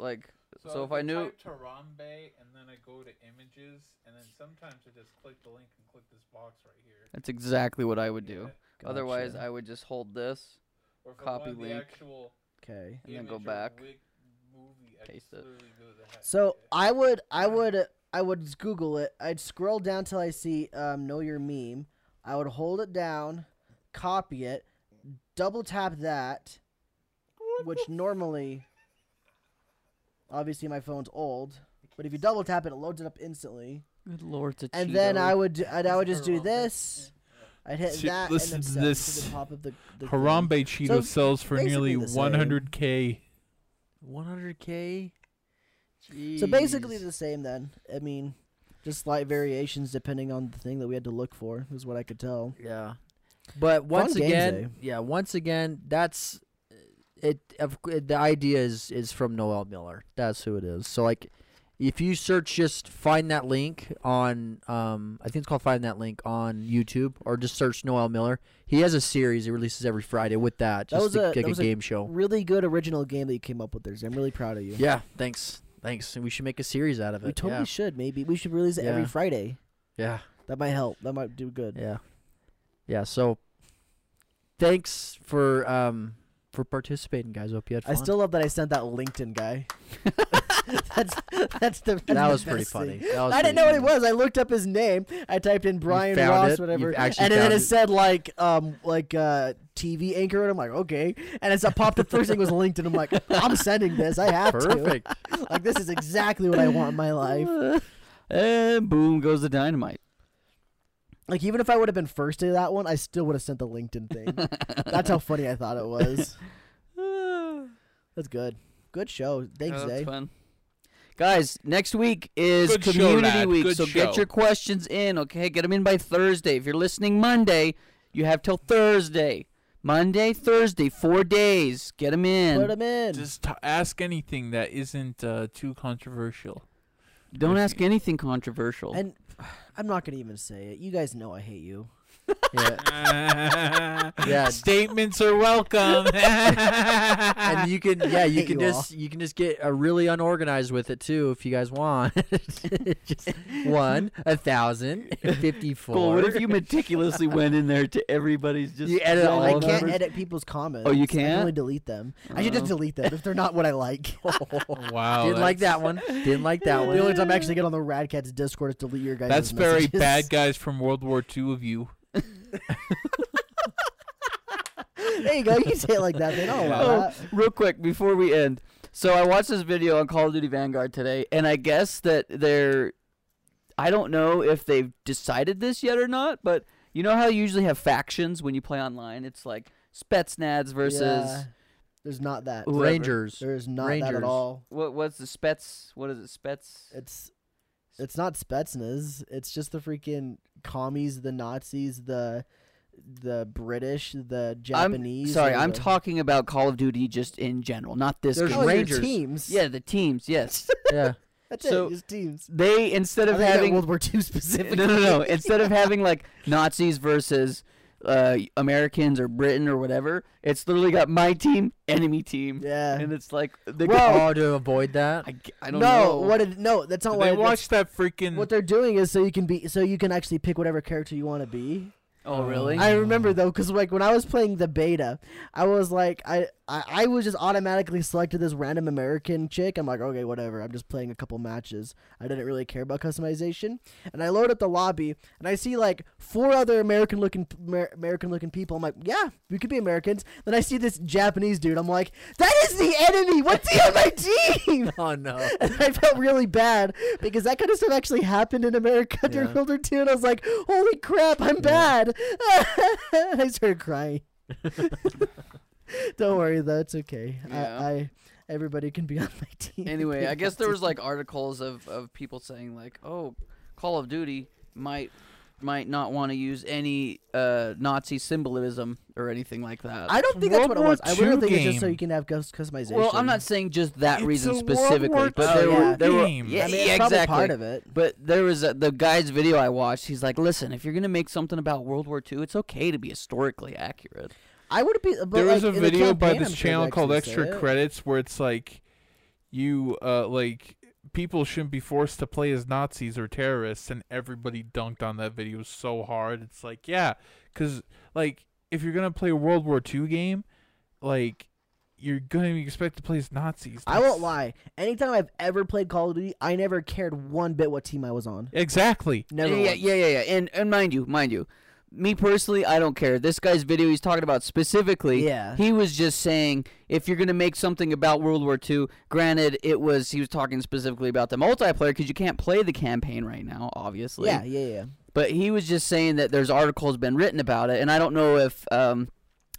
S3: like so, if I knew
S4: Harambe and then I go to images and then sometimes I just click the link and click this box right here.
S3: that's exactly what I would do. Otherwise,
S2: Gotcha.
S3: I would just hold this
S4: Or if
S3: I Copy wanted the link.
S4: actual
S2: okay.
S3: and then go back. I Paste just it.
S2: So I would I would I would just Google it. I'd scroll down till I see um, know your meme. I would hold it down, copy it, double tap that, which normally, obviously my phone's old, but if you double tap it, it loads it up instantly.
S3: Good lord, it's a
S2: And then I would do- I'd, I would just do this. I'd hit
S4: See,
S2: that
S4: listen
S2: and
S4: to
S2: then send it to
S4: this.
S2: the top of the, the thing.
S4: Harambe Cheeto
S2: So,
S4: sells for nearly
S2: basically the same.
S4: 100k.
S1: 100k.
S2: So basically the same then. I mean, just slight variations depending on the thing that we had to look for is what I could tell.
S1: yeah. But once
S2: games,
S1: again,
S2: eh?
S1: yeah, once again, that's it. Of, c- the idea is is from Noel Miller. That's who it is. So like, if you search, just find that link on um, I think it's called Find That Link on YouTube, or just search Noel Miller. He has a series he releases every Friday with that,
S2: That
S1: just
S2: was a-
S1: like
S2: that
S1: a
S2: was a-
S1: game show.
S2: Really good original game that you came up with there. Zay. I'm really proud of you.
S1: Yeah, thanks. Thanks. We should make a series out of it.
S2: we totally
S1: yeah.
S2: should. Maybe we should release it every
S1: Yeah.
S2: Friday.
S1: yeah.
S2: That might help. That might do good.
S1: Yeah. Yeah, so thanks for um for participating guys. Hope you had
S2: I
S1: fun.
S2: still love that I sent that LinkedIn guy. that's that's the.
S1: That
S2: that's
S1: was
S2: the
S1: pretty
S2: best
S1: funny.
S2: thing.
S1: That was
S2: I didn't
S1: pretty
S2: know what it
S1: funny.
S2: was. I looked up his name. I typed in Brian
S1: found
S2: Ross,
S1: it? You
S2: whatever, and
S1: actually
S2: then
S1: found
S2: it,
S1: it?
S2: said like um like uh TV anchor, and I'm like okay, and as I popped up first thing was LinkedIn. I'm like I'm sending this. I have
S1: Perfect.
S2: to. Like this is exactly what I want in my life.
S3: and boom goes the dynamite.
S2: Like even if I would have been first to that one, I still would have sent the LinkedIn thing. That's how funny I thought it was. That's good. Good show. Thanks,
S3: Yeah,
S2: Zay.
S3: that's fun. Guys, next week is
S4: Good show,
S3: Community
S4: lad.
S3: Week,
S4: Good
S3: so
S4: show.
S3: get your questions in, okay? Get them in by Thursday. If you're listening Monday, you have till Thursday. Monday, Thursday, four days. Get them in.
S2: Put him in.
S4: Just t- ask anything that isn't uh, too controversial.
S3: Don't ask anything controversial.
S2: and I'm not gonna even say it. You guys know I hate you.
S1: yeah. Yeah.
S4: Statements are welcome.
S1: And you can yeah, you
S2: Hate
S1: can
S2: you all.
S1: just you can just get uh, really unorganized with it too if you guys want. just one, a thousand, fifty four.
S3: Cole, what if you meticulously went in there to everybody's just
S1: You edit all
S2: I
S1: of
S2: can't
S1: numbers?
S2: edit people's comments.
S3: Oh, you
S2: I can
S3: can't?
S2: only delete them. I should just
S3: Oh.
S2: delete them if they're not what I like.
S4: wow.
S1: Oh, Didn't like
S4: Oh, that's-
S1: that one. Didn't like that
S2: the only
S1: one.
S2: time I actually get on the Radcats Discord is to delete your guys.
S4: That's very
S2: messages.
S4: bad guys from World War II of you.
S2: there you go. You can say it like that. They don't allow
S3: Oh,
S2: that.
S3: real quick before we end. So I watched this video on Call of Duty Vanguard today, and I guess that they're. I don't know if they've decided this yet or not, but you know how you usually have factions when you play online? It's like Spetsnads versus.
S2: Yeah. there's not that.
S3: Ooh. whoever.
S1: Rangers.
S2: There is not that at
S1: Rangers.
S2: all.
S3: What, what's the Spets? What is it? Spets?
S2: It's it's not Spetsnaz. It's just the freaking commies, the Nazis, the the British, the Japanese.
S3: I'm, sorry,
S2: or
S3: I'm
S2: the-
S3: talking about Call of Duty just in general, not this
S1: There's
S3: game.
S2: Oh, your
S1: Rangers.
S2: teams.
S3: Yeah, the teams, yes.
S1: Yeah.
S2: that's
S3: so-
S2: it. Just teams.
S3: they, instead
S2: I
S3: of
S2: think that
S3: having.
S2: World War II specifically.
S3: no, no, no. Instead of having like Nazis versus uh, Americans or Britain or whatever, it's literally got my team, enemy team,
S2: Yeah.
S3: and it's like they go-
S2: Well-
S1: Oh, to avoid that.
S3: I, g- I don't
S2: no,
S3: know.
S2: what? It, no, that's not
S4: Did
S2: what.
S4: they
S2: it-
S4: watch that freaking.
S2: that's- what they're doing is so you can be, so you can actually pick whatever character you want to be.
S3: Oh, really?
S2: I remember though, because like when I was playing the beta, I was like, I, I I was just automatically selected this random American chick. I'm like, okay, whatever. I'm just playing a couple matches. I didn't really care about customization. And I load up the lobby, and I see like four other American looking American looking people. I'm like, yeah, we could be Americans. Then I see this Japanese dude. I'm like, that is the enemy. What's he on my team?
S1: Oh no.
S2: and I felt really bad because that kind of stuff actually happened in America during
S1: Yeah.
S2: World War II, and I was like, "Holy crap, I'm bad!" I started crying. Don't worry though, it's okay.
S3: Yeah.
S2: I, I everybody can be on my team.
S3: Anyway, I
S2: People
S3: guess there was
S2: do.
S3: like articles of, of people saying like, oh, Call of Duty might might not want to use any uh, Nazi symbolism or anything like that.
S2: I don't think that's
S4: World
S2: what it
S4: War
S2: was. I really
S4: II
S2: think it's just so
S4: game.
S2: you can have cus- customization.
S3: well, I'm not saying just that
S4: It's a
S3: reason
S4: World
S3: specifically,
S4: War
S3: but there
S2: II
S3: were there were
S4: game.
S3: yeah,
S2: I mean, it's
S3: yeah,
S2: probably
S3: exactly.
S2: part of it.
S3: But there was a, the guy's video I watched. He's like, "Listen, if you're gonna make something about World War II, it's okay to be historically accurate."
S2: I would be. But
S4: there
S2: like,
S4: was a
S2: in the
S4: video by
S2: campaign,
S4: this
S2: I'm sure
S4: channel
S2: they
S4: called
S2: actually
S4: Extra
S2: say it.
S4: Credits where it's like you uh like people shouldn't be forced to play as Nazis or terrorists and everybody dunked on that video so hard. It's like, yeah, cuz like if you're going to play a World War II game, like you're going to be expected to play as Nazis.
S2: I won't
S4: That's-
S2: lie. Anytime I've ever played Call of Duty, I never cared one bit what team I was on.
S4: Exactly.
S2: Never.
S3: yeah,
S2: once.
S3: yeah, yeah, yeah. And and mind you, mind you, me personally, I don't care. This guy's video he's talking about specifically.
S2: Yeah.
S3: He was just saying if you're gonna make something about World War II, granted, it was he was talking specifically about the multiplayer because you can't play the campaign right now, obviously.
S2: Yeah, yeah, yeah.
S3: But he was just saying that there's articles been written about it, and I don't know if um,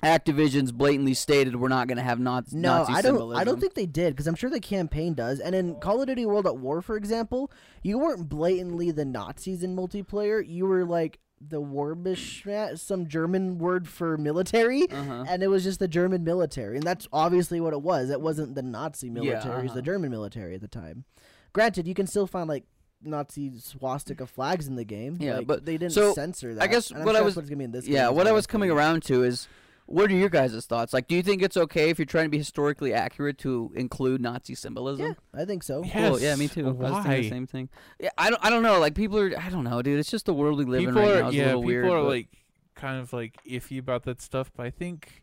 S3: Activision's blatantly stated we're not going to have not-
S2: No,
S3: Nazi
S2: I don't.
S3: symbolism.
S2: I don't think they did because I'm sure the campaign does. And in Call of Duty World at War, for example, you weren't blatantly the Nazis in multiplayer. You were like the Warbischmat, some German word for military,
S3: Uh-huh.
S2: and it was just the German military, and that's obviously what it was. It wasn't the Nazi military; it was
S3: uh-huh.
S2: the German military at the time. Granted, you can still find like Nazi swastika flags in the game.
S3: Yeah,
S2: like,
S3: but-
S2: they didn't
S3: so,
S2: censor that.
S3: I guess
S2: and I'm
S3: what
S2: sure
S3: I
S2: that's
S3: was-
S2: what's gonna be in this.
S3: Yeah,
S2: game is
S3: what I
S2: my
S3: was coming
S2: opinion.
S3: around to is, what are your guys' thoughts? Like, do you think it's okay if you're trying to be historically accurate to include Nazi symbolism?
S2: Yeah, I think so.
S3: Cool. Yeah, me
S4: Yes,
S3: too. I was thinking the
S4: why?
S3: same thing. Yeah, I don't. I don't know. Like people are. I don't know, dude. It's just the world we live
S4: people
S3: in right
S4: are
S3: now. Is
S4: yeah,
S3: a little
S4: people
S3: weird.
S4: are
S3: but-
S4: like kind of like iffy about that stuff, but I think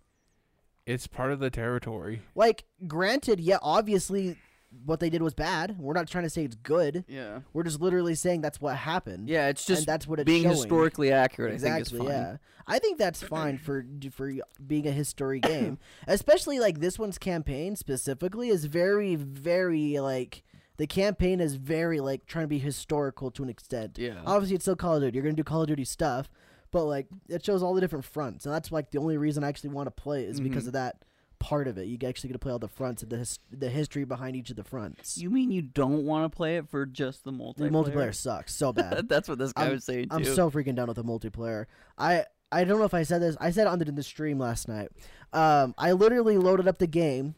S4: it's part of the territory.
S2: Like, granted, yeah, obviously what they did was bad. We're not trying to say it's good.
S3: Yeah.
S2: We're just literally saying that's what happened.
S3: Yeah, it's just
S2: and that's what it's
S3: being
S2: showing.
S3: historically accurate. I
S2: Exactly.
S3: think is fine.
S2: Yeah, I think that's fine for for being a history game, especially like this one's campaign specifically is very very like the campaign is very like trying to be historical to an extent.
S3: Yeah.
S2: Obviously, it's still Call of Duty. You're gonna do Call of Duty stuff, but like it shows all the different fronts, and that's like the only reason I actually want to play it is
S3: Mm-hmm.
S2: because of that part of it. You actually get to play all the fronts and the his- the history behind each of the fronts.
S3: You mean you don't want to play it for just the
S2: The
S3: multiplayer?
S2: multiplayer sucks so bad.
S3: That's what this guy
S2: I'm-
S3: was saying too.
S2: I'm so freaking done with the multiplayer. I I don't know if I said this. I said it on the, the stream last night. Um, I literally loaded up the game,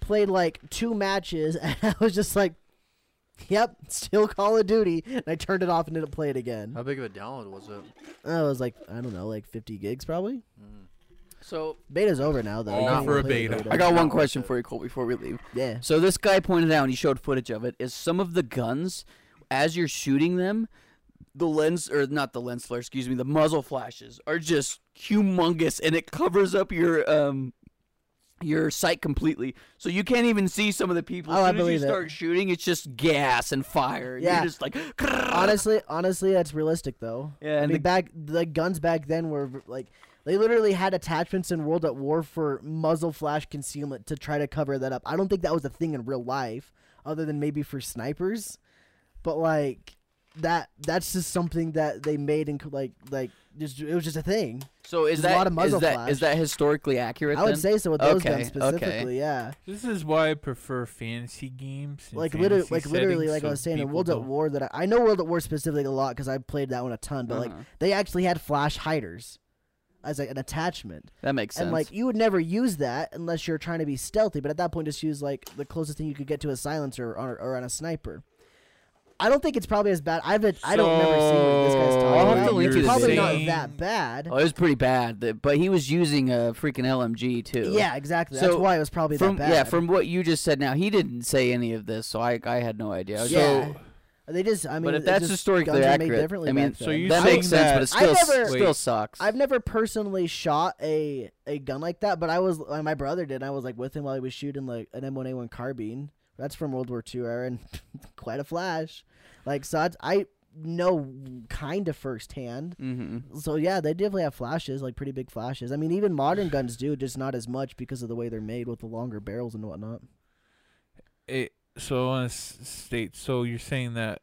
S2: played like two matches, and I was just like, "Yep, still Call of Duty." And I turned it off and didn't play it again.
S1: How big of a download was it?
S2: I Uh, was like, I don't know, like 50 gigs probably.
S3: so
S2: Beta's over now though.
S4: All
S2: You can't
S4: for a
S2: play the
S4: beta.
S3: I got one question for you, Cole, before we leave.
S2: Yeah.
S3: So this guy pointed out, and he showed footage of it, is some of the guns, as you're shooting them, the lens or not the lens flare, excuse me, the muzzle flashes are just humongous, and it covers up your um your sight completely, so you can't even see some of the people.
S2: Oh,
S3: as
S2: I
S3: soon
S2: believe
S3: as
S2: it.
S3: you start shooting, it's just gas and fire. and
S2: Yeah.
S3: you're just like
S2: Honestly, honestly, that's realistic though.
S3: Yeah,
S2: I
S3: and
S2: mean,
S3: the-
S2: back the guns back then were v- like they literally had attachments in World at War for muzzle flash concealment to try to cover that up. I don't think that was a thing in real life, other than maybe for snipers. But like that, that's just something that they made and like like just it was just a thing.
S3: So is
S2: There's a
S3: that
S2: lot of muzzle
S3: is that is
S2: flash.
S3: that historically accurate?
S2: I would
S3: then?
S2: say so with those
S3: Okay,
S2: guns
S3: okay.
S2: specifically. Yeah,
S4: This is why I prefer fantasy games. and
S2: like literally,
S4: fantasy
S2: like literally,
S4: settings
S2: like I
S4: so
S2: was saying, in
S4: people
S2: World at
S4: don't-
S2: War that I, I know World at War specifically a lot because I played that one a ton. But like
S3: Uh-huh.
S2: they actually had flash hiders as like an attachment.
S3: that makes sense.
S2: And like you would never use that unless you're trying to be stealthy. But at that point, just use like the closest thing you could get to a silencer or, or on a sniper. I don't think it's probably as bad. I've I don't remember seeing what this guy's
S4: So,
S2: talking
S3: I'll have to
S2: about.
S3: link
S2: It's
S3: you to
S2: probably
S4: saying-
S2: not that bad.
S3: oh, it was pretty bad, th- but he was using a freaking LMG too.
S2: Yeah, exactly. That's
S3: So,
S2: why it was probably
S3: From
S2: that bad.
S3: yeah, from what you just said now, he didn't say any of this, so I I had no idea. I was
S2: So-
S3: just-
S2: Yeah. they just. I mean,
S3: but if
S2: it
S3: that's
S2: just,
S3: historically
S2: guns were made
S3: accurate,
S2: differently
S3: I mean,
S2: back
S4: So
S2: then.
S4: you
S3: that
S4: saying
S3: makes sense, but it
S4: that-
S2: I
S3: still s-
S2: never-
S3: still
S4: Wait.
S3: sucks.
S2: I've never personally shot a a gun like that, but I was uh, my brother did. and I was like with him while he was shooting like an M1A1 carbine. That's from World War II era, and quite a flash. Like so, it's- I know kind of firsthand.
S3: hmm
S2: So yeah, they definitely have flashes, like pretty big flashes. I mean, even modern guns do, just not as much because of the way they're made with the longer barrels and whatnot.
S4: It, so I want to state. So you're saying that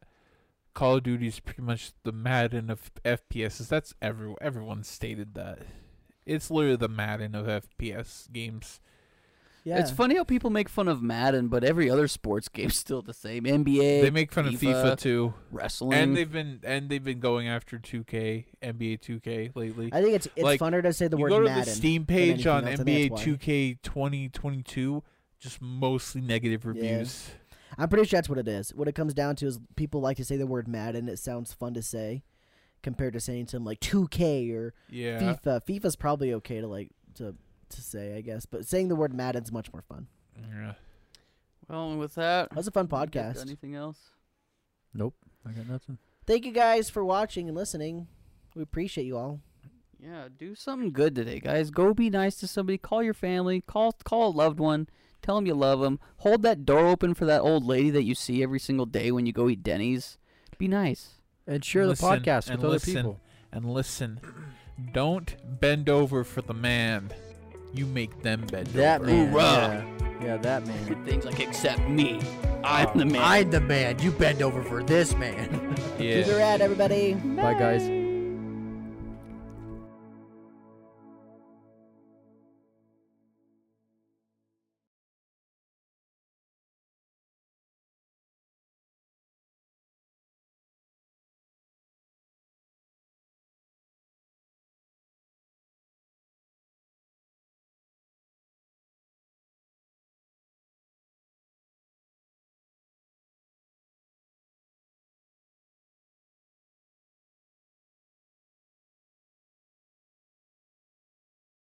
S4: Call of Duty is pretty much the Madden of FPSs. That's every everyone stated that. It's literally the Madden of FPS games.
S2: Yeah,
S3: It's funny how people make fun of Madden, but every other sports game's still the same. NBA,
S4: They make fun of
S3: FIFA,
S4: FIFA too,
S3: wrestling.
S4: and they've been and they've been going after 2K, NBA 2K lately.
S2: I think it's it's
S4: Like,
S2: funner to say the
S4: you
S2: word
S4: go to
S2: Madden.
S4: the Steam
S2: than anything
S4: page on
S2: else, I think
S4: NBA
S2: that's why.
S4: 2K 2022, just mostly negative reviews.
S2: I'm pretty sure that's what it is. What it comes down to is people like to say the word Madden. It sounds fun to say compared to saying something like 2K or
S4: Yeah,
S2: FIFA. FIFA's probably okay to like to to say, I guess, but saying the word Madden's much more fun.
S4: yeah.
S3: well, and with that,
S2: That was a fun
S3: we get to
S2: podcast.
S3: Anything else?
S1: I got nothing.
S2: Thank you guys for watching and listening. We appreciate you all.
S3: Yeah, do something good today, guys. Go be nice to somebody. Call your family. Call call a loved one. Tell them you love them. Hold that door open for that old lady that you see every single day when you go eat Denny's. Be nice.
S1: And share
S4: Listen
S1: the podcast
S4: and
S1: with other
S4: listen.
S1: people.
S4: And listen, don't bend over for the man. You make them bend
S1: That
S4: over.
S1: man.
S3: Hoorah.
S1: Yeah. yeah, that man.
S3: Things like accept me. I'm the man.
S1: I'm the man. You bend over for this man.
S4: Yeah.
S2: Keep your head, everybody.
S1: Bye, guys.